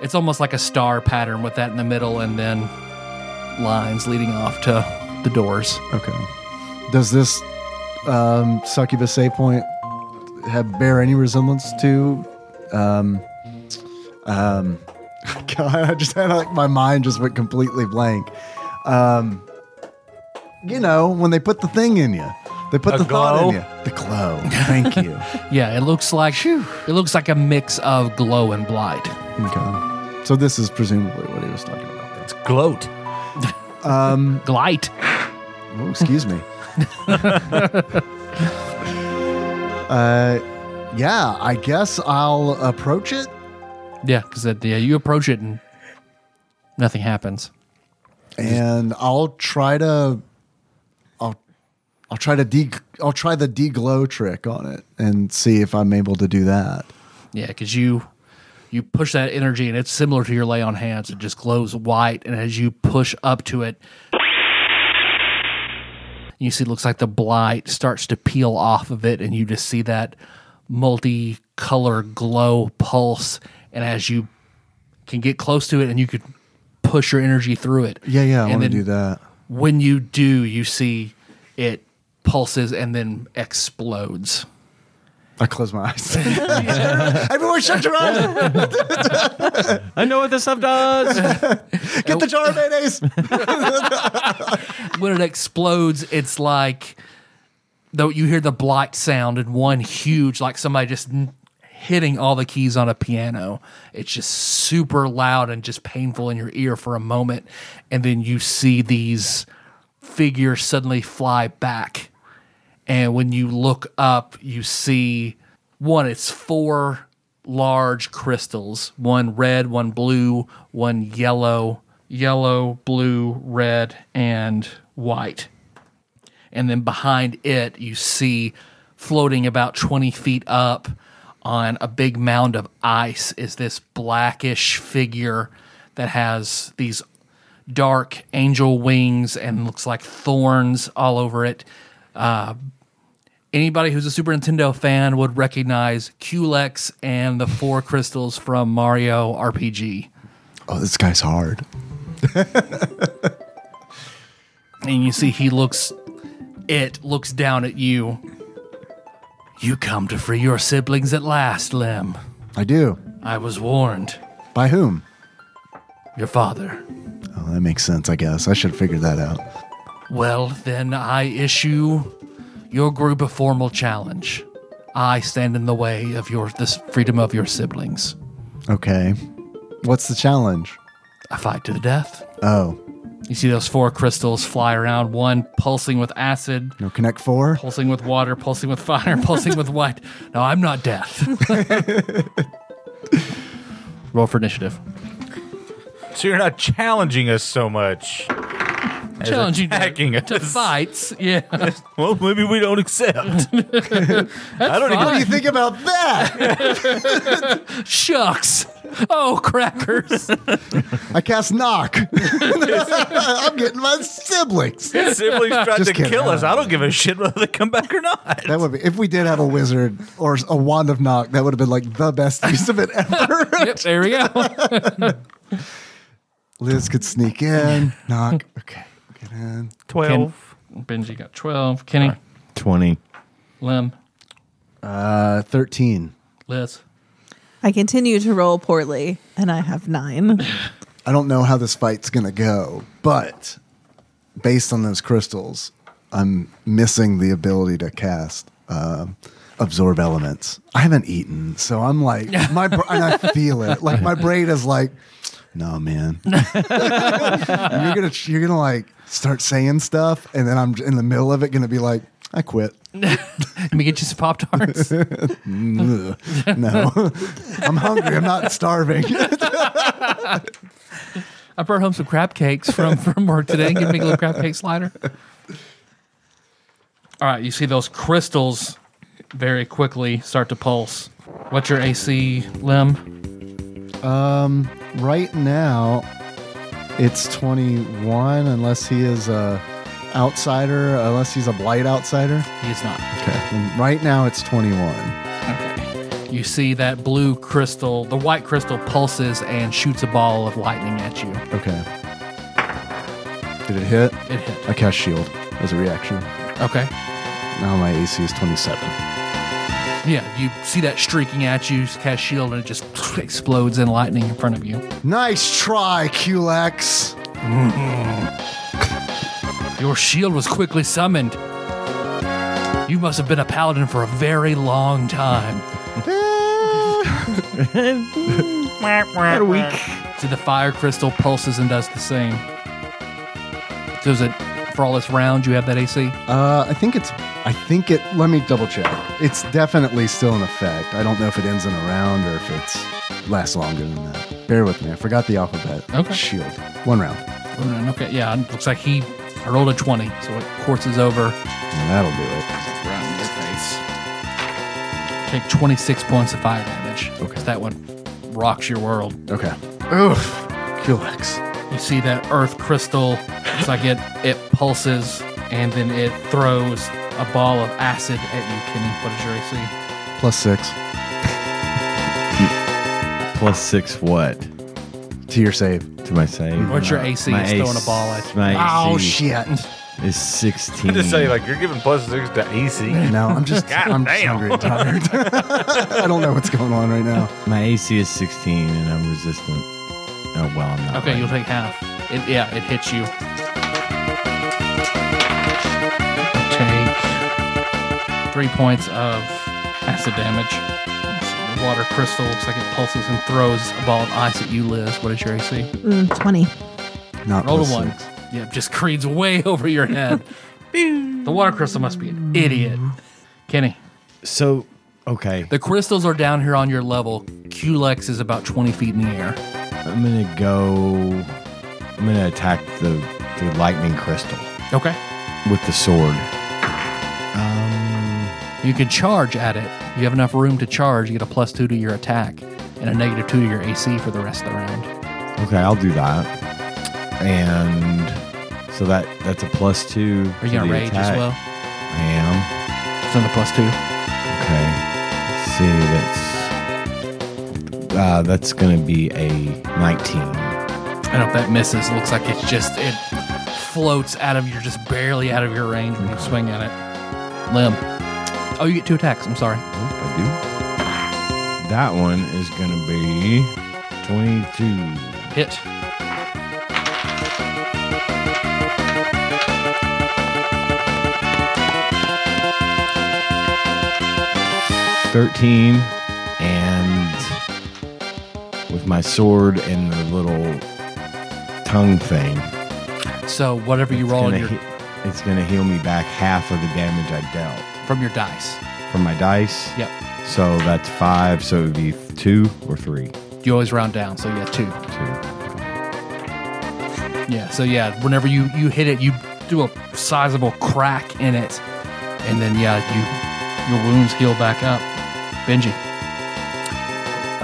[SPEAKER 2] It's almost like a star pattern with that in the middle, and then lines leading off to the doors.
[SPEAKER 4] Okay. Does this um, succubus save point have bear any resemblance to? Um, um, *laughs* God, I just had like my mind just went completely blank. Um, you know, when they put the thing in you, they put
[SPEAKER 3] A
[SPEAKER 4] the thought in
[SPEAKER 3] glow?
[SPEAKER 4] you. The glow. Thank
[SPEAKER 3] *laughs*
[SPEAKER 4] you.
[SPEAKER 2] Yeah, it looks like it looks like a mix of glow and blight.
[SPEAKER 4] okay. So this is presumably what he was talking about.
[SPEAKER 3] It's gloat.
[SPEAKER 2] Glight.
[SPEAKER 4] Oh, excuse *laughs* me. uh, yeah, I guess I'll approach it.
[SPEAKER 2] Yeah, because yeah, you approach it and nothing happens.
[SPEAKER 4] and I'll try to, I'll, I'll try to de, I'll try the deglow trick on it and see if I'm able to do that.
[SPEAKER 2] Yeah, because you you push that energy, and it's similar to your lay on hands. It just glows white, and as you push up to it, you see it looks like the blight starts to peel off of it, and you just see that multi-color glow pulse. And as you can get close to it, and you could push your energy through it.
[SPEAKER 4] Yeah, yeah, I
[SPEAKER 2] And
[SPEAKER 4] want to
[SPEAKER 2] then
[SPEAKER 4] do that.
[SPEAKER 2] When you do, you see it pulses and then explodes.
[SPEAKER 4] I close my eyes. *laughs* Everyone, shut your eyes.
[SPEAKER 7] I know what this stuff *laughs* does.
[SPEAKER 4] Get the jar of mayonnaise.
[SPEAKER 2] when it explodes, it's like though you hear the blight sound in one huge, like somebody just n- hitting all the keys on a piano. It's just super loud and just painful in your ear for a moment, and then you see these figures suddenly fly back, and when you look up, you see one. It's four large crystals: one red, one blue, one yellow, yellow, blue, red, and white and then behind it you see floating about 20 feet up on a big mound of ice is this blackish figure that has these dark angel wings and looks like thorns all over it uh, anybody who's a super nintendo fan would recognize qlex and the four crystals from mario rpg
[SPEAKER 4] Oh, this guy's hard.
[SPEAKER 2] and you see he looks it looks down at you you come to free your siblings at last lem
[SPEAKER 4] I do.
[SPEAKER 2] i was warned
[SPEAKER 4] By whom?
[SPEAKER 2] your father
[SPEAKER 4] Oh, that makes sense. I guess I should have figured that out.
[SPEAKER 2] well then i issue your group a formal challenge i stand in the way of your this freedom of your siblings
[SPEAKER 4] Okay. What's the challenge?
[SPEAKER 2] i fight to the death
[SPEAKER 4] Oh,
[SPEAKER 2] you see those four crystals fly around one pulsing with acid
[SPEAKER 4] no, connect four.
[SPEAKER 2] pulsing with water, pulsing with fire, *laughs* pulsing with white. No, I'm not death. *laughs* Roll for initiative.
[SPEAKER 3] So you're not challenging us so much. as
[SPEAKER 2] Challenging
[SPEAKER 3] attacking
[SPEAKER 2] to,
[SPEAKER 3] us.
[SPEAKER 2] to fights. Yeah, that's
[SPEAKER 3] Well, maybe we don't
[SPEAKER 2] *laughs*
[SPEAKER 3] accept. I don't
[SPEAKER 4] What do you
[SPEAKER 2] fine.
[SPEAKER 4] think about that?
[SPEAKER 2] Shucks. Oh, crackers.
[SPEAKER 4] I cast knock. *laughs* I'm getting my siblings.
[SPEAKER 3] even. Siblings tried
[SPEAKER 4] Just
[SPEAKER 3] to
[SPEAKER 4] kidding.
[SPEAKER 3] kill us. I don't give a shit whether they come back or not.
[SPEAKER 4] That would be if we did have a wizard or a wand of knock. That would have been like the best use of it ever.
[SPEAKER 2] yep, there we go.
[SPEAKER 4] Liz could sneak in, knock. Okay, get in.
[SPEAKER 3] *laughs* Twelve.
[SPEAKER 2] Benji got 12. Kenny,
[SPEAKER 7] 20.
[SPEAKER 2] Lem,
[SPEAKER 4] Uh, thirteen.
[SPEAKER 2] Liz.
[SPEAKER 6] I continue to roll poorly, and I have
[SPEAKER 2] *laughs*
[SPEAKER 6] nine.
[SPEAKER 4] I don't know how this fight's gonna go, but based on those crystals, I'm missing the ability to cast uh, absorb elements. I haven't eaten, so I'm like my br- and I feel it. Like my brain is like, no man, you're gonna you're gonna like start saying stuff, and then I'm in the middle of it gonna be like, I quit.
[SPEAKER 2] Let me get you some Pop Tarts.
[SPEAKER 4] No, *laughs* I'm hungry. I'm not starving. *laughs*
[SPEAKER 2] I brought home some crab cakes from, from work today. Give me a little crab cake slider. All right, you see those crystals very quickly start to pulse. What's your AC, Lim?
[SPEAKER 4] right now, it's 21, unless he is a outsider, unless he's a blight outsider.
[SPEAKER 2] He is not.
[SPEAKER 4] Okay. And right now, it's 21.
[SPEAKER 2] You see that blue crystal, the white crystal pulses and shoots a ball of lightning at you.
[SPEAKER 4] Okay. Did it hit?
[SPEAKER 2] It hit.
[SPEAKER 4] I cast shield as a reaction.
[SPEAKER 2] Okay.
[SPEAKER 4] Now my AC is 27.
[SPEAKER 2] Yeah, you see that streaking at you, cast shield, and it just *sniffs* explodes in lightning in front of you.
[SPEAKER 4] Nice try, QLX.
[SPEAKER 2] Your shield was quickly summoned. You must have been a paladin for a very long time.
[SPEAKER 7] About a week.
[SPEAKER 2] See, the fire crystal pulses and does the same. So is it for all this round you have that AC?
[SPEAKER 4] Uh, I think it's. I think it. Let me double check. It's definitely still in effect. I don't know if it ends in a round or if it's lasts longer than that. Bear with me. I forgot the alphabet.
[SPEAKER 2] Okay.
[SPEAKER 4] Shield. One round.
[SPEAKER 2] Okay, yeah, it looks like he I rolled a 20, so it courses over.
[SPEAKER 4] And that'll do
[SPEAKER 2] Take 26 points of fire damage. Okay. That one rocks your world.
[SPEAKER 4] it. Okay. Oof. QLX.
[SPEAKER 2] You see that earth crystal. It's like it it pulses and then it throws a ball of acid at you, Kenny. What is your AC?
[SPEAKER 4] Plus six
[SPEAKER 7] Plus six what?
[SPEAKER 4] to your save.
[SPEAKER 7] To my save.
[SPEAKER 2] What's your AC?
[SPEAKER 7] My
[SPEAKER 2] It's throwing a ball at
[SPEAKER 7] AC
[SPEAKER 2] you.
[SPEAKER 7] My
[SPEAKER 4] Oh
[SPEAKER 7] AC
[SPEAKER 4] shit.
[SPEAKER 7] Is 16.
[SPEAKER 3] I just say, like, you're giving plus six to AC.
[SPEAKER 4] No, I'm just.
[SPEAKER 3] *laughs* God
[SPEAKER 4] I'm just
[SPEAKER 3] damn.
[SPEAKER 4] hungry and tired. *laughs* I don't know what's going on right now.
[SPEAKER 7] my AC is 16 and I'm resistant. Oh, well, I'm not.
[SPEAKER 2] Okay,
[SPEAKER 7] right.
[SPEAKER 2] you'll take half. It, yeah, it hits you. Take three points of acid damage. The water crystal looks like it pulses and throws a ball of ice at you, Liz. What is your AC?
[SPEAKER 6] Mm, 20.
[SPEAKER 4] Not
[SPEAKER 2] Roll a
[SPEAKER 4] plus
[SPEAKER 2] one.
[SPEAKER 4] six.
[SPEAKER 2] Yeah, just creeds way *laughs* over your head. the water crystal must be an idiot. Kenny,
[SPEAKER 7] So, okay.
[SPEAKER 2] the crystals are down here on your level. Culex is about 20 feet in the air.
[SPEAKER 7] I'm going to go. I'm going to attack the, the lightning crystal
[SPEAKER 2] Okay.
[SPEAKER 7] with the sword. Um,
[SPEAKER 2] You can charge at it. You have enough room to charge. You get a plus two to your attack and a negative two to your AC for the rest of the round.
[SPEAKER 7] okay, I'll do that. And so that that's a plus two.
[SPEAKER 2] Are you going
[SPEAKER 7] to the
[SPEAKER 2] to rage
[SPEAKER 7] attack.
[SPEAKER 2] as well?
[SPEAKER 7] I am.
[SPEAKER 2] It's another plus two.
[SPEAKER 7] Okay. Let's see, that's uh, that's gonna be a 19.
[SPEAKER 2] I don't know if that misses. It looks like it's just, it floats out of your, just barely out of your range when you swing at it. Limb. Oh, you get two attacks. I'm sorry.
[SPEAKER 7] Oop, I do. That one is gonna be 22.
[SPEAKER 2] Hit.
[SPEAKER 7] Thirteen, and with my sword and the little tongue thing.
[SPEAKER 2] So whatever you
[SPEAKER 7] it's
[SPEAKER 2] roll on
[SPEAKER 7] gonna
[SPEAKER 2] your,
[SPEAKER 7] he- it's gonna heal me back half of the damage I dealt
[SPEAKER 2] from your dice.
[SPEAKER 7] from my dice.
[SPEAKER 2] Yep.
[SPEAKER 7] So that's five, so it would be two or three.
[SPEAKER 2] You always round down, so yeah, two.
[SPEAKER 7] Two.
[SPEAKER 2] Yeah. So yeah, whenever you you hit it, you do a sizable crack in it, and then yeah, you your wounds heal back up. Benji,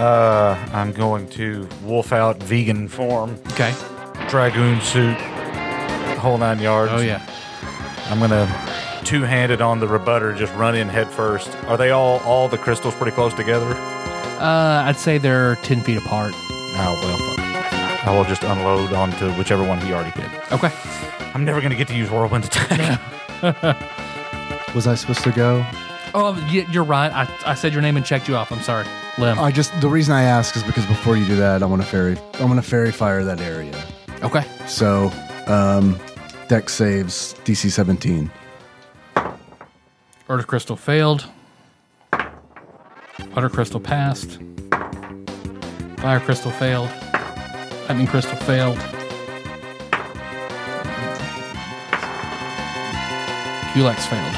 [SPEAKER 3] Uh, *clears throat* I'm going to wolf out vegan form,
[SPEAKER 2] okay.
[SPEAKER 3] dragoon suit, whole nine yards.
[SPEAKER 2] Oh yeah.
[SPEAKER 3] I'm gonna two-handed on the rebutter, just run in head first. Are they all all the crystals pretty close together?
[SPEAKER 2] Uh, I'd say they're ten feet apart.
[SPEAKER 3] Oh well, fuck. I will just unload onto whichever one he already did.
[SPEAKER 2] Okay.
[SPEAKER 3] I'm never gonna get to use whirlwind attack.
[SPEAKER 4] Was I supposed to go?
[SPEAKER 2] Oh, y- you're right. I, I said your name and checked you off. I'm sorry, Lim.
[SPEAKER 4] I just the reason I ask is because before you do that, I want to fairy. I want to fairy fire that area.
[SPEAKER 2] Okay.
[SPEAKER 4] So, um, deck saves DC 17.
[SPEAKER 2] Order crystal failed. Water crystal passed. Fire crystal failed. Lightning crystal failed. Culex failed.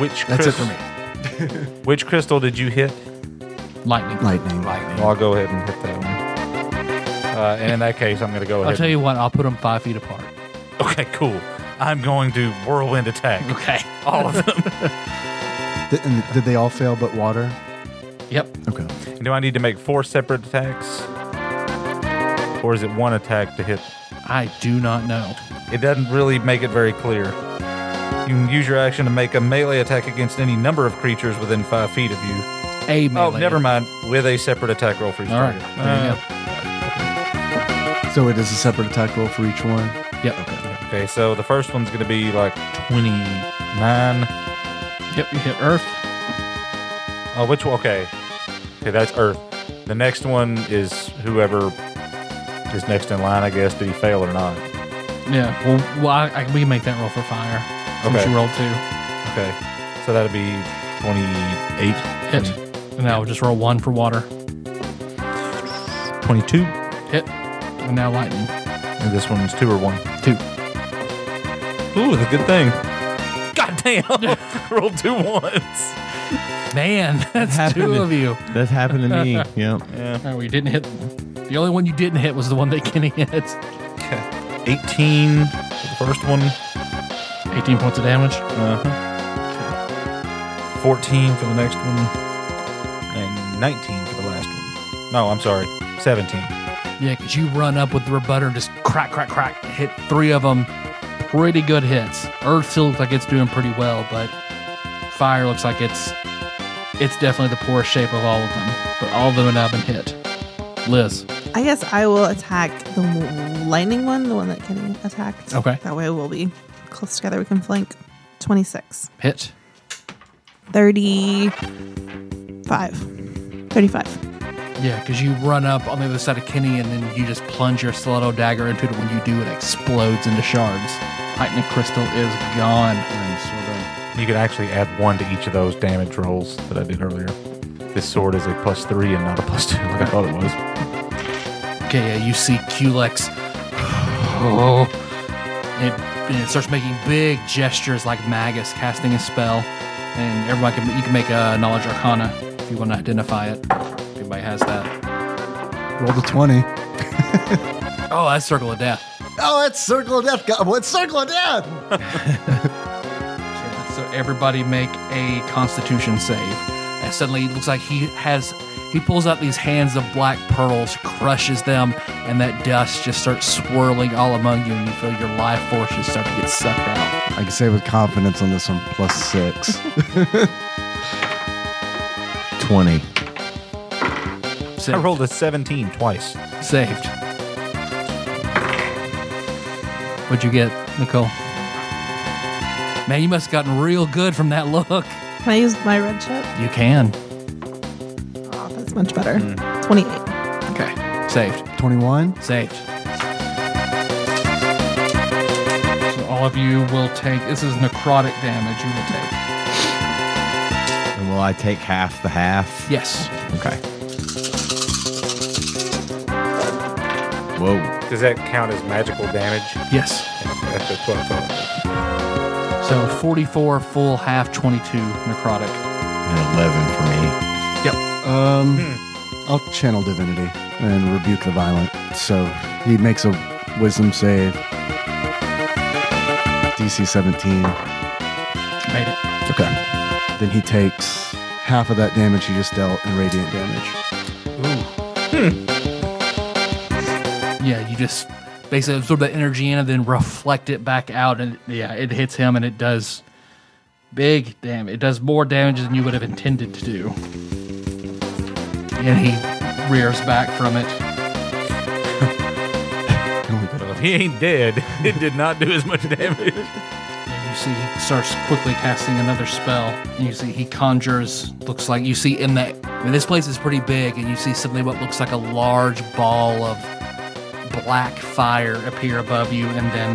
[SPEAKER 3] Which
[SPEAKER 2] That's it for
[SPEAKER 3] crys-
[SPEAKER 2] me.
[SPEAKER 3] *laughs* Which crystal did you hit?
[SPEAKER 2] Lightning.
[SPEAKER 4] Lightning.
[SPEAKER 3] Well, I'll go ahead and hit that one. Uh, and in that case, I'm going to go ahead.
[SPEAKER 2] I'll tell you what. I'll put them five feet apart.
[SPEAKER 3] Okay, cool. I'm going to whirlwind attack.
[SPEAKER 2] Okay. *laughs*
[SPEAKER 3] All of them.
[SPEAKER 4] Th- and did they all fail but water?
[SPEAKER 2] Yep.
[SPEAKER 4] Okay.
[SPEAKER 3] Do I need to make four separate attacks? Or is it one attack to hit?
[SPEAKER 2] I do not know.
[SPEAKER 3] It doesn't really make it very clear. You can use your action to make a melee attack against any number of creatures within five feet of you.
[SPEAKER 2] A melee.
[SPEAKER 3] Oh, never mind. With a separate attack roll for each
[SPEAKER 2] All right.
[SPEAKER 3] target.
[SPEAKER 2] There you
[SPEAKER 3] Uh,
[SPEAKER 2] go.
[SPEAKER 4] So it is a separate attack roll for each one.
[SPEAKER 2] Yep.
[SPEAKER 3] Okay, so the first one's going to be like 29.
[SPEAKER 2] Yep. You hit Earth.
[SPEAKER 3] Oh, which one? Okay. Okay, that's Earth. The next one is whoever is next in line, I guess. Did he fail or not?
[SPEAKER 2] Yeah. Well, well I, I, we can make that roll for fire. Since
[SPEAKER 3] Okay.
[SPEAKER 2] you rolled two.
[SPEAKER 3] Okay. So that'd be 28.
[SPEAKER 2] Hit. And now we'll just roll one for water.
[SPEAKER 3] 22.
[SPEAKER 2] Hit. And now lightning.
[SPEAKER 3] And this one's two or one.
[SPEAKER 2] Two.
[SPEAKER 3] Ooh, the good thing. God *laughs* damn. Rolled two ones.
[SPEAKER 2] Man, *laughs* that's
[SPEAKER 7] happened
[SPEAKER 2] two
[SPEAKER 7] to-
[SPEAKER 2] of you.
[SPEAKER 7] That's happened
[SPEAKER 2] *laughs*
[SPEAKER 7] to me. yeah.
[SPEAKER 2] Oh, you didn't hit. The only one you didn't hit was the one that *laughs* Kenny hit.
[SPEAKER 3] 18 for the first one,
[SPEAKER 2] 18 points of damage.
[SPEAKER 3] 14 for the next one, and 19 for the last one. No, I'm sorry. 17.
[SPEAKER 2] Yeah, because you run up with the rebutter and just crack, crack, crack, hit three of them. Pretty good hits. Earth still looks like it's doing pretty well, but fire looks like it's it's definitely the poorest shape of all of them. But all of them have now been hit. Liz.
[SPEAKER 6] I guess I will attack the w- lightning one, the one that Kenny attacked.
[SPEAKER 2] Okay.
[SPEAKER 6] That way we'll be close together. We can flank. 26,
[SPEAKER 2] Hit.
[SPEAKER 6] 35, 35.
[SPEAKER 2] Yeah, because you run up on the other side of Kenny and then you just plunge your stiletto dagger into it. When you do, it explodes into shards. Titan crystal is gone.
[SPEAKER 3] You can actually add one to each of those damage rolls that I did earlier. This sword is a plus three and not a plus two like I thought it was.
[SPEAKER 2] Okay, yeah, you see Culex. *sighs* Oh. It, and it starts making big gestures like Magus casting a spell. And everyone can, you can make a knowledge arcana if you want to identify it. If anybody has that.
[SPEAKER 4] Roll the 20.
[SPEAKER 2] Oh, that's Circle of Death.
[SPEAKER 4] Oh, that's Circle of Death. God, What's Circle of Death?
[SPEAKER 2] So everybody make a constitution save. And suddenly it looks like he has he pulls out these hands of black pearls, crushes them, and that dust just starts swirling all among you and you feel your life force just start to get sucked out.
[SPEAKER 4] I can say with confidence on this one, plus *laughs* six.
[SPEAKER 7] 20.
[SPEAKER 3] *laughs* I
[SPEAKER 2] Saved.
[SPEAKER 3] rolled a 17 twice.
[SPEAKER 2] Saved. What'd you get, Nicole? Man, you must have gotten real good from that look.
[SPEAKER 6] Can I use my red chip?
[SPEAKER 2] You can.
[SPEAKER 6] Oh, that's much better. 28.
[SPEAKER 2] Okay. Saved.
[SPEAKER 4] 21.
[SPEAKER 2] Saved. So all of you will take this is necrotic damage you will take.
[SPEAKER 7] And will I take half the half?
[SPEAKER 2] Yes.
[SPEAKER 7] Okay. Whoa.
[SPEAKER 3] Does that count as magical damage?
[SPEAKER 2] Yes.
[SPEAKER 3] That's what I thought.
[SPEAKER 2] So 44 full half 22 necrotic.
[SPEAKER 7] An 11 for me.
[SPEAKER 4] Um, I'll channel divinity and rebuke the violent. So he makes a wisdom save. DC 17.
[SPEAKER 2] Made it.
[SPEAKER 4] Okay. Then he takes half of that damage he just dealt in radiant damage.
[SPEAKER 2] Yeah, you just basically absorb that energy in and then reflect it back out and yeah, it hits him and it does big damage. It does more damage than you would have intended to do. And he rears back from it.
[SPEAKER 3] Well, if he ain't dead, *laughs* it did not do as much damage.
[SPEAKER 2] And you see he starts quickly casting another spell. And you see he conjures, looks like you see in that. I mean, this place is pretty big, and you see suddenly what looks like a large ball of black fire appear above you, and then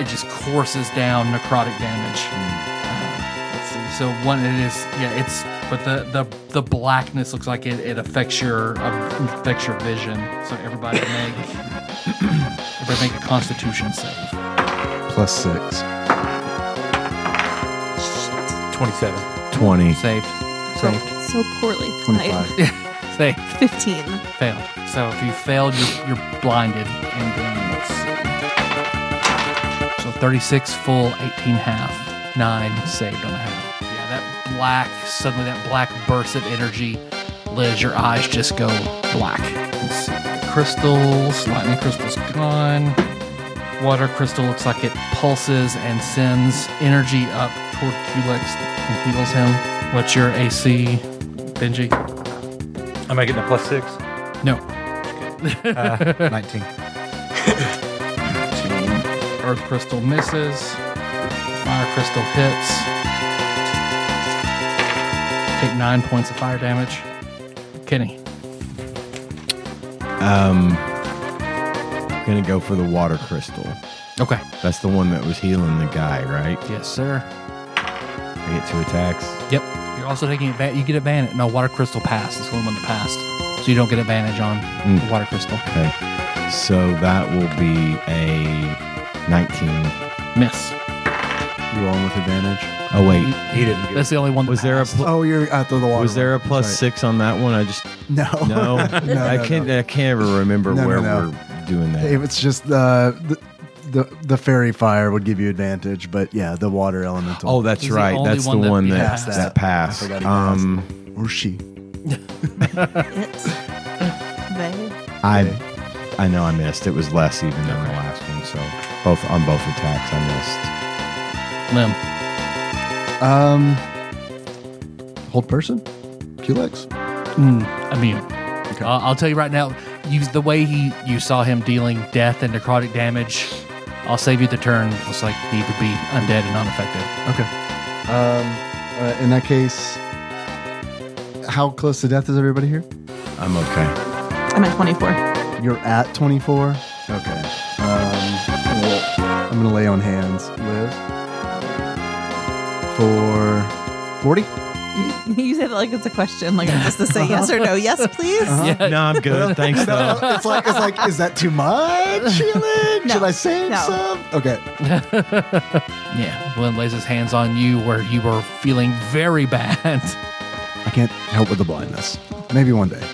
[SPEAKER 2] it just courses down necrotic damage. Uh, let's see. So one, it is yeah, it's but the the the blackness looks like it, it affects your uh, affects your vision. So everybody make *coughs* everybody make a Constitution save.
[SPEAKER 4] Plus six.
[SPEAKER 2] 27.
[SPEAKER 7] 20.
[SPEAKER 2] Saved.
[SPEAKER 6] So,
[SPEAKER 2] Saved.
[SPEAKER 6] so poorly.
[SPEAKER 4] Twenty-five.
[SPEAKER 2] Saved.
[SPEAKER 6] 15.
[SPEAKER 2] Failed. So if you failed, you're, you're blinded. And then let's see. So 36 full, 18 half, 9 saved on the half. Yeah, that black, suddenly that black burst of energy, Liz, your eyes just go black. Let's see. Crystals, lightning crystals gone. Water crystal looks like it pulses and sends energy up toward Culex and heals him. What's your AC, Benji?
[SPEAKER 3] I'm making a plus six.
[SPEAKER 2] No,
[SPEAKER 7] Uh,
[SPEAKER 4] 19.
[SPEAKER 2] Earth crystal misses. Fire crystal hits. Take nine points of fire damage. Kenny.
[SPEAKER 7] Gonna go for the water crystal.
[SPEAKER 2] Okay.
[SPEAKER 7] That's the one that was healing the guy, right?
[SPEAKER 2] Yes, sir.
[SPEAKER 7] I get two attacks.
[SPEAKER 2] Yep. You're also taking advantage. You get advantage. No, water crystal passed. It's the only one that passed. So you don't get advantage on
[SPEAKER 7] Hmm.
[SPEAKER 2] the water crystal.
[SPEAKER 7] Okay. So that will be a 19.
[SPEAKER 2] Miss.
[SPEAKER 4] You rolling with advantage?
[SPEAKER 7] Oh, wait.
[SPEAKER 3] He didn't get
[SPEAKER 2] That's the only one. That
[SPEAKER 7] Was there a
[SPEAKER 2] passed.
[SPEAKER 7] pl-
[SPEAKER 4] Oh, you're at the water.
[SPEAKER 7] Was there a
[SPEAKER 4] one.
[SPEAKER 7] plus
[SPEAKER 4] That's right.
[SPEAKER 7] six on that one?
[SPEAKER 4] *laughs*
[SPEAKER 7] I just
[SPEAKER 4] No.
[SPEAKER 7] no. I
[SPEAKER 4] no,
[SPEAKER 7] can't. I can't ever remember
[SPEAKER 4] No, no,
[SPEAKER 7] where
[SPEAKER 4] no.
[SPEAKER 7] we're doing that.
[SPEAKER 4] If it's just uh, the the the fairy fire would give you advantage, but yeah, the water elemental.
[SPEAKER 7] oh, that's
[SPEAKER 2] He's the
[SPEAKER 7] right.
[SPEAKER 2] only
[SPEAKER 7] That's the
[SPEAKER 2] one that
[SPEAKER 7] one that
[SPEAKER 4] passed
[SPEAKER 7] that,
[SPEAKER 4] that.
[SPEAKER 7] passed.
[SPEAKER 4] I forgot he passed.
[SPEAKER 7] Um,
[SPEAKER 4] or she.
[SPEAKER 6] It. They.
[SPEAKER 7] I I know I missed. It was less even than the last one. So both on both attacks, I
[SPEAKER 2] Limb.
[SPEAKER 4] Um, hold person, Culex.
[SPEAKER 2] immune. Uh, Mm, I'll tell you right now, you, the way he you saw him dealing death and necrotic damage, I'll save you the turn. Looks like he would be undead and unaffected.
[SPEAKER 4] Okay. Um, uh, in that case, how close to death is everybody here?
[SPEAKER 7] missed. I'm okay.
[SPEAKER 6] I'm at 24.
[SPEAKER 4] You're at 24. Okay. Um, well, I'm gonna lay on hands, Liz, for 40.
[SPEAKER 6] You, you say that like it's a question, like I'm just to say yes or no. Yes, please.
[SPEAKER 2] Yeah.
[SPEAKER 7] No, I'm *laughs* good. Thanks though.
[SPEAKER 4] it's like it's like is that too *laughs* much? Felix?
[SPEAKER 6] No.
[SPEAKER 4] Should I save
[SPEAKER 6] No.
[SPEAKER 4] some? Okay.
[SPEAKER 2] Yeah. Glenn lays his hands on you where you were feeling very bad. *laughs*
[SPEAKER 4] I can't help with the blindness. Maybe one day,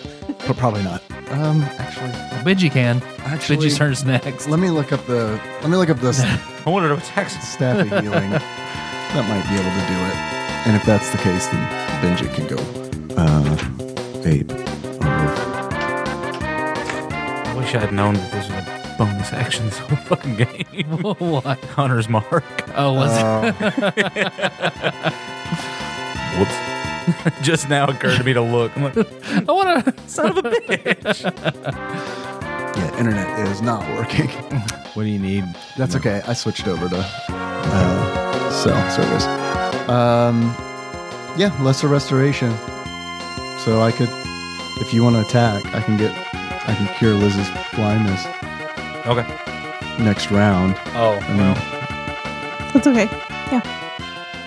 [SPEAKER 4] but probably not. Um, actually,
[SPEAKER 2] Benji can.
[SPEAKER 4] Actually-
[SPEAKER 2] Benji's turns
[SPEAKER 4] *laughs*
[SPEAKER 2] next.
[SPEAKER 4] let me look up the let me look up this *laughs*
[SPEAKER 3] I wanted to attack.
[SPEAKER 4] staff of healing. That might be able to do it. And if that's the case, then Benji can go. Uh, ape.
[SPEAKER 3] I wish I had known that this was a bonus action this whole fucking game. *laughs*
[SPEAKER 2] Oh, what?
[SPEAKER 3] Hunter's mark.
[SPEAKER 2] Oh, was it?
[SPEAKER 3] Whoops. *laughs* Just now occurred to me to look. I'm like,
[SPEAKER 2] *laughs* I want to.
[SPEAKER 3] son of a bitch.
[SPEAKER 4] Yeah, internet is not working.
[SPEAKER 7] What do you need?
[SPEAKER 4] That's okay. I switched over to uh, cell service. Um, yeah, lesser restoration. So I could, if you want to attack, I can get, I can cure Liz's blindness
[SPEAKER 3] Okay.
[SPEAKER 4] next round.
[SPEAKER 3] Oh, well.
[SPEAKER 6] That's okay.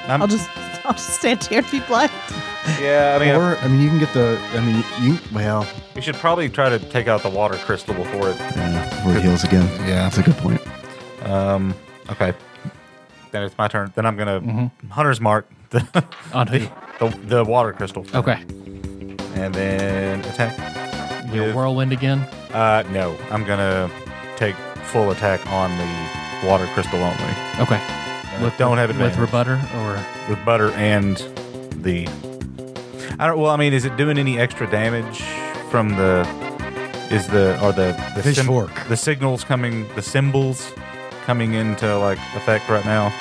[SPEAKER 3] I'm-
[SPEAKER 6] I'll just I'll just stand here and be blind.
[SPEAKER 3] Oh, yeah, I mean,
[SPEAKER 4] Or I mean, you can get the. I mean, you. Well,
[SPEAKER 3] we should probably try to take out the water crystal before it.
[SPEAKER 4] yeah, before it heals again. Yeah, that's a good point.
[SPEAKER 3] Um, okay. Then it's my turn. Then I'm gonna
[SPEAKER 2] Mm-hmm.
[SPEAKER 3] Hunter's mark *laughs* the,
[SPEAKER 2] On who?
[SPEAKER 3] the the water crystal,
[SPEAKER 2] Okay.
[SPEAKER 3] and then attack.
[SPEAKER 2] Your
[SPEAKER 3] with-
[SPEAKER 2] whirlwind again.
[SPEAKER 3] Uh, no, I'm gonna take full attack on the water crystal only.
[SPEAKER 2] Okay.
[SPEAKER 3] don't have
[SPEAKER 2] With
[SPEAKER 3] advantage
[SPEAKER 2] rebutter or.
[SPEAKER 3] with butter and the. I don't. Well, I mean, is it doing any extra damage from the? Is the are the the
[SPEAKER 7] Fish fork.
[SPEAKER 3] the signals coming the symbols coming into like effect right now,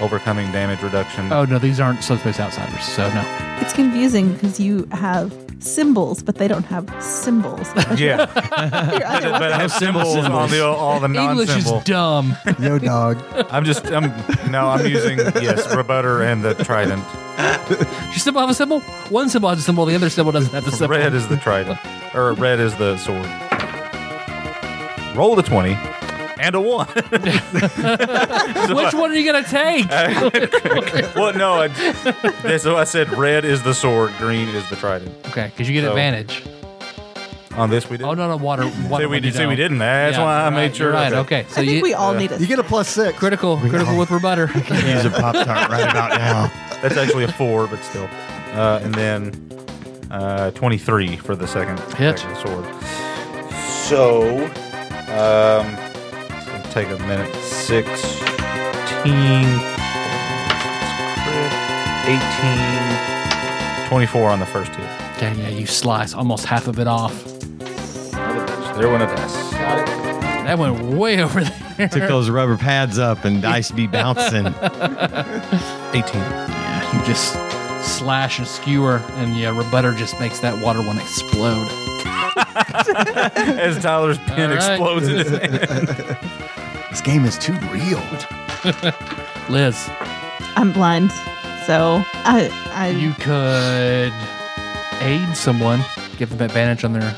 [SPEAKER 3] overcoming damage reduction.
[SPEAKER 2] Oh, no, these aren't subspace outsiders. So, no.
[SPEAKER 6] It's confusing because you have symbols, but they don't have symbols.
[SPEAKER 3] yeah,
[SPEAKER 2] *laughs*
[SPEAKER 6] Your other
[SPEAKER 3] but
[SPEAKER 6] one-
[SPEAKER 3] I have symbols on the all the non
[SPEAKER 2] English is
[SPEAKER 3] symbol.
[SPEAKER 2] dumb.
[SPEAKER 4] Yo, dog.
[SPEAKER 3] I'm just I'm no, I'm using yes rebutter and the trident.
[SPEAKER 2] Does your symbol have a symbol? One symbol has a symbol, the other symbol doesn't have the symbol.
[SPEAKER 3] Red is the trident, or red is the sword. Roll the twenty and a one.
[SPEAKER 2] Which one are you going to take?
[SPEAKER 3] *laughs* well, no, I, that's what I said. Red is the sword, green is the trident.
[SPEAKER 2] Okay, because you get
[SPEAKER 3] So-
[SPEAKER 2] advantage.
[SPEAKER 3] On this, we did.
[SPEAKER 2] Oh no, no water. water
[SPEAKER 3] *laughs* Say we
[SPEAKER 2] one,
[SPEAKER 3] did.
[SPEAKER 2] you
[SPEAKER 3] Say we
[SPEAKER 2] don't.
[SPEAKER 3] didn't. That's
[SPEAKER 2] Yeah,
[SPEAKER 3] why I
[SPEAKER 2] you're right,
[SPEAKER 3] made sure.
[SPEAKER 2] You're right.
[SPEAKER 3] of it.
[SPEAKER 2] Okay. So
[SPEAKER 6] I think
[SPEAKER 2] you
[SPEAKER 6] we all need a
[SPEAKER 4] You get a plus
[SPEAKER 2] *laughs*
[SPEAKER 4] six.
[SPEAKER 2] critical critical with rebutter.
[SPEAKER 7] *laughs* Use a pop tart right about now.
[SPEAKER 3] That's actually a four, but still. Uh, and then uh, 23 for the second
[SPEAKER 2] Hit.
[SPEAKER 3] second sword. So, um, it's gonna take a minute. 16, 18, 24 on the first hit.
[SPEAKER 2] Okay, yeah, you slice almost half of it off.
[SPEAKER 3] There went a S.
[SPEAKER 2] That went way *laughs* over there.
[SPEAKER 7] Took those rubber pads up and dice be bouncing.
[SPEAKER 3] 18.
[SPEAKER 2] Yeah, you just slash and skewer, and yeah, rebutter just makes that water one explode.
[SPEAKER 3] As Tyler's
[SPEAKER 2] All
[SPEAKER 3] pen
[SPEAKER 2] right.
[SPEAKER 3] explodes in his hand.
[SPEAKER 4] This game is too real.
[SPEAKER 2] Liz,
[SPEAKER 6] I'm blind, so I I
[SPEAKER 2] you could aid someone, give them advantage on their.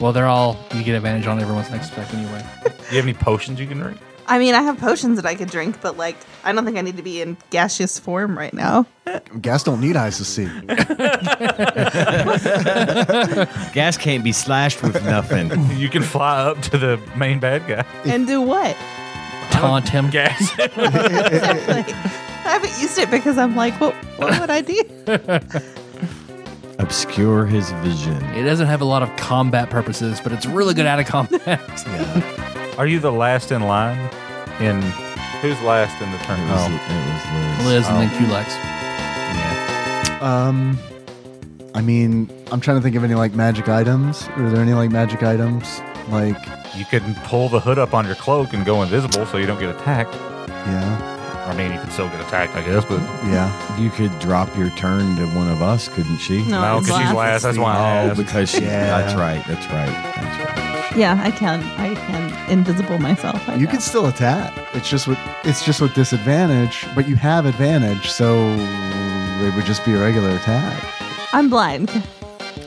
[SPEAKER 2] Well, they're all. You get advantage on everyone's next attack anyway.
[SPEAKER 3] You have any potions you can drink?
[SPEAKER 6] I mean I have potions that I could drink, but like I don't think I need to be in gaseous form right now.
[SPEAKER 4] Gas don't need eyes to see.
[SPEAKER 7] Gas can't be slashed with nothing.
[SPEAKER 3] You can fly up to the main bad guy.
[SPEAKER 6] And do what?
[SPEAKER 2] Taunt him.
[SPEAKER 3] *laughs* Gas.
[SPEAKER 6] *laughs* Exactly. I haven't used it because I'm like, what what would
[SPEAKER 2] *laughs*
[SPEAKER 6] I do?
[SPEAKER 7] Obscure his vision.
[SPEAKER 2] It doesn't have a lot of combat purposes, but it's really good at a combat.
[SPEAKER 3] Are you the last in line? In who's last in the turn?
[SPEAKER 7] It was,
[SPEAKER 3] Oh,
[SPEAKER 7] it was
[SPEAKER 2] *laughs* Liz
[SPEAKER 7] Liz.
[SPEAKER 2] and then Culex.
[SPEAKER 4] Um, I mean, I'm trying to think of any like magic items. Are there any like magic items? Like,
[SPEAKER 3] you could pull the hood up on your cloak and go invisible so you don't get attacked.
[SPEAKER 4] yeah,
[SPEAKER 3] I mean, you can still get attacked, I guess, but
[SPEAKER 4] yeah.
[SPEAKER 7] You could drop your turn to one of us, couldn't she?
[SPEAKER 3] no,
[SPEAKER 6] it's
[SPEAKER 3] because she's last. That's why I
[SPEAKER 7] Oh,
[SPEAKER 3] asked.
[SPEAKER 7] because she.
[SPEAKER 4] Yeah.
[SPEAKER 7] That's right. That's right. That's right.
[SPEAKER 6] Yeah, I can I can invisible myself. I
[SPEAKER 4] You
[SPEAKER 6] know.
[SPEAKER 4] can still attack. It's just with it's just with disadvantage, but you have advantage, so it would just be a regular attack.
[SPEAKER 6] I'm blind.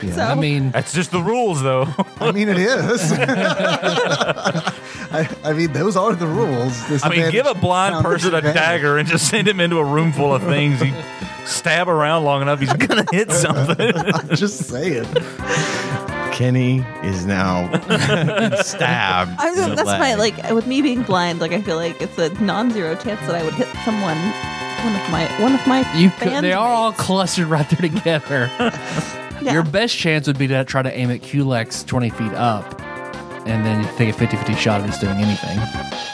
[SPEAKER 4] Yeah.
[SPEAKER 6] So
[SPEAKER 2] I mean,
[SPEAKER 3] That's just the rules, though. *laughs*
[SPEAKER 4] I mean, it is.
[SPEAKER 2] *laughs*
[SPEAKER 4] I, I mean, those are the rules.
[SPEAKER 3] I mean, give a
[SPEAKER 4] Disadvantage
[SPEAKER 3] blind
[SPEAKER 4] sounds
[SPEAKER 3] person a
[SPEAKER 4] disadvantage. *laughs*
[SPEAKER 3] dagger and just send him into a room full of things. You stab around long enough, he's gonna hit something.
[SPEAKER 4] Just say it.
[SPEAKER 7] Kenny is *laughs* now stabbed.
[SPEAKER 6] I'm
[SPEAKER 7] in
[SPEAKER 6] just,
[SPEAKER 7] the
[SPEAKER 6] that's my
[SPEAKER 7] leg.
[SPEAKER 6] like with me being blind. Like I feel like it's a non-zero chance that I would hit someone. One of my one of my
[SPEAKER 2] you could, they are all
[SPEAKER 6] bandmates.
[SPEAKER 2] clustered right there together.
[SPEAKER 6] *laughs* Yeah.
[SPEAKER 2] Your best chance would be to try to aim at Culex 20 feet up, and then you take a 50 50 shot if it's doing anything.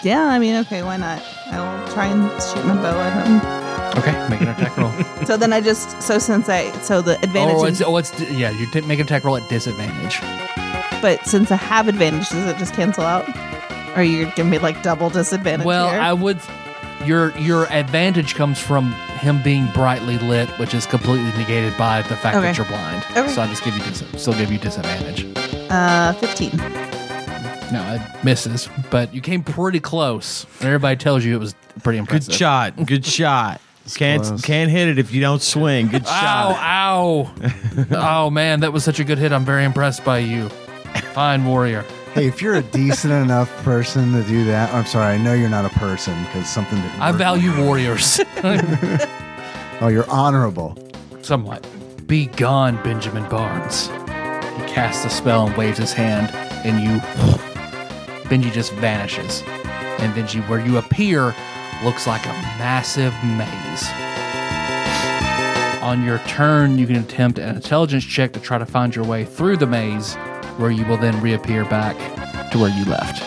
[SPEAKER 6] yeah. I mean, okay, why not? I will try and shoot my bow at him.
[SPEAKER 2] Okay, make an attack *laughs* roll.
[SPEAKER 6] so then I just so since I so the advantage,
[SPEAKER 2] oh,
[SPEAKER 6] in-
[SPEAKER 2] it's, oh, it's, yeah, you did make an attack roll at disadvantage.
[SPEAKER 6] but since I have advantage, does it just cancel out? Or you're giving me like double disadvantage?
[SPEAKER 2] Well,
[SPEAKER 6] here?
[SPEAKER 2] I would. Your your advantage comes from him being brightly lit, which is completely negated by the fact
[SPEAKER 6] Okay.
[SPEAKER 2] that you're blind.
[SPEAKER 6] Okay.
[SPEAKER 2] So I just give you dis- still give you disadvantage.
[SPEAKER 6] uh, fifteen.
[SPEAKER 2] No, it misses, but you came pretty close. And everybody tells you it was pretty
[SPEAKER 7] Good
[SPEAKER 2] impressive.
[SPEAKER 7] shot. Good shot. Can't
[SPEAKER 4] close.
[SPEAKER 7] can't hit it if you don't swing. Good shot. *laughs*
[SPEAKER 2] Ow! Ow! oh man, that was such a good hit. I'm very impressed by you. Fine warrior.
[SPEAKER 4] Hey, if you're a decent enough person to do that, I'm sorry, I know you're not a person because something. didn't
[SPEAKER 2] I
[SPEAKER 4] work.
[SPEAKER 2] value warriors *laughs*
[SPEAKER 4] Oh, you're honorable.
[SPEAKER 2] somewhat. Be gone, Benjamin Barnes. He casts a spell and waves his hand, and you. Benji just vanishes. And Benji, where you appear, looks like a massive maze. On your turn, you can attempt an intelligence check to try to find your way through the maze, where you will then reappear back to where you left.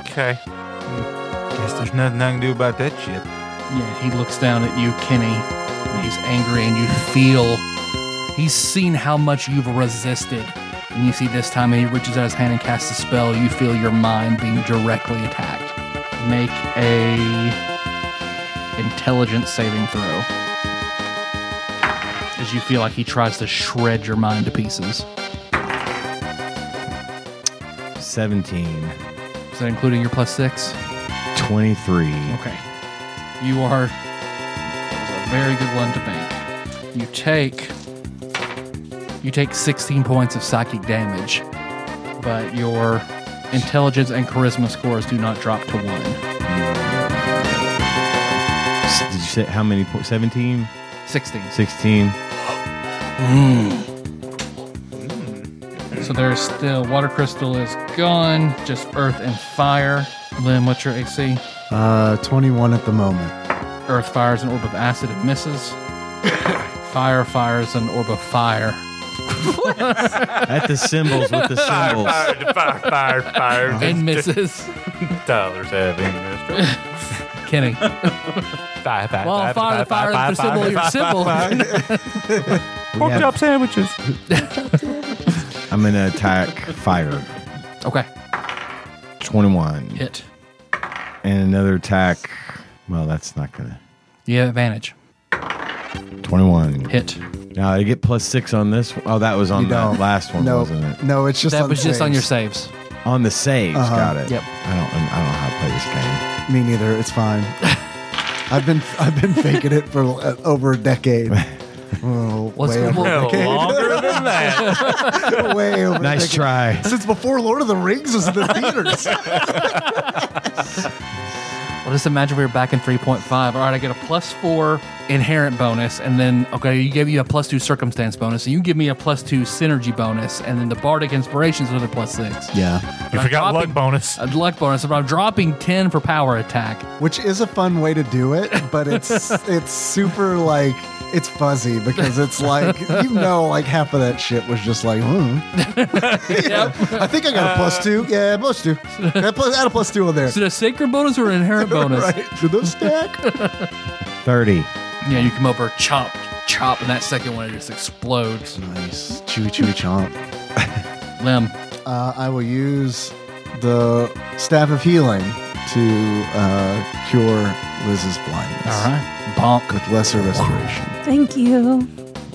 [SPEAKER 3] Okay. Guess there's nothing I can do about that shit.
[SPEAKER 2] Yeah, he looks down at you, Kenny. And he's angry, and you feel he's seen how much you've resisted. And you see this time, he reaches out his hand and casts a spell. You feel your mind being directly attacked. Make a intelligence saving throw. As you feel like he tries to shred your mind to pieces.
[SPEAKER 7] Seventeen.
[SPEAKER 2] Is that including your plus six?
[SPEAKER 7] 23.
[SPEAKER 2] Okay. You are. That was a very good one to make. You take. You take 16 points of psychic damage, but your intelligence and charisma scores do not drop to one.
[SPEAKER 7] S- Did you say how many points? 17?
[SPEAKER 2] 16.
[SPEAKER 7] 16?
[SPEAKER 2] So there's still. Water crystal is gone, just earth and fire. Lynn, what's your AC?
[SPEAKER 4] Uh, 21 at the moment.
[SPEAKER 2] Earth fires an orb of acid. It *coughs* misses. Fire fires an orb of fire.
[SPEAKER 7] At the symbols *laughs* with the symbols.
[SPEAKER 3] Fire, fire, fire, fire.
[SPEAKER 2] *laughs* And misses.
[SPEAKER 3] Tyler's having a stroke.
[SPEAKER 2] Kenny.
[SPEAKER 3] Fire, fire,
[SPEAKER 2] Well, fire, fire, the symbol, your symbol. *laughs*
[SPEAKER 3] Pork
[SPEAKER 7] have-
[SPEAKER 3] chop sandwiches.
[SPEAKER 7] I'm going to attack fire.
[SPEAKER 2] Okay.
[SPEAKER 7] 21.
[SPEAKER 2] Hit.
[SPEAKER 7] And another attack. Well, that's not going to.
[SPEAKER 2] You have advantage.
[SPEAKER 7] 21.
[SPEAKER 2] Hit.
[SPEAKER 7] Now I get plus six on this. one. Oh, that was on
[SPEAKER 4] You
[SPEAKER 7] the
[SPEAKER 4] don't.
[SPEAKER 7] last one,
[SPEAKER 4] no,
[SPEAKER 7] wasn't it?
[SPEAKER 4] no, it's just
[SPEAKER 2] that
[SPEAKER 4] on
[SPEAKER 2] was just on your
[SPEAKER 4] saves.
[SPEAKER 2] saves.
[SPEAKER 7] On the saves.
[SPEAKER 4] Uh-huh.
[SPEAKER 7] Got it.
[SPEAKER 2] Yep.
[SPEAKER 7] I don't. I don't know how to play this game.
[SPEAKER 4] Me neither. It's fine. I've been I've been faking it for uh, over a decade. Oh,
[SPEAKER 2] What's-
[SPEAKER 4] way, over,
[SPEAKER 2] well,
[SPEAKER 3] Longer than that.
[SPEAKER 4] *laughs* way over. a
[SPEAKER 7] Nice
[SPEAKER 4] decade.
[SPEAKER 7] try.
[SPEAKER 4] Since before Lord of the Rings was in the theaters.
[SPEAKER 2] Well, just imagine we were back in 3.5. All right, I get a plus four inherent bonus, and then, okay, you give you a plus two circumstance bonus, and you give me a plus two synergy bonus, and then the Bardic Inspiration is another plus six.
[SPEAKER 7] Yeah.
[SPEAKER 3] You forgot
[SPEAKER 2] Dropping-
[SPEAKER 3] luck bonus.
[SPEAKER 2] A luck bonus, but I'm dropping 10 for power attack.
[SPEAKER 4] which is a fun way to do it, but it's it's super like it's fuzzy because it's like you know like half of that shit was just like hmm. I think I got a plus two. Yeah, plus two. Add plus, add a plus two on there.
[SPEAKER 2] Is it a sacred bonus or an
[SPEAKER 4] *laughs*
[SPEAKER 2] inherent bonus?
[SPEAKER 4] Right. Did those stack?
[SPEAKER 7] Thirty. *laughs*
[SPEAKER 2] Yeah, you come over, chop, chop, and that second one it just explodes.
[SPEAKER 4] nice. Chewy chewy chomp.
[SPEAKER 2] Limb.
[SPEAKER 4] Uh, I will use the staff of healing to uh, cure Liz's blindness.
[SPEAKER 2] All right. Bonk.
[SPEAKER 4] With lesser restoration.
[SPEAKER 5] Thank you.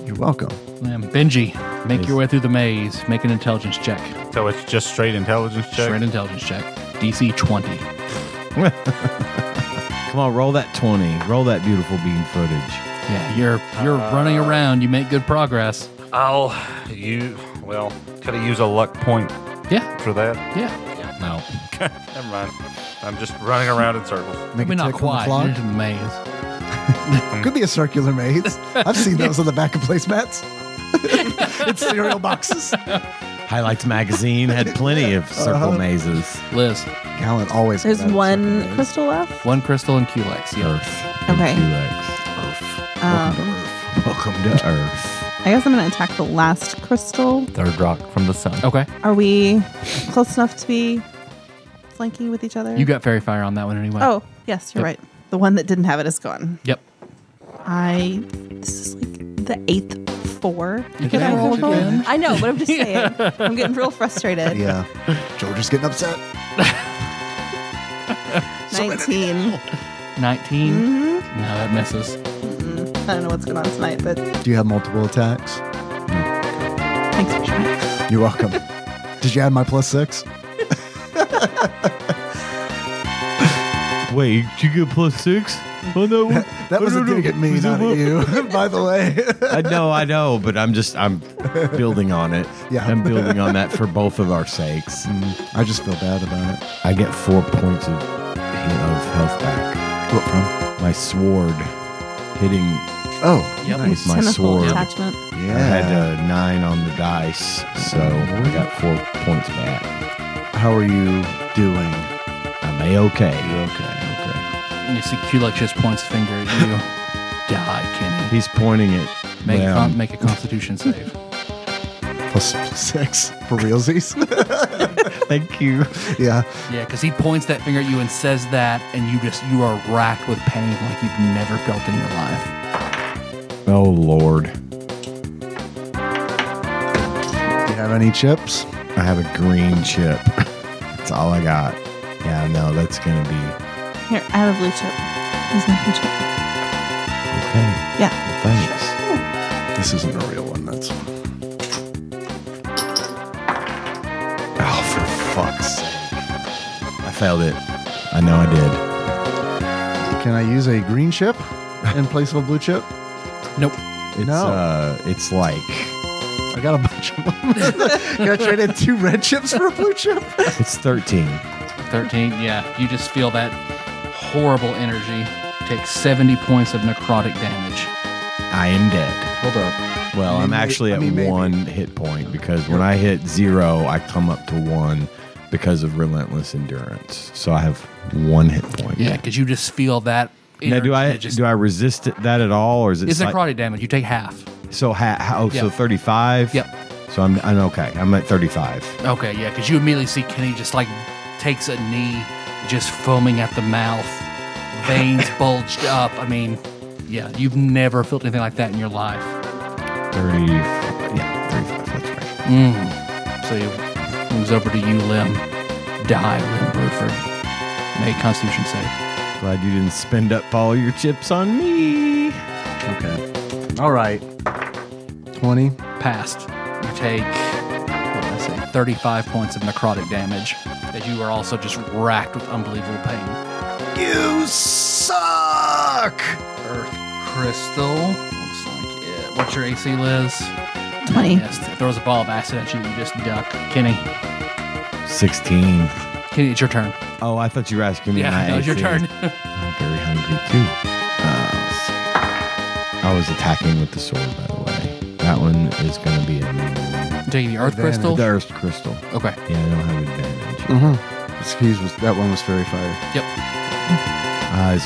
[SPEAKER 4] You're welcome.
[SPEAKER 2] Limb. Benji, make your way through the maze. Make an intelligence check.
[SPEAKER 3] So it's just straight intelligence check.
[SPEAKER 2] Straight intelligence check. DC 20.
[SPEAKER 7] Come on, roll that twenty. Roll that beautiful bean footage.
[SPEAKER 2] Yeah, you're you're running around. You make good progress.
[SPEAKER 3] I'll you well, could I use a luck point
[SPEAKER 2] Yeah,
[SPEAKER 3] for that?
[SPEAKER 2] yeah. No,
[SPEAKER 3] Never mind. I'm just running around in circles.
[SPEAKER 4] Make
[SPEAKER 2] I mean
[SPEAKER 4] a
[SPEAKER 2] not
[SPEAKER 4] tick on the
[SPEAKER 2] quite. Mm-hmm.
[SPEAKER 4] clock.
[SPEAKER 2] You're in the maze.
[SPEAKER 4] Could be a
[SPEAKER 2] *laughs*
[SPEAKER 4] circular maze. I've seen those on the back of placemats. *laughs* it's cereal boxes.
[SPEAKER 7] Highlights magazine had
[SPEAKER 4] *laughs*
[SPEAKER 7] plenty of
[SPEAKER 4] Uh-huh.
[SPEAKER 7] circle mazes.
[SPEAKER 2] Liz,
[SPEAKER 4] Callan always.
[SPEAKER 6] There's
[SPEAKER 4] got a
[SPEAKER 6] one
[SPEAKER 4] circular maze.
[SPEAKER 6] crystal left.
[SPEAKER 2] one crystal and Culex. Yeah.
[SPEAKER 7] Earth. and
[SPEAKER 6] Okay.
[SPEAKER 7] Culex.
[SPEAKER 6] Um,
[SPEAKER 7] Welcome to Earth.
[SPEAKER 6] I guess I'm gonna attack the last crystal.
[SPEAKER 3] Third rock from the sun.
[SPEAKER 2] Okay,
[SPEAKER 6] Are we close enough to be flanking with each other?
[SPEAKER 2] you got fairy fire on that one anyway.
[SPEAKER 6] Oh, yes, you're right. The one that didn't have it is gone.
[SPEAKER 2] yep.
[SPEAKER 6] I. This is like the eighth four.
[SPEAKER 2] You can
[SPEAKER 6] that I
[SPEAKER 2] roll
[SPEAKER 6] rolled.
[SPEAKER 2] again.
[SPEAKER 6] I know, but I'm *laughs* just saying. I'm getting real
[SPEAKER 7] *laughs*
[SPEAKER 6] frustrated. *laughs*
[SPEAKER 4] Yeah. George is getting upset.
[SPEAKER 6] 19. I
[SPEAKER 2] 19 No, that misses.
[SPEAKER 6] don't know what's going on tonight, but
[SPEAKER 4] Do you have multiple attacks?
[SPEAKER 6] thanks for trying.
[SPEAKER 4] You're welcome. Did you add my plus six?
[SPEAKER 7] Wait, you get plus six Oh, on that one?
[SPEAKER 4] *laughs* That was a dig at me, not at you. *laughs* By the way,
[SPEAKER 7] I know, I know, but I'm just I'm building on it.
[SPEAKER 4] Yeah.
[SPEAKER 7] I'm building on that for both of our sakes.
[SPEAKER 4] *laughs* I just feel bad about it.
[SPEAKER 7] I get four points of, of health back.
[SPEAKER 4] What from?
[SPEAKER 7] My sword hitting.
[SPEAKER 4] Oh,
[SPEAKER 2] Yep.
[SPEAKER 7] Nice. My
[SPEAKER 6] Tentacle
[SPEAKER 7] sword.
[SPEAKER 6] attachment.
[SPEAKER 7] I had a nine on the dice, so I got four points back.
[SPEAKER 4] How are you doing?
[SPEAKER 7] I'm a okay. Okay,
[SPEAKER 2] And you see Culex just points his finger at you. *laughs* Die,
[SPEAKER 7] okay.
[SPEAKER 2] Kenny.
[SPEAKER 7] He's pointing it.
[SPEAKER 2] Make a
[SPEAKER 7] down.
[SPEAKER 2] con- make a Constitution save.
[SPEAKER 4] Plus, plus six for realsies. *laughs*
[SPEAKER 7] Thank you.
[SPEAKER 4] yeah.
[SPEAKER 2] yeah, because he points that finger at you and says that, and you just you are racked with pain like you've never felt in your life.
[SPEAKER 7] Oh Lord,
[SPEAKER 4] Do you have any chips?
[SPEAKER 7] I have a green chip. *laughs* That's all I got. Yeah, no, that's gonna be
[SPEAKER 6] Here, I have a blue chip. Here's my blue chip.
[SPEAKER 7] okay.
[SPEAKER 6] Yeah.
[SPEAKER 7] Thanks.
[SPEAKER 4] This isn't a real one. That's.
[SPEAKER 7] Oh, for fuck's sake! I failed it. I know I did.
[SPEAKER 4] Can I use a green chip in place of a blue chip?
[SPEAKER 2] Nope.
[SPEAKER 7] It's
[SPEAKER 4] No.
[SPEAKER 7] uh it's like
[SPEAKER 4] I got a bunch of them. *laughs* Can I trade in two red chips for a blue chip?
[SPEAKER 7] it's 13.
[SPEAKER 2] 13 yeah you just feel that horrible energy take 70 points of necrotic damage
[SPEAKER 7] I am dead.
[SPEAKER 4] Hold up.
[SPEAKER 7] Well, I'm
[SPEAKER 4] Maybe-
[SPEAKER 7] actually
[SPEAKER 4] I
[SPEAKER 7] at
[SPEAKER 4] mean, maybe.
[SPEAKER 7] one hit point because when I hit zero, I come up to one because of relentless endurance. So I have one hit point.
[SPEAKER 2] yeah because you just feel that
[SPEAKER 7] Now, do I
[SPEAKER 2] it just-
[SPEAKER 7] do I resist it, that at all, or is it
[SPEAKER 2] It's
[SPEAKER 7] slight-
[SPEAKER 2] necrotic damage. You take half.
[SPEAKER 7] so ha, ha- oh, so
[SPEAKER 2] Yep.
[SPEAKER 7] thirty five?
[SPEAKER 2] Yep.
[SPEAKER 7] So I'm, I'm okay. I'm at thirty five.
[SPEAKER 2] Okay, yeah, because you immediately see Kenny just like takes a knee, just foaming at the
[SPEAKER 7] *laughs*
[SPEAKER 2] mouth, veins bulged up. I mean, yeah, you've never felt anything like that in your life.
[SPEAKER 7] Thirty. Yeah, thirty five. That's right.
[SPEAKER 2] So he moves over to you, Lim. Die, Lim Bruford. Make a Constitution save.
[SPEAKER 7] Glad you didn't spend up all your chips on me.
[SPEAKER 4] Okay. All right. 20.
[SPEAKER 2] Passed. You take what did I say, 35 points of necrotic damage. That you are also just racked with unbelievable pain.
[SPEAKER 7] You suck.
[SPEAKER 2] Earth crystal. Looks like it. What's your AC, Liz?
[SPEAKER 6] 20.
[SPEAKER 2] Yes, throws a ball of acid at you, you just duck. Kenny,
[SPEAKER 7] Sixteen.
[SPEAKER 2] Kenny, it's your turn.
[SPEAKER 7] Oh, I thought you were asking me. my
[SPEAKER 2] yeah, no, it's your
[SPEAKER 7] AC.
[SPEAKER 2] turn.
[SPEAKER 7] I'm very hungry too. Uh, I was attacking with the sword, by the way. That one is going to be a
[SPEAKER 2] Taking the earth crystal.
[SPEAKER 7] The Earth crystal.
[SPEAKER 2] Okay.
[SPEAKER 7] Yeah, I don't have advantage.
[SPEAKER 4] Mm-hmm. Excuse was that one was fairy fire.
[SPEAKER 2] Yep.
[SPEAKER 7] Uh, it's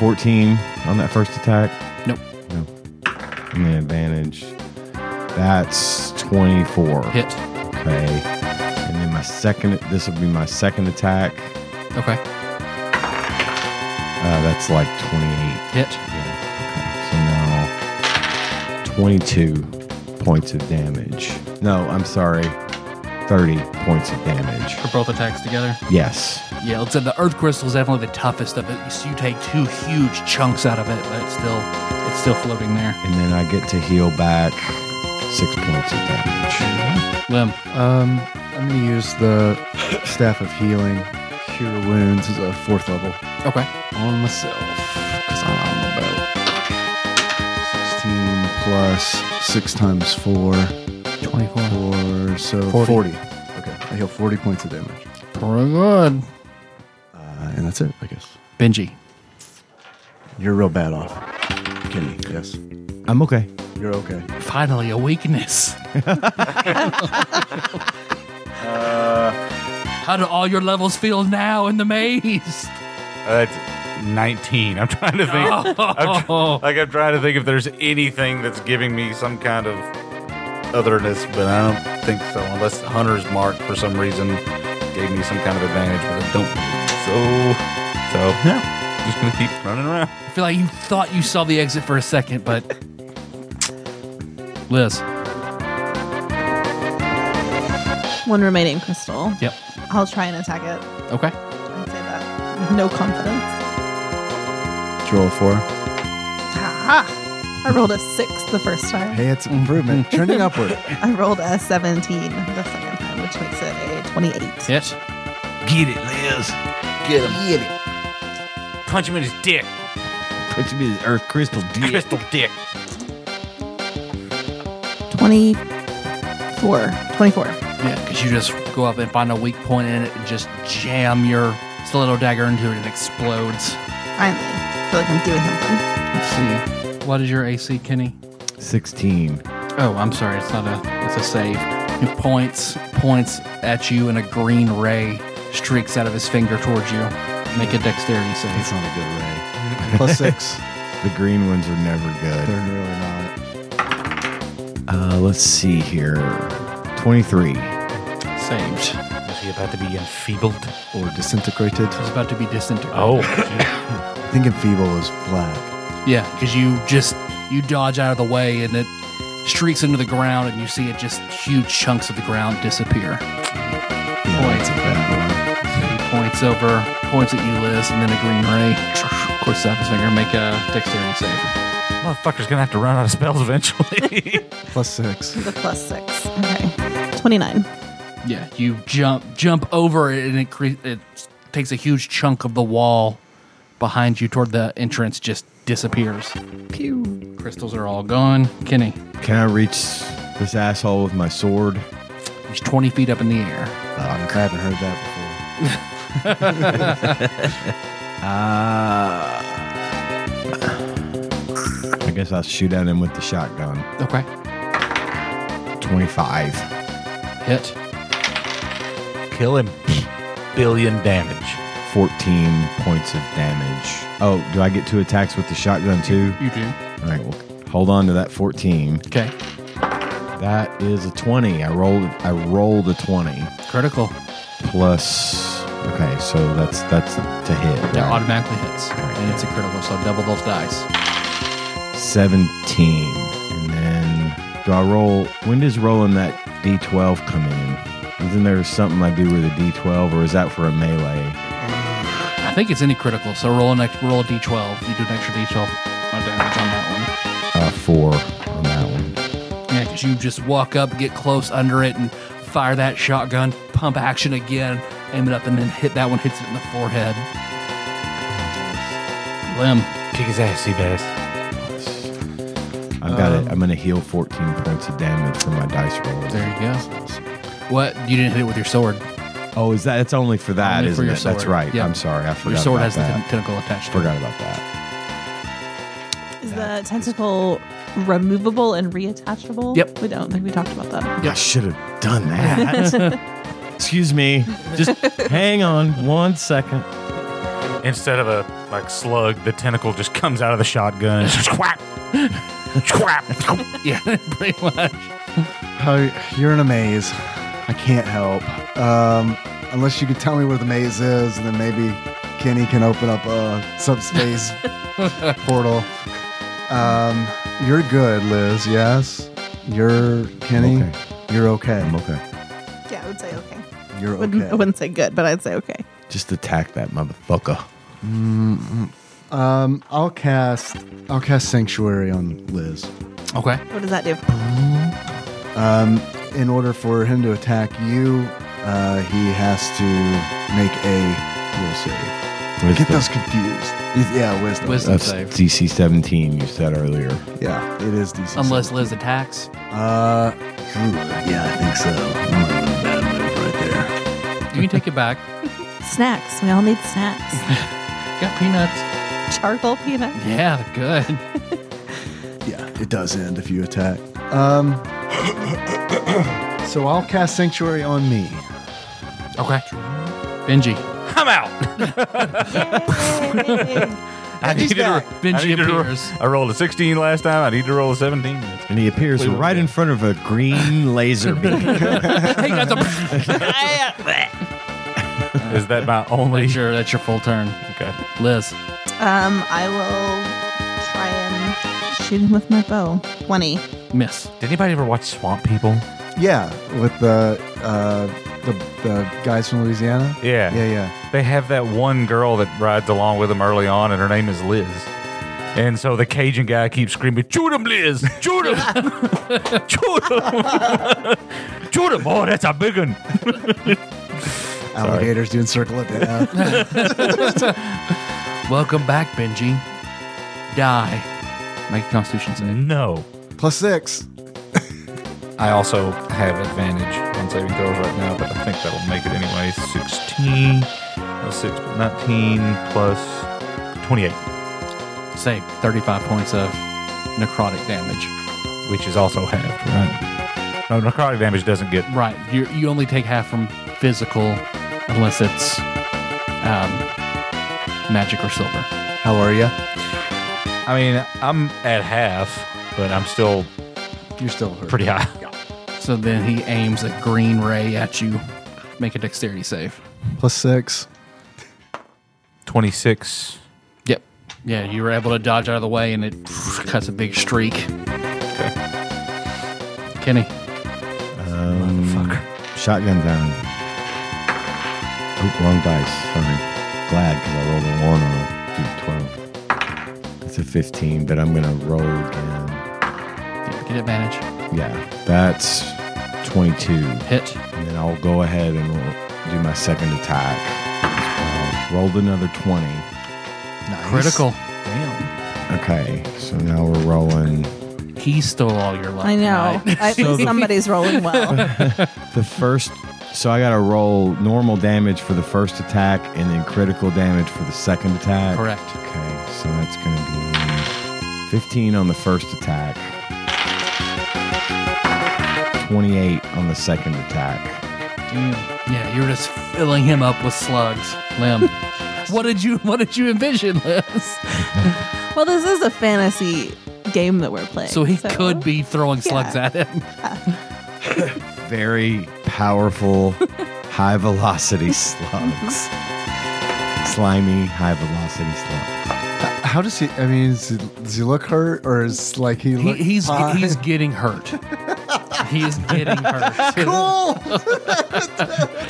[SPEAKER 7] 14 on that first attack.
[SPEAKER 2] Nope.
[SPEAKER 7] No. And then advantage. That's 24.
[SPEAKER 2] Hit.
[SPEAKER 7] Okay. And then my second, this will be my second attack.
[SPEAKER 2] Okay.
[SPEAKER 7] Uh, that's like 28.
[SPEAKER 2] Hit.
[SPEAKER 7] Yeah. Okay. So now 22 points of damage. No, I'm sorry. 30 points of damage.
[SPEAKER 2] For both attacks together.
[SPEAKER 7] Yes.
[SPEAKER 2] Yeah, let's say the earth crystal is definitely the toughest of it. So you take two huge chunks out of it, but it's still it's still floating there.
[SPEAKER 7] And then I get to heal back six points of damage.
[SPEAKER 2] Lim.
[SPEAKER 4] Um, I'm gonna use the staff of healing, cure wounds is a fourth level
[SPEAKER 2] Okay.
[SPEAKER 4] on myself because I'm about 16 plus six times four,
[SPEAKER 2] 24.
[SPEAKER 4] or so 40.
[SPEAKER 2] 40.
[SPEAKER 4] Okay, I heal 40 points of damage,
[SPEAKER 2] Pretty good.
[SPEAKER 4] uh, and that's it, I guess.
[SPEAKER 2] Benji.
[SPEAKER 4] You're real bad off, Kenny. Yes,
[SPEAKER 7] I'm okay.
[SPEAKER 4] you're okay.
[SPEAKER 2] Finally a *laughs* weakness. How do all your levels feel now in the maze?
[SPEAKER 3] Uh, that's 19. I'm trying to *laughs* think. I'm tr- like, I'm trying to think if there's anything that's giving me some kind of otherness, but I don't think so. Unless Hunter's Mark, for some reason, gave me some kind of advantage, but I don't believe so. So, yeah, just going to keep running around.
[SPEAKER 2] I feel like you thought you saw the exit for a second, but Liz.
[SPEAKER 6] One remaining crystal.
[SPEAKER 2] Yep.
[SPEAKER 6] I'll try and attack it.
[SPEAKER 2] Okay.
[SPEAKER 6] I'd say that. With no confidence.
[SPEAKER 4] Did you roll a four.
[SPEAKER 6] Ah, I rolled a six the first time.
[SPEAKER 4] Hey, it's *laughs* improvement, trending upward.
[SPEAKER 6] I rolled a 17 the second time, which makes it a 28.
[SPEAKER 2] Hit.
[SPEAKER 7] Get it, Liz.
[SPEAKER 3] Punch him in his dick.
[SPEAKER 7] Put you in this earth crystal dick.
[SPEAKER 3] Crystal dick.
[SPEAKER 6] 24. 24.
[SPEAKER 2] Yeah, because you just go up and find a weak point in it and just jam your stiletto dagger into it and it explodes.
[SPEAKER 6] Finally. I feel like I'm doing
[SPEAKER 2] Let's
[SPEAKER 6] something.
[SPEAKER 2] see. What is your AC, Kenny?
[SPEAKER 7] 16.
[SPEAKER 2] Oh, I'm sorry. It's not a. It's a save. He points points at you, and a green ray streaks out of his finger towards you. Make a dexterity
[SPEAKER 4] It's
[SPEAKER 2] save.
[SPEAKER 4] not a good ray. Plus *laughs* six.
[SPEAKER 7] The green ones are never good.
[SPEAKER 4] They're really not.
[SPEAKER 7] Uh, let's see here. 23.
[SPEAKER 2] Saved.
[SPEAKER 3] Is he about to be enfeebled?
[SPEAKER 4] Or disintegrated.
[SPEAKER 2] It's about to be disintegrated.
[SPEAKER 3] Oh.
[SPEAKER 4] I think enfeeble is black.
[SPEAKER 2] Yeah, because you just you dodge out of the way and it streaks into the ground, and you see it just huge chunks of the ground disappear.
[SPEAKER 4] Yeah, it's a bad one.
[SPEAKER 2] He points over, points at you, Liz, and then a green ray courses out his finger. Make a dexterity save.
[SPEAKER 3] *laughs* Motherfucker's going to have to run out of spells eventually.
[SPEAKER 4] Plus six. Um,
[SPEAKER 6] The plus six. Okay. 29.
[SPEAKER 2] Yeah, you jump jump over it, and it cre- it takes a huge chunk of the wall behind you toward the entrance. Just disappears. Pew. Crystals are all gone. Kenny,
[SPEAKER 7] Can I reach this asshole with my sword?
[SPEAKER 2] he's twenty feet up in the air.
[SPEAKER 4] I haven't heard that
[SPEAKER 7] Uh, I guess I'll shoot at him with the shotgun.
[SPEAKER 2] Okay,
[SPEAKER 7] 25.
[SPEAKER 2] hit.
[SPEAKER 3] Kill him. Billion damage.
[SPEAKER 7] 14 points of damage. Oh, do I get two attacks with the shotgun too?
[SPEAKER 2] You do.
[SPEAKER 7] All right, well, hold on to that 14.
[SPEAKER 2] Okay.
[SPEAKER 7] That is a 20. I rolled I rolled a 20
[SPEAKER 2] Critical.
[SPEAKER 7] plus Okay, so that's that's to hit.
[SPEAKER 2] That
[SPEAKER 7] right?
[SPEAKER 2] automatically hits. And it's a critical, so double those dice.
[SPEAKER 7] 17. And then do I roll? When does rolling that D12 come in? Isn't there something I do with a D12 or is that for a melee?
[SPEAKER 2] I think it's any critical, so roll an ex- roll a d12. You do an extra d12 on damage on that one.
[SPEAKER 7] Uh, four on that one.
[SPEAKER 2] Yeah, because you just walk up, get close under it, and fire that shotgun, pump action again, aim it up, and then hit that one, hits it in the forehead. Limb.
[SPEAKER 3] *laughs* Kick his ass, Seabass.
[SPEAKER 7] I've got
[SPEAKER 2] Um,
[SPEAKER 7] it. I'm going to heal 14 points of damage from my dice roll.
[SPEAKER 2] There you go. What? You didn't hit it with your sword.
[SPEAKER 7] Oh, is that? It's only for that,
[SPEAKER 2] Only for
[SPEAKER 7] isn't
[SPEAKER 2] your
[SPEAKER 7] it? That's
[SPEAKER 2] sword.
[SPEAKER 7] right.
[SPEAKER 2] Yeah.
[SPEAKER 7] I'm sorry. I forgot
[SPEAKER 2] your sword
[SPEAKER 7] about
[SPEAKER 2] has the
[SPEAKER 7] that.
[SPEAKER 2] ten- tentacle attached to it.
[SPEAKER 7] forgot about that.
[SPEAKER 6] Is the tentacle removable and reattachable?
[SPEAKER 2] Yep.
[SPEAKER 6] We don't think we talked about that.
[SPEAKER 7] I should have done that. Excuse me.
[SPEAKER 2] *laughs*
[SPEAKER 7] Just hang on one second.
[SPEAKER 3] Instead of a like slug, the tentacle just comes out of the shotgun. and Squap.
[SPEAKER 2] *laughs*
[SPEAKER 3] Squap.
[SPEAKER 2] Yeah, *laughs* pretty much.
[SPEAKER 4] Oh, you're in a maze. I can't help. Um, unless you could tell me where the maze is, and then maybe Kenny can open up a *laughs* subspace portal. Um, you're good, Liz. Yes, you're Kenny.
[SPEAKER 7] okay.
[SPEAKER 4] You're okay.
[SPEAKER 7] I'm okay.
[SPEAKER 6] Yeah, I would say okay.
[SPEAKER 4] You're
[SPEAKER 6] Wouldn't,
[SPEAKER 4] okay.
[SPEAKER 6] I wouldn't say good, but I'd say okay.
[SPEAKER 7] Just attack that motherfucker.
[SPEAKER 4] Um, I'll cast. I'll cast sanctuary on Liz.
[SPEAKER 2] Okay.
[SPEAKER 6] What does that do?
[SPEAKER 4] in order for him to attack you, uh, he has to make a will save.
[SPEAKER 7] Where's
[SPEAKER 4] Get
[SPEAKER 7] the-
[SPEAKER 4] those confused. He's- Yeah, wisdom.
[SPEAKER 2] Wisdom
[SPEAKER 7] That's
[SPEAKER 2] save.
[SPEAKER 7] DC 17 you said earlier.
[SPEAKER 4] Yeah, it is DC.
[SPEAKER 2] Unless Liz attacks.
[SPEAKER 4] Uh, ooh, yeah, I think so. I'm in a bad mood right there.
[SPEAKER 2] You can take it back.
[SPEAKER 6] Snacks. We all
[SPEAKER 2] *laughs*
[SPEAKER 6] need snacks.
[SPEAKER 2] Got peanuts.
[SPEAKER 6] Charcoal peanut.
[SPEAKER 2] Yeah, good.
[SPEAKER 4] Yeah, it does end if you attack. Um, so I'll cast sanctuary on me.
[SPEAKER 2] Okay. Benji.
[SPEAKER 3] I'm out. I
[SPEAKER 2] *laughs*
[SPEAKER 4] Benji's
[SPEAKER 3] needed a-
[SPEAKER 4] back.
[SPEAKER 2] Benji
[SPEAKER 3] I needed a-
[SPEAKER 2] appears.
[SPEAKER 3] I rolled a 16 last time. I need to roll a 17.
[SPEAKER 7] And he appears right in front of a green laser
[SPEAKER 2] *laughs*
[SPEAKER 7] beam.
[SPEAKER 2] hey, that's *laughs* a.
[SPEAKER 3] Is that my only?
[SPEAKER 2] That's your, that's your full turn.
[SPEAKER 3] Okay.
[SPEAKER 2] Liz.
[SPEAKER 6] Um, I will try and shoot him with my bow. 20.
[SPEAKER 2] Miss.
[SPEAKER 3] Did anybody ever watch Swamp People?
[SPEAKER 4] Yeah, with the uh, the, the guys from Louisiana.
[SPEAKER 3] Yeah.
[SPEAKER 4] Yeah, yeah.
[SPEAKER 3] They have that one girl that rides along with them early on, and her name is Liz. And so the Cajun guy keeps screaming, "Shoot him, Liz! Shoot *laughs* him! Shoot him! *laughs* Shoot him! Oh, that's a big one!"
[SPEAKER 4] Alligators doing circle up. Yeah.
[SPEAKER 2] Welcome back, Benji. Die. Make a constitution save.
[SPEAKER 3] No.
[SPEAKER 4] Plus six.
[SPEAKER 3] I also have advantage on saving throws right now, but I think that'll make it anyway. 16, uh, six, 19 plus 28,
[SPEAKER 2] Save 35 points of necrotic damage.
[SPEAKER 3] which is also half, right? No, necrotic damage doesn't get.
[SPEAKER 2] Right. You you only take half from physical unless it's um, magic or silver.
[SPEAKER 4] How are you?
[SPEAKER 3] I mean, I'm at half, but I'm still
[SPEAKER 4] You're still hurt.
[SPEAKER 3] pretty *laughs* high.
[SPEAKER 2] So then he aims a green ray at you. Make a dexterity save.
[SPEAKER 4] Plus six.
[SPEAKER 3] 26.
[SPEAKER 2] Yep. Yeah, you were able to dodge out of the way and it cuts a big streak. Kenny.
[SPEAKER 7] Um, shotgun down. Oop, wrong dice. Sorry. Glad because I rolled a one on a d12. That's a 15, but I'm going to roll again.
[SPEAKER 2] Yeah, get advantage.
[SPEAKER 7] Yeah, that's 22.
[SPEAKER 2] Hit.
[SPEAKER 7] And then I'll go ahead and roll, do my second attack. as well. rolled another 20.
[SPEAKER 4] Nice.
[SPEAKER 2] Critical.
[SPEAKER 7] Okay, so now we're rolling.
[SPEAKER 2] He stole all your luck.
[SPEAKER 6] I know.
[SPEAKER 2] tonight.
[SPEAKER 6] At least
[SPEAKER 2] *laughs*
[SPEAKER 6] somebody's rolling well.
[SPEAKER 7] The first, so I got to roll normal damage for the first attack and then critical damage for the second attack.
[SPEAKER 2] Correct.
[SPEAKER 7] Okay, so that's going to be 15 on the first attack, 28 on the second attack.
[SPEAKER 6] *laughs*
[SPEAKER 2] Yeah, you're just filling him up with slugs. Limb. What did you What did you envision, Liz?
[SPEAKER 6] Well, this is a fantasy game that we're playing.
[SPEAKER 2] So he could be throwing slugs
[SPEAKER 6] Yeah.
[SPEAKER 2] at him.
[SPEAKER 7] Very powerful, high velocity slugs. Slimy, high velocity slugs.
[SPEAKER 4] How does he? I mean, is he, does he look hurt, or is like he?
[SPEAKER 2] He,
[SPEAKER 4] Look
[SPEAKER 2] he's
[SPEAKER 4] fine?
[SPEAKER 2] he's getting hurt. He is getting hurt.
[SPEAKER 4] *laughs*
[SPEAKER 2] Cool.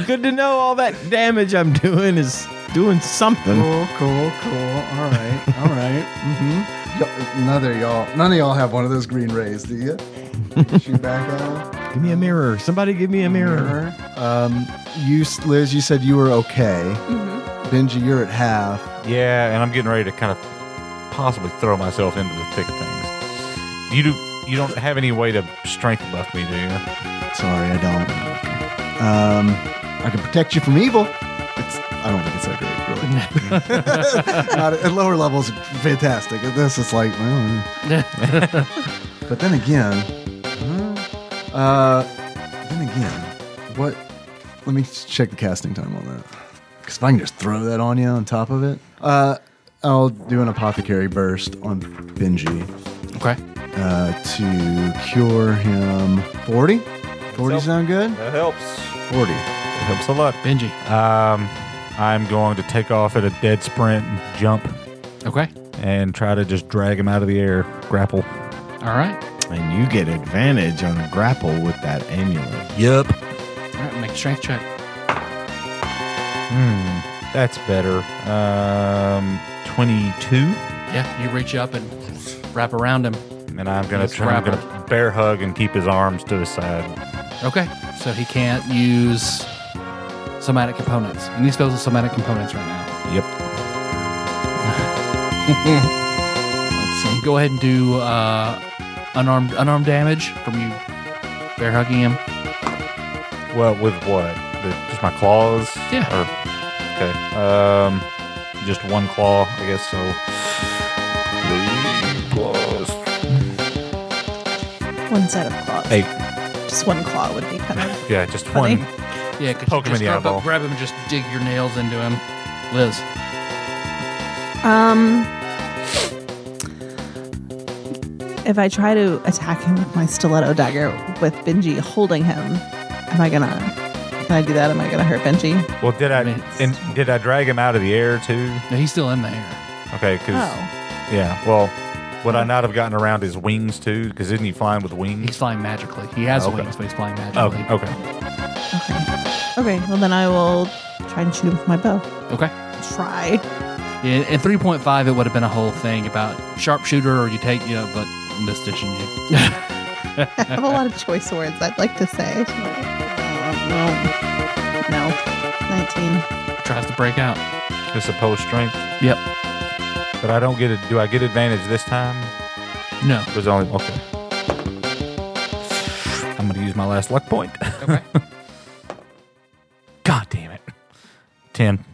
[SPEAKER 7] Good to know all that damage I'm doing is doing something.
[SPEAKER 4] cool, cool, cool. All right, all right. Mm-hmm. Y- none of y'all, none of y'all have one of those green rays, do you? Shoot back out.
[SPEAKER 7] Give me a mirror. Somebody give me a mirror.
[SPEAKER 4] Um, you, s- Liz, you said you were okay. Benji, you're at half.
[SPEAKER 3] Yeah, and I'm getting ready to kind of possibly throw myself into the thick of things. You do. You don't have any way to strength buff me, do you?
[SPEAKER 4] Sorry, I don't. Um, I can protect you from evil. It's, I don't think it's that great, really. Not, at lower levels, fantastic. At this, it's like, well. eh. but then again, hmm, uh, then again, what? Let me just check the casting time on that. Because if I can just throw that on you on top of it, uh, I'll do an apothecary burst on Benji
[SPEAKER 2] Okay.
[SPEAKER 4] uh, to cure him 40. 40
[SPEAKER 3] So-
[SPEAKER 4] sound good?
[SPEAKER 3] That helps.
[SPEAKER 4] 40.
[SPEAKER 3] That helps a lot.
[SPEAKER 2] Benji.
[SPEAKER 4] Uh,
[SPEAKER 3] Um, I'm going to take off at a dead sprint and jump
[SPEAKER 2] Okay.
[SPEAKER 3] and try to just drag him out of the air. Grapple.
[SPEAKER 2] All right.
[SPEAKER 7] And you get advantage on a grapple with that amulet.
[SPEAKER 3] Yep.
[SPEAKER 2] All right. Make a strength check.
[SPEAKER 3] That's better. Um, 22.
[SPEAKER 2] Yeah. You reach up and wrap around him.
[SPEAKER 3] And I'm gonna
[SPEAKER 2] Let's
[SPEAKER 3] try. I'm
[SPEAKER 2] grapple.
[SPEAKER 3] gonna bear hug and keep his arms to his side.
[SPEAKER 2] Okay. So he can't use somatic components. He needs those as somatic components right now.
[SPEAKER 3] Yep.
[SPEAKER 2] Let's see. Go ahead and do uh, unarmed unarmed damage from you bear hugging him.
[SPEAKER 3] Well, with what? The, just my claws?
[SPEAKER 2] Yeah.
[SPEAKER 3] Or, okay. Um, just one claw, I guess. So. Three claws.
[SPEAKER 6] one set of claws.
[SPEAKER 3] Eight.
[SPEAKER 6] Just one claw would be kind
[SPEAKER 2] *laughs*
[SPEAKER 6] of
[SPEAKER 3] Yeah, just
[SPEAKER 6] funny.
[SPEAKER 3] one.
[SPEAKER 2] Yeah, because
[SPEAKER 3] Poke him
[SPEAKER 2] just
[SPEAKER 3] in the
[SPEAKER 2] grab,
[SPEAKER 3] eyeball.
[SPEAKER 2] Up, grab him and just dig your nails into him. Liz.
[SPEAKER 6] Um, if I try to attack him with my stiletto dagger with Benji holding him, am I gonna? Can I do that? Am I gonna hurt Benji?
[SPEAKER 3] Well, did I
[SPEAKER 2] Minutes.
[SPEAKER 3] and did I drag him out of the air too?
[SPEAKER 2] No, he's still in the air.
[SPEAKER 3] Okay, because
[SPEAKER 6] Oh,
[SPEAKER 3] yeah. Well, would I not have gotten around his wings too? Because isn't he flying with
[SPEAKER 2] He's
[SPEAKER 3] wings?
[SPEAKER 2] flying magically. He has
[SPEAKER 3] Oh, okay.
[SPEAKER 2] wings, but he's flying
[SPEAKER 3] Oh,
[SPEAKER 2] magically.
[SPEAKER 3] okay.
[SPEAKER 6] okay. Okay, well then I will try and shoot him with my bow.
[SPEAKER 2] Okay.
[SPEAKER 6] Try.
[SPEAKER 2] In, in 3.5, it would have been a whole thing about sharpshooter or you take, you know, but misstitching you.
[SPEAKER 6] I have a *laughs* lot of choice words I'd like to say. Um, No, no, nineteen.
[SPEAKER 2] Tries to break out.
[SPEAKER 3] It's opposed strength,
[SPEAKER 2] Yep.
[SPEAKER 3] but I don't get it. Do I get advantage this time?
[SPEAKER 2] No.
[SPEAKER 3] It Was only okay. I'm gonna use my last luck point.
[SPEAKER 2] Okay.
[SPEAKER 3] *laughs* God damn it. Ten.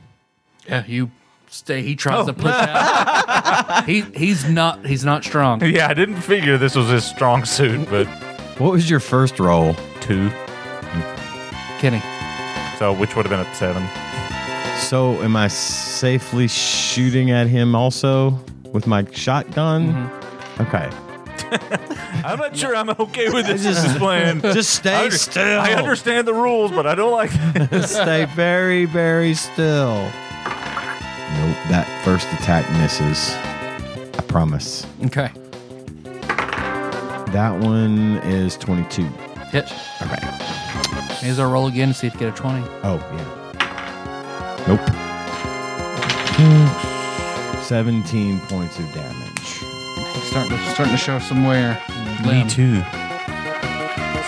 [SPEAKER 2] yeah, you stay. He tries to push out. *laughs* he he's not he's not strong.
[SPEAKER 3] Yeah, I didn't figure this was his strong suit, but
[SPEAKER 7] What was your first roll?
[SPEAKER 3] two.
[SPEAKER 2] Kenny.
[SPEAKER 3] So which would have been a seven.
[SPEAKER 7] So, am I safely shooting at him also with my shotgun? Okay.
[SPEAKER 3] I'm not sure I'm okay with this, this plan.
[SPEAKER 7] *laughs* Just stay
[SPEAKER 3] I, under-
[SPEAKER 7] still. *laughs*
[SPEAKER 3] I understand the rules, but I don't like
[SPEAKER 7] stay very, very still. Nope, that first attack misses. I promise.
[SPEAKER 2] Okay.
[SPEAKER 7] That one is 22.
[SPEAKER 2] Hit.
[SPEAKER 7] Okay.
[SPEAKER 2] Here's our roll again to see if you get a 20.
[SPEAKER 7] Oh, yeah. Nope. 17 points of damage.
[SPEAKER 2] He's starting to, starting to show somewhere. Limb.
[SPEAKER 3] too.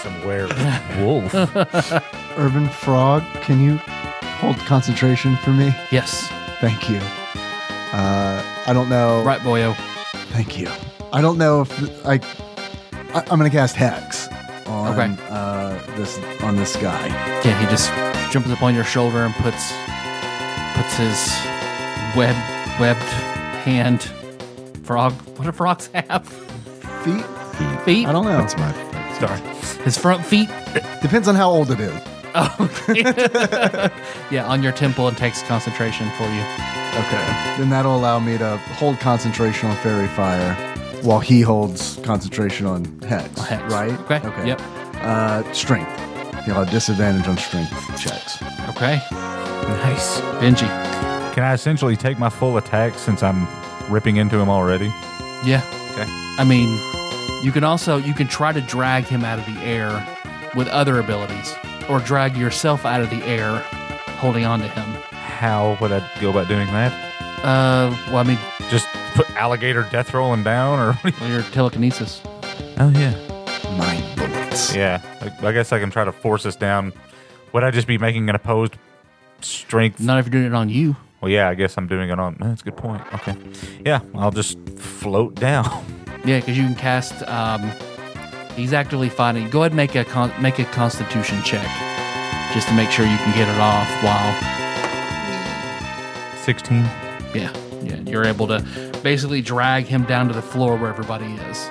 [SPEAKER 3] Somewhere. *laughs* Wolf.
[SPEAKER 4] Urban Frog, can you hold concentration for me?
[SPEAKER 2] Yes.
[SPEAKER 4] Thank you. Uh, I don't know.
[SPEAKER 2] Right, boyo.
[SPEAKER 4] Thank you. I don't know if th- I. I I'm gonna cast Hex on
[SPEAKER 2] Okay.
[SPEAKER 4] uh, this on this guy.
[SPEAKER 2] Yeah, he just jumps upon your shoulder and puts puts his web webbed hand frog. What do frogs have?
[SPEAKER 4] Feet?
[SPEAKER 2] Feet.
[SPEAKER 4] I don't know.
[SPEAKER 7] That's my.
[SPEAKER 3] Sorry.
[SPEAKER 2] His front feet.
[SPEAKER 4] Depends on how old it is.
[SPEAKER 2] yeah, on your temple and takes concentration for you.
[SPEAKER 4] Okay. Then that'll allow me to hold concentration on fairy fire while he holds concentration on hex.
[SPEAKER 2] Hex.
[SPEAKER 4] Right?
[SPEAKER 2] Okay. Yep.
[SPEAKER 4] Uh, strength. You'll have disadvantage on strength checks.
[SPEAKER 2] Okay.
[SPEAKER 7] Nice.
[SPEAKER 2] Benji.
[SPEAKER 3] Can I essentially take my full attack since I'm ripping into him already?
[SPEAKER 2] Yeah.
[SPEAKER 3] Okay.
[SPEAKER 2] I mean, you can also you can try to drag him out of the air with other abilities, or drag yourself out of the air, holding on to him.
[SPEAKER 3] How would I go about doing that?
[SPEAKER 2] Uh, well, I mean,
[SPEAKER 3] Just put alligator death rolling down, or what do
[SPEAKER 2] well, your telekinesis.
[SPEAKER 3] you- oh yeah,
[SPEAKER 4] Nine bullets.
[SPEAKER 3] yeah. I, I guess I can try to force this down. Would I just be making an opposed strength?
[SPEAKER 2] Not if you're doing it on you.
[SPEAKER 3] Well, yeah. I guess I'm doing it on. eh, That's a good point. Okay. Yeah, I'll just float down. *laughs*
[SPEAKER 2] Yeah, because you can cast. Um, he's actively fighting. Go ahead and make a con- make a Constitution check, just to make sure you can get it off while.
[SPEAKER 3] Sixteen.
[SPEAKER 2] Yeah, yeah, you're able to basically drag him down to the floor where everybody is.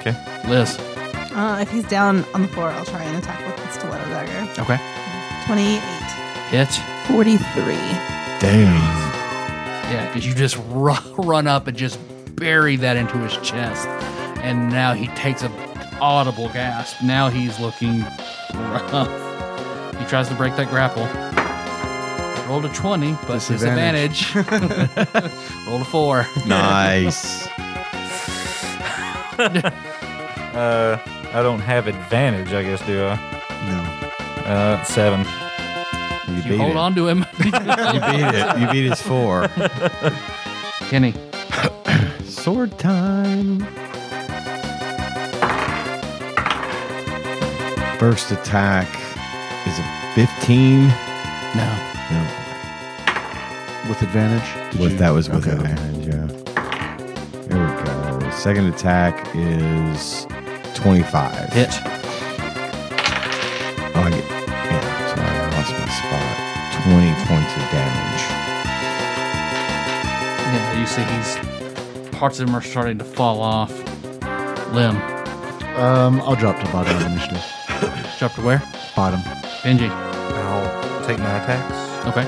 [SPEAKER 3] Okay.
[SPEAKER 2] Liz.
[SPEAKER 6] Uh, if he's down on the floor, I'll try and attack with the stiletto dagger.
[SPEAKER 2] Okay.
[SPEAKER 6] 28.
[SPEAKER 2] Hit.
[SPEAKER 6] 43.
[SPEAKER 7] Damn.
[SPEAKER 2] Yeah, because you just ru- *laughs* run up and just bury that into his chest, and now he takes a audible gasp. Now he's looking rough. He tries to break that grapple. Rolled a twenty, but disadvantage.
[SPEAKER 4] Disadvantage.
[SPEAKER 2] *laughs* Rolled a four.
[SPEAKER 7] Nice.
[SPEAKER 3] Uh, I don't have advantage. I guess do I?
[SPEAKER 4] No.
[SPEAKER 3] Uh, seven.
[SPEAKER 7] You beat
[SPEAKER 2] You hold
[SPEAKER 7] it.
[SPEAKER 2] on to him, *laughs*
[SPEAKER 7] You beat it. You beat his four.
[SPEAKER 2] Kenny.
[SPEAKER 7] Sword time. First attack is a 15.
[SPEAKER 2] No,
[SPEAKER 7] No,
[SPEAKER 4] With advantage? Did
[SPEAKER 7] with,
[SPEAKER 4] you-
[SPEAKER 7] that was with
[SPEAKER 4] okay.
[SPEAKER 7] advantage, yeah. There we go. Second attack is 25.
[SPEAKER 2] hit.
[SPEAKER 7] Oh, I get, yeah, sorry, I lost my spot. 20 points of damage.
[SPEAKER 2] Yeah, you see he's parts of him are starting to fall off. Limb.
[SPEAKER 4] Um, I'll drop to bottom of initiative.
[SPEAKER 2] Drop to where?
[SPEAKER 4] Bottom.
[SPEAKER 2] Benji.
[SPEAKER 3] I'll take my attacks.
[SPEAKER 2] Okay.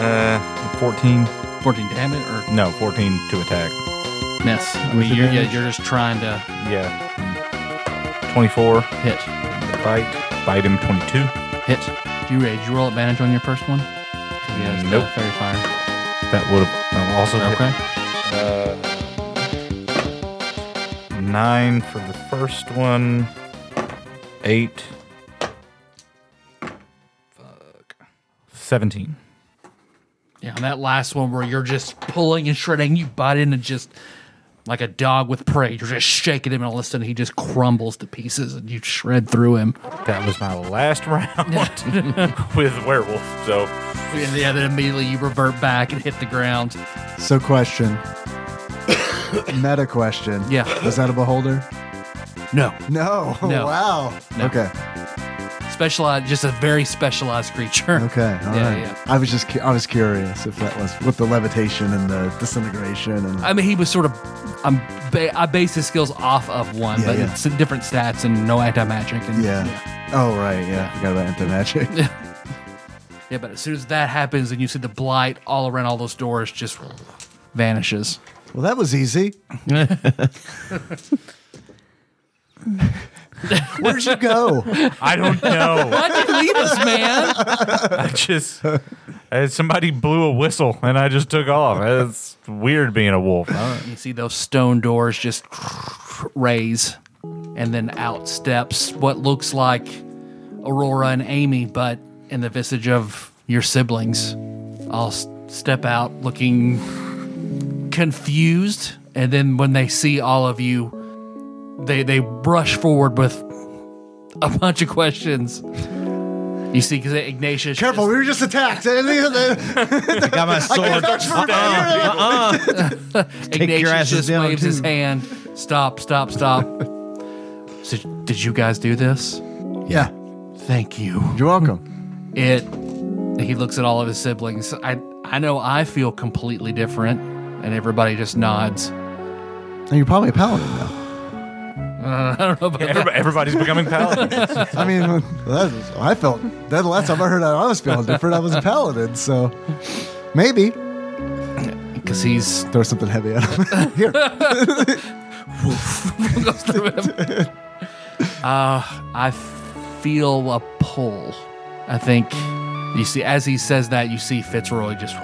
[SPEAKER 3] Uh, fourteen.
[SPEAKER 2] Fourteen damage or
[SPEAKER 3] No, fourteen to attack.
[SPEAKER 2] miss. I mean, you're, yeah, you're just trying to
[SPEAKER 3] Yeah. 24.
[SPEAKER 2] hit,
[SPEAKER 3] Bite. Bite him 22.
[SPEAKER 2] hit. Do you, did you roll advantage on your first
[SPEAKER 4] Mm,
[SPEAKER 2] one? Yeah, it's
[SPEAKER 3] Nope.
[SPEAKER 2] nope. Fairy fire.
[SPEAKER 3] That would have also hit.
[SPEAKER 2] Okay.
[SPEAKER 3] Uh, Nine for the first one. Eight. Fuck. 17.
[SPEAKER 2] Yeah, and that last one where you're just pulling and shredding, you bite in and just like a dog with prey, you're just shaking him, and all of a sudden he just crumbles to pieces, and you shred through him.
[SPEAKER 3] That was my last *laughs* round with werewolf. So,
[SPEAKER 2] And yeah, then immediately you revert back and hit the ground.
[SPEAKER 4] So, question. *coughs* Meta question.
[SPEAKER 2] Yeah.
[SPEAKER 4] Was that a beholder?
[SPEAKER 2] No,
[SPEAKER 4] No. *laughs*
[SPEAKER 2] No.
[SPEAKER 4] Oh, Wow.
[SPEAKER 2] No.
[SPEAKER 4] Okay.
[SPEAKER 2] specialized, just a very specialized creature.
[SPEAKER 4] Okay. all right.
[SPEAKER 2] Yeah, yeah.
[SPEAKER 4] I was just cu- I was curious if that was with the levitation and the disintegration and
[SPEAKER 2] I mean, he was sort of. I'm ba- I base his skills off of one,
[SPEAKER 4] Yeah,
[SPEAKER 2] but
[SPEAKER 4] yeah.
[SPEAKER 2] it's different stats and no anti magic. And
[SPEAKER 4] yeah. Oh right. Yeah. I forgot about
[SPEAKER 2] *laughs*
[SPEAKER 4] anti magic.
[SPEAKER 2] Yeah, but as soon as that happens and you see the blight all around all those doors just vanishes.
[SPEAKER 4] well, that was easy. Where'd you go?
[SPEAKER 3] I don't *laughs* know.
[SPEAKER 2] Why'd you leave us, man?
[SPEAKER 3] I *laughs* just. uh, Somebody blew a whistle and I just took off. It's weird being a wolf.
[SPEAKER 2] You see those stone doors just raise, and then out steps what looks like Aurora and Amy, but in the visage of your siblings. All s- step out looking confused, and then when they see all of you, they they rush forward with a bunch of questions. You see, because Ignatius
[SPEAKER 4] Careful, we were just *laughs* attacked. I
[SPEAKER 7] I got my sword. Uh-uh. Take your
[SPEAKER 2] Ignatius just
[SPEAKER 7] asses down,
[SPEAKER 2] waves his
[SPEAKER 7] too.
[SPEAKER 2] hand. Stop, stop,
[SPEAKER 7] *laughs*
[SPEAKER 2] stop. so, did you guys do this?
[SPEAKER 4] yeah.
[SPEAKER 2] Thank you.
[SPEAKER 4] You're welcome.
[SPEAKER 2] It. He looks at all of his siblings. I, I know I feel completely different, and everybody just nods. *laughs*
[SPEAKER 4] And you're probably a paladin now.
[SPEAKER 3] Everybody, everybody's becoming paladins.
[SPEAKER 4] I mean, that was, I felt that the last time I heard I was feeling different. I was a paladin, so maybe
[SPEAKER 2] because he's *laughs*
[SPEAKER 4] throw something heavy at him. *laughs* Here,
[SPEAKER 2] goes through him. Uh, I feel a pull. I think you see as he says that you see Fitzroy just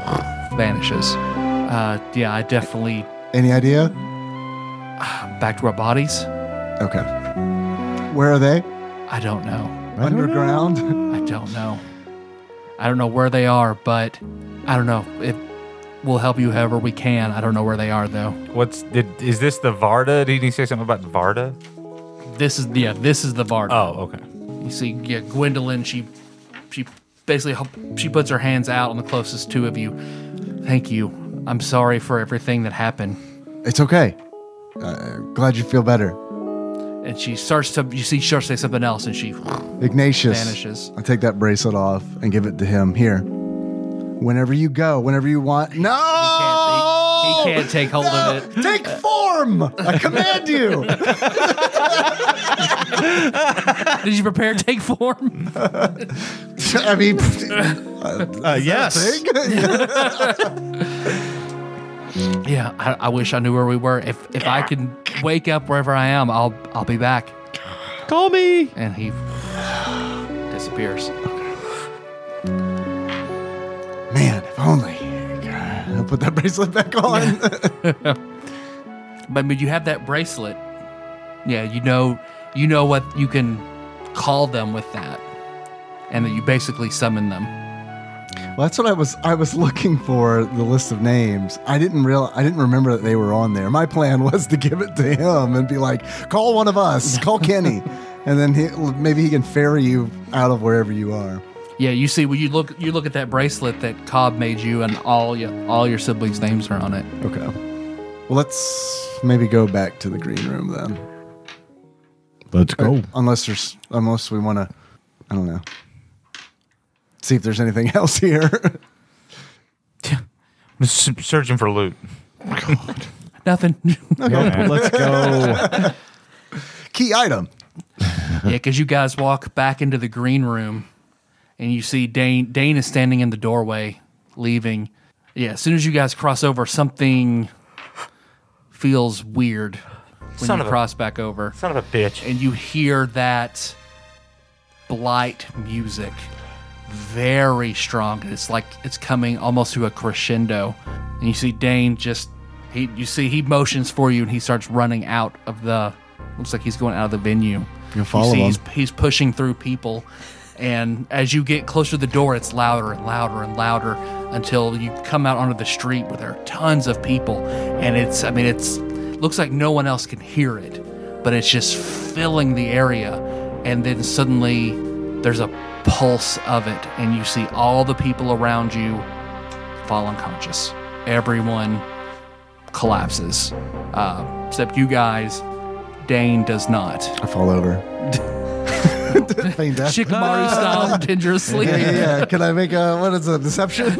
[SPEAKER 2] vanishes. Uh, yeah, I definitely
[SPEAKER 4] any idea?
[SPEAKER 2] back to our bodies.
[SPEAKER 4] Okay, where are they?
[SPEAKER 2] I don't know.
[SPEAKER 4] Underground.
[SPEAKER 2] I don't know. I don't know where they are, but I don't know. It will help you however we can. I don't know where they are though.
[SPEAKER 3] What's did is this the Varda? Did he say something about Varda?
[SPEAKER 2] This is yeah. This is the Varda.
[SPEAKER 3] Oh, okay.
[SPEAKER 2] You see, yeah, Gwendolyn. She, she basically h- she puts her hands out on the closest two of you. Thank you. I'm sorry for everything that happened.
[SPEAKER 4] It's okay. Uh, glad you feel better,
[SPEAKER 2] And she starts to. You see, she starts to say something else, and she.
[SPEAKER 4] Ignatius.
[SPEAKER 2] Vanishes.
[SPEAKER 4] I take that bracelet off and give it to him. Here, whenever you go, whenever you want. No.
[SPEAKER 2] Can't, he, he can't take hold of it.
[SPEAKER 4] Take form! I command
[SPEAKER 2] *laughs*
[SPEAKER 4] you!
[SPEAKER 2] Did you prepare take form?
[SPEAKER 4] I mean,
[SPEAKER 7] Uh,
[SPEAKER 4] *laughs*
[SPEAKER 7] yes.
[SPEAKER 2] yeah, I, I wish I knew where we were. If if I can wake up wherever I am, I'll I'll be back.
[SPEAKER 7] Call me.
[SPEAKER 2] And he disappears.
[SPEAKER 4] man, if only. I'll put that bracelet back on.
[SPEAKER 2] But I mean, you have that bracelet. Yeah, you know, you know what you can call them with that, and that you basically summon them.
[SPEAKER 4] Well, that's what I was. I was looking for the list of names. I didn't real. I didn't remember that they were on there. My plan *laughs* was to give it to him and be like, "Call one of us. Call Kenny, and then he, maybe he can ferry you out of wherever you are."
[SPEAKER 2] Yeah, you see, when you look, you look at that bracelet that Cobb made you, and all your all your siblings' names are on it.
[SPEAKER 4] Okay. Well, let's maybe go back to the green room then.
[SPEAKER 7] Let's go.
[SPEAKER 4] Unless there's, unless we want to, I don't know. See if there's anything *laughs* else here.
[SPEAKER 3] I'm s- searching for loot.
[SPEAKER 2] Nothing. *laughs* yeah,
[SPEAKER 7] Nope, let's go.
[SPEAKER 4] Key item.
[SPEAKER 2] because you guys walk back into the green room, and you see Dane. Dane is standing in the doorway, leaving. Yeah, as soon as you guys cross over, something feels weird when
[SPEAKER 3] Son
[SPEAKER 2] you
[SPEAKER 3] of a-
[SPEAKER 2] cross back over.
[SPEAKER 3] Son of a bitch.
[SPEAKER 2] and you hear that blight music very strong and it's like it's coming almost to a crescendo and you see dane just he you see he motions for you and he starts running out of the looks like he's going out of the venue you
[SPEAKER 4] follow
[SPEAKER 2] see
[SPEAKER 4] him.
[SPEAKER 2] he's, he's pushing through people and as you get closer to the door it's louder and louder and louder until you come out onto the street where there are tons of people and it's i mean it's looks like no one else can hear it but it's just filling the area. And then suddenly there's a pulse of it, and you see all the people around you fall unconscious. Everyone collapses, uh, except you guys. Dane does not.
[SPEAKER 4] I fall over. *laughs*
[SPEAKER 2] *laughs*
[SPEAKER 4] Faint death.
[SPEAKER 2] Shikamaru style dangerously.
[SPEAKER 4] Yeah, yeah, yeah. Can I make a what is a deception?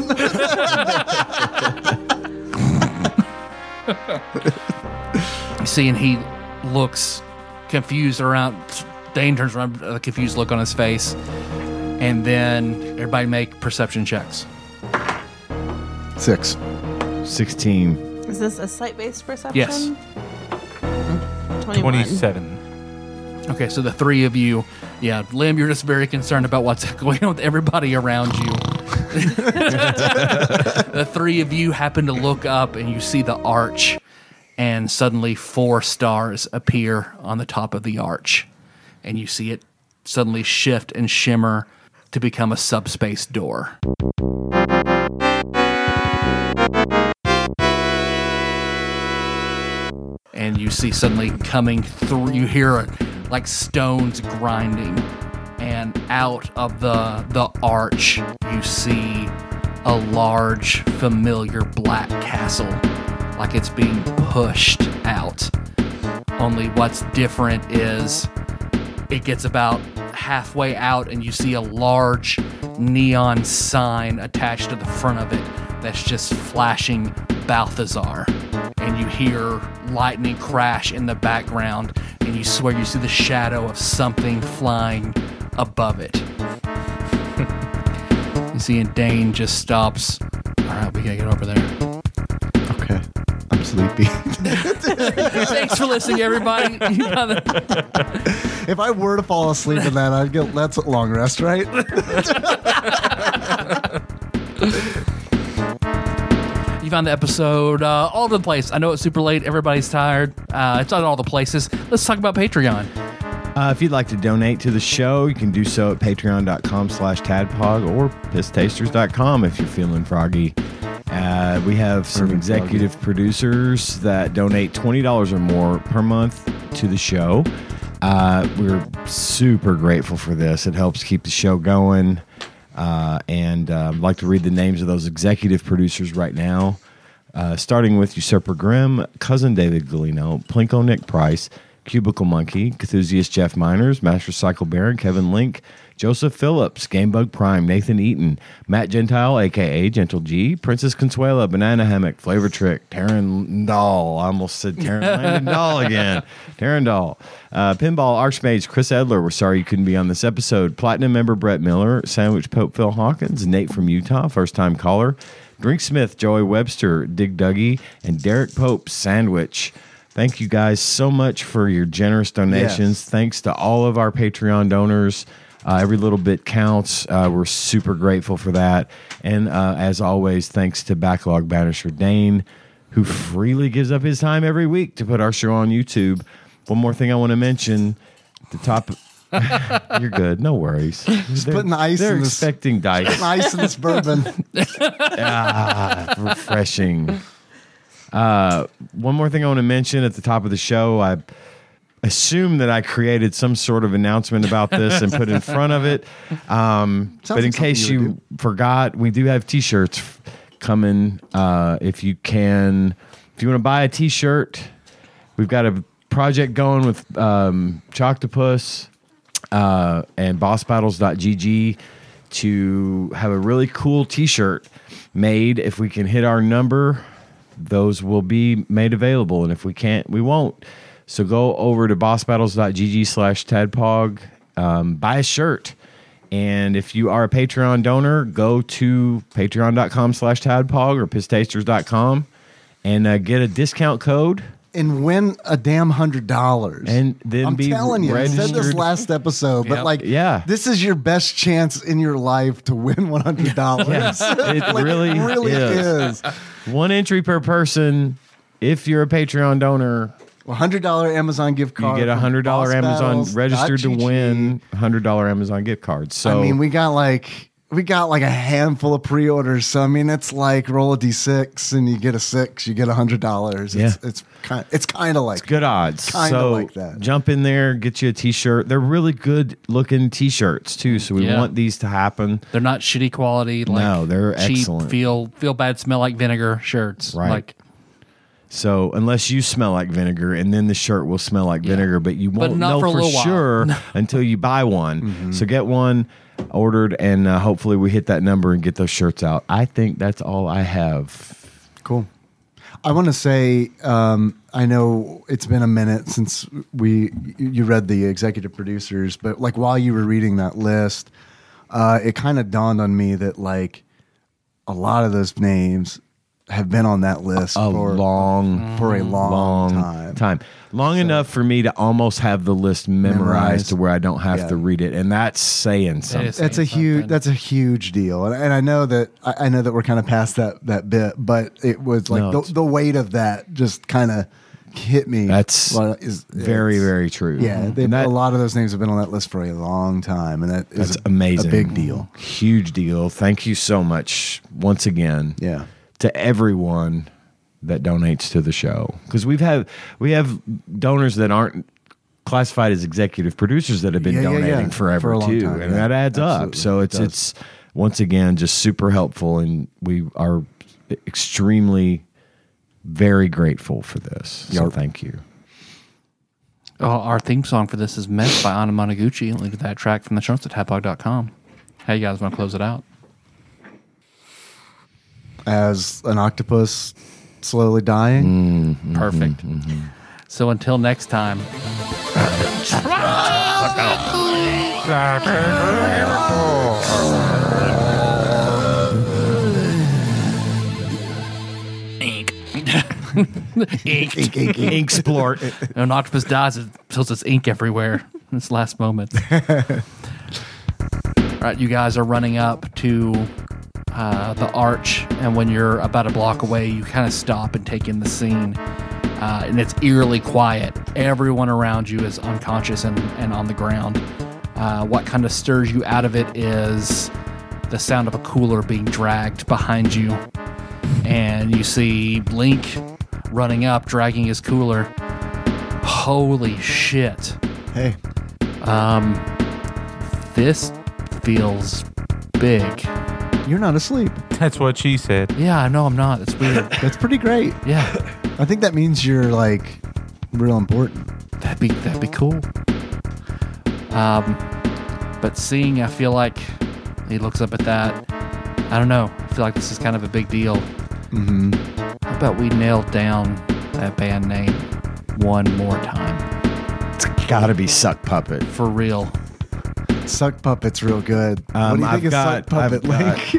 [SPEAKER 2] Seeing he looks confused around, Dane turns around, a confused look on his face, and then everybody make perception checks.
[SPEAKER 4] Six.
[SPEAKER 7] 16.
[SPEAKER 6] Is this a sight based perception? Hmm.
[SPEAKER 2] Yes.
[SPEAKER 6] 21.
[SPEAKER 3] 27.
[SPEAKER 2] Okay, so the three of you, yeah, Lim, you're just very concerned about what's *laughs* going on with everybody around you. *laughs* the three of you happen to look up and you see the arch, and suddenly four stars appear on the top of the arch, and you see it suddenly shift and shimmer to become a subspace door. and you see suddenly coming through you hear it like stones grinding and out of the the arch you see a large familiar black castle like it's being pushed out only what's different is it gets about halfway out and you see a large neon sign attached to the front of it that's just flashing Balthazar. and you hear lightning crash in the background, and you swear you see the shadow of something flying above it. *laughs* you see, and Dane just stops. All right, we gotta get over there.
[SPEAKER 4] Okay. I'm sleepy. *laughs*
[SPEAKER 2] *laughs* Thanks for listening, everybody. *laughs* You know the-
[SPEAKER 4] if I were to fall asleep in that, I'd get that's a long rest,
[SPEAKER 7] *laughs*
[SPEAKER 4] right?
[SPEAKER 2] You found the episode uh, all over the place. I know it's super late. Everybody's tired. Uh, it's on all the places. Let's talk about Patreon.
[SPEAKER 7] Uh, if you'd like to donate to the show, you can do so at patreon.com slash tadpog or pisstasters.com if you're feeling froggy. Uh, we have some executive producers that donate $20 or more per month to the show. Uh, we're super grateful for this. It helps keep the show going. Uh, and uh, I'd like to read the names of those executive producers right now. Uh, starting with Usurper Grimm, Cousin David Galino, Plinko Nick Price, Cubicle Monkey, Cthusiast Jeff Miners, Master Cycle Baron, Kevin Link, Joseph Phillips, Gamebug Prime, Nathan Eaton, Matt Gentile, aka Gentle G, Princess Consuela, Banana Hammock, Flavor Trick, Taryn Dahl. I almost said Taryn Landon Dahl again. Taryn Dahl. Uh, Pinball Archmage Chris Edler. We're sorry you couldn't be on this episode. Platinum member Brett Miller, Sandwich Pope Phil Hawkins, Nate from Utah, first time caller. Drink Smith, Joey Webster, Dig Dougie, and Derek Pope Sandwich. Thank you guys so much for your generous donations. Thanks to all of our Patreon donors. Uh, every little bit counts. Uh, we're super grateful for that. And uh, as always, thanks to Backlog Banisher Dane, who freely gives up his time every week to put our show on YouTube. One more thing I want to mention the top. *laughs* You're good. No worries. Just
[SPEAKER 4] putting ice
[SPEAKER 7] They're
[SPEAKER 4] in this-
[SPEAKER 7] expecting dice
[SPEAKER 4] nice in this
[SPEAKER 7] *laughs*
[SPEAKER 4] bourbon.
[SPEAKER 7] refreshing. Uh, one more thing I want to mention at the top of the show. I assume that I created some sort of announcement about this and put in front of it. Um,
[SPEAKER 4] Sounds
[SPEAKER 7] but in
[SPEAKER 4] like something
[SPEAKER 7] case
[SPEAKER 4] you
[SPEAKER 7] you,
[SPEAKER 4] would
[SPEAKER 7] forgot, we do have T-shirts f- coming. Uh, if you can, if you want to buy a T-shirt, we've got a project going with um, Choctopus uh, and bossbattles.gg to have a really cool t-shirt made if we can hit our number those will be made available and if we can't we won't so go over to bossbattles.gg slash tadpog um, buy a shirt and if you are a patreon donor go to patreon.com slash tadpog or pisstasters.com and uh, get a discount code
[SPEAKER 4] and win a damn hundred dollars.
[SPEAKER 7] And then
[SPEAKER 4] I'm
[SPEAKER 7] be
[SPEAKER 4] telling you, I said this
[SPEAKER 7] registered-
[SPEAKER 4] last episode, but
[SPEAKER 2] Yep.
[SPEAKER 4] like,
[SPEAKER 7] Yeah.
[SPEAKER 4] this is your best chance in your life to win one hundred dollars.
[SPEAKER 7] *laughs* Yes,
[SPEAKER 4] *laughs*
[SPEAKER 7] it really,
[SPEAKER 4] really is.
[SPEAKER 7] One entry per person. If you're a Patreon donor,
[SPEAKER 4] A hundred dollar Amazon gift
[SPEAKER 7] you
[SPEAKER 4] card.
[SPEAKER 7] get a
[SPEAKER 4] from
[SPEAKER 7] hundred dollar Amazon
[SPEAKER 4] bossbattles.gg.
[SPEAKER 7] registered to win hundred dollar Amazon gift card. So
[SPEAKER 4] I mean, we got like we got like a handful of pre-orders. So I mean, it's like roll a d6 and you get a six, you get a hundred dollars. It's,
[SPEAKER 7] Yeah.
[SPEAKER 4] it's kind it's kind of like
[SPEAKER 7] good odds.
[SPEAKER 4] kinda
[SPEAKER 7] so
[SPEAKER 4] like that.
[SPEAKER 7] jump in there, get you a t-shirt. They're really good looking t-shirts too. So we
[SPEAKER 2] Yeah.
[SPEAKER 7] want these to happen.
[SPEAKER 2] They're not shitty quality. Like
[SPEAKER 7] No, they're
[SPEAKER 2] cheap,
[SPEAKER 7] excellent.
[SPEAKER 2] Feel feel bad. Smell like vinegar shirts.
[SPEAKER 7] Right.
[SPEAKER 2] Like,
[SPEAKER 7] So unless you smell like vinegar, and then the shirt will smell like vinegar, but you won't
[SPEAKER 2] not
[SPEAKER 7] know
[SPEAKER 2] for a
[SPEAKER 7] for,
[SPEAKER 2] little while. *laughs*
[SPEAKER 7] sure until you buy one.
[SPEAKER 4] Mm-hmm.
[SPEAKER 7] So get one ordered, and uh, hopefully we hit that number and get those shirts out. I think that's all I have.
[SPEAKER 4] Cool. I want to say um, I know it's been a minute since we you read the executive producers, but like while you were reading that list, uh, it kind of dawned on me that like a lot of those names have been on that list
[SPEAKER 7] A
[SPEAKER 4] for
[SPEAKER 7] long,
[SPEAKER 4] for a long,
[SPEAKER 7] long
[SPEAKER 4] time.
[SPEAKER 7] time, long enough for me to almost have the list memorized,
[SPEAKER 4] Memorized.
[SPEAKER 7] to where I don't have
[SPEAKER 4] Yeah.
[SPEAKER 7] to read it, and that's saying something.
[SPEAKER 2] is.
[SPEAKER 4] That's a
[SPEAKER 2] saying
[SPEAKER 4] huge.
[SPEAKER 2] something.
[SPEAKER 4] That's a huge deal, and, and I know that I, I know that we're kind of past that that bit, but it was like
[SPEAKER 7] No,
[SPEAKER 4] the,
[SPEAKER 7] it's-
[SPEAKER 4] the weight of that just kind of hit me.
[SPEAKER 7] That's
[SPEAKER 4] Well, is-
[SPEAKER 7] very,
[SPEAKER 4] it's-
[SPEAKER 7] very true.
[SPEAKER 4] Yeah, they,
[SPEAKER 7] And that-
[SPEAKER 4] a lot of those names have been on that list for a long time, and that is
[SPEAKER 7] That's amazing.
[SPEAKER 4] a big deal.
[SPEAKER 7] Huge deal. Thank you so much once again.
[SPEAKER 4] Yeah.
[SPEAKER 7] To everyone that donates to the show. Because we've had we have donors that aren't classified as executive producers that have been
[SPEAKER 4] Yeah, yeah,
[SPEAKER 7] donating
[SPEAKER 4] yeah.
[SPEAKER 7] forever
[SPEAKER 4] For a long
[SPEAKER 7] too.
[SPEAKER 4] time,
[SPEAKER 7] and
[SPEAKER 4] yeah.
[SPEAKER 7] that adds up.
[SPEAKER 4] Absolutely.
[SPEAKER 7] So
[SPEAKER 4] It
[SPEAKER 7] it's
[SPEAKER 4] does.
[SPEAKER 7] it's once again just super helpful and we are extremely very grateful for this. So thank you.
[SPEAKER 2] Oh, our theme song for this is Mess by Anna Monoguchi. Link to that track from the charts at tapog.com. How you guys want to close it out?
[SPEAKER 4] As an octopus slowly dying.
[SPEAKER 7] Mm-hmm,
[SPEAKER 2] Perfect. So until next time. *laughs*
[SPEAKER 7] Ink splort.
[SPEAKER 2] An octopus dies, it fills its ink everywhere in its last moments. All right, you guys are running up to uh, the arch, and when you're about a block away, you kind of stop and take in the scene. Uh, and it's eerily quiet. Everyone around you is unconscious and, and on the ground. Uh, what kind of stirs you out of it is the sound of a cooler being dragged behind you. And you see Link running up, dragging his cooler. Holy shit.
[SPEAKER 4] Hey,
[SPEAKER 2] This feels big.
[SPEAKER 7] Mm.
[SPEAKER 4] you're not asleep.
[SPEAKER 3] That's what she said.
[SPEAKER 2] Yeah, I know I'm not. It's weird.
[SPEAKER 4] That's pretty great.
[SPEAKER 2] Yeah.
[SPEAKER 4] I think that means you're like real important.
[SPEAKER 2] That'd be that'd be cool. Um but seeing I feel like he looks up at that. I don't know. I feel like this is kind of a big deal. Mm-hmm. How about we nail down that band name one more time?
[SPEAKER 7] It's gotta be Suck Puppet.
[SPEAKER 2] For real.
[SPEAKER 4] Suck puppet's real good. what
[SPEAKER 7] Um,
[SPEAKER 4] do you
[SPEAKER 7] I've
[SPEAKER 4] think
[SPEAKER 7] got-
[SPEAKER 4] of suck puppet,
[SPEAKER 7] I've
[SPEAKER 4] Link?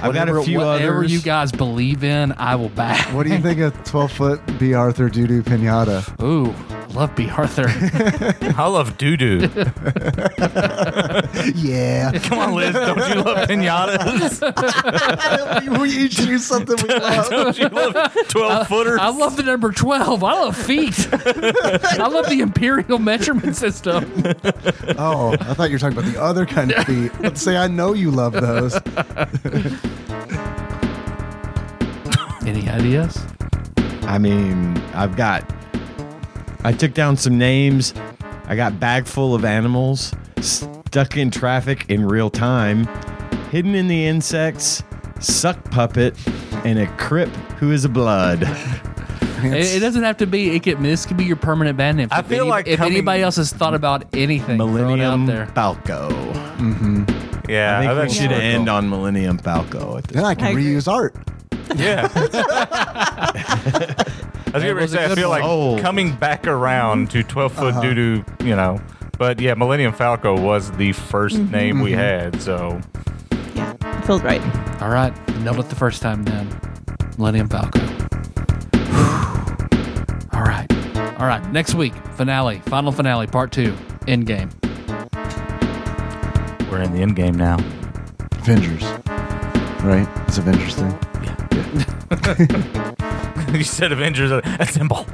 [SPEAKER 7] I've got a
[SPEAKER 2] Whatever-
[SPEAKER 7] few
[SPEAKER 2] whatever
[SPEAKER 7] others.
[SPEAKER 2] you guys believe in, I will back.
[SPEAKER 4] what do you think of 12 foot B. Arthur doo doo pinata?
[SPEAKER 2] Ooh, love B. Arthur.
[SPEAKER 3] I love doo *laughs* doo.
[SPEAKER 4] *laughs* yeah.
[SPEAKER 3] Come on, Liz. Don't you love pinatas?
[SPEAKER 4] we each choose something we love.
[SPEAKER 3] Don't you love 12 footers?
[SPEAKER 2] *laughs* I love the number 12. I love feet. I love the imperial measurement system.
[SPEAKER 4] Oh, I thought you were talking about the other kind of *laughs* feet. Let's say I know you love those.
[SPEAKER 2] Any ideas?
[SPEAKER 7] I mean, I've got. I took down some names. I got bag full of animals stuck in traffic in real time, hidden in the insects, suck puppet, and a crip who is a blood.
[SPEAKER 2] It, it doesn't have to be. It could, this could be your permanent band name.
[SPEAKER 3] I
[SPEAKER 2] If
[SPEAKER 3] feel like
[SPEAKER 2] if
[SPEAKER 3] coming-
[SPEAKER 2] anybody else has thought about anything,
[SPEAKER 7] Millennium
[SPEAKER 2] throw it out there.
[SPEAKER 7] Falco.
[SPEAKER 3] yeah,
[SPEAKER 7] I think
[SPEAKER 3] I've
[SPEAKER 7] we
[SPEAKER 3] actually-
[SPEAKER 7] should
[SPEAKER 6] Falco.
[SPEAKER 7] end on Millennium Falco. At this.
[SPEAKER 4] Then I can
[SPEAKER 6] I agree.
[SPEAKER 4] reuse art.
[SPEAKER 2] *laughs*
[SPEAKER 3] Yeah. I was
[SPEAKER 2] That
[SPEAKER 3] gonna
[SPEAKER 2] was a
[SPEAKER 3] say, I
[SPEAKER 2] good
[SPEAKER 3] feel
[SPEAKER 2] one.
[SPEAKER 3] like
[SPEAKER 7] Oh.
[SPEAKER 3] coming back around to 12 foot doo doo, you know. But yeah, Millennium Falco was the 1st name we had, so
[SPEAKER 6] Yeah, it feels right.
[SPEAKER 2] All right, nailed it the first time. Then Millennium Falco. All right, all right. Next week, finale, final finale, part two, end game.
[SPEAKER 3] we're in the *laughs* end game now.
[SPEAKER 4] Avengers. Right? It's Avengers thing.
[SPEAKER 3] you said Avengers, a symbol.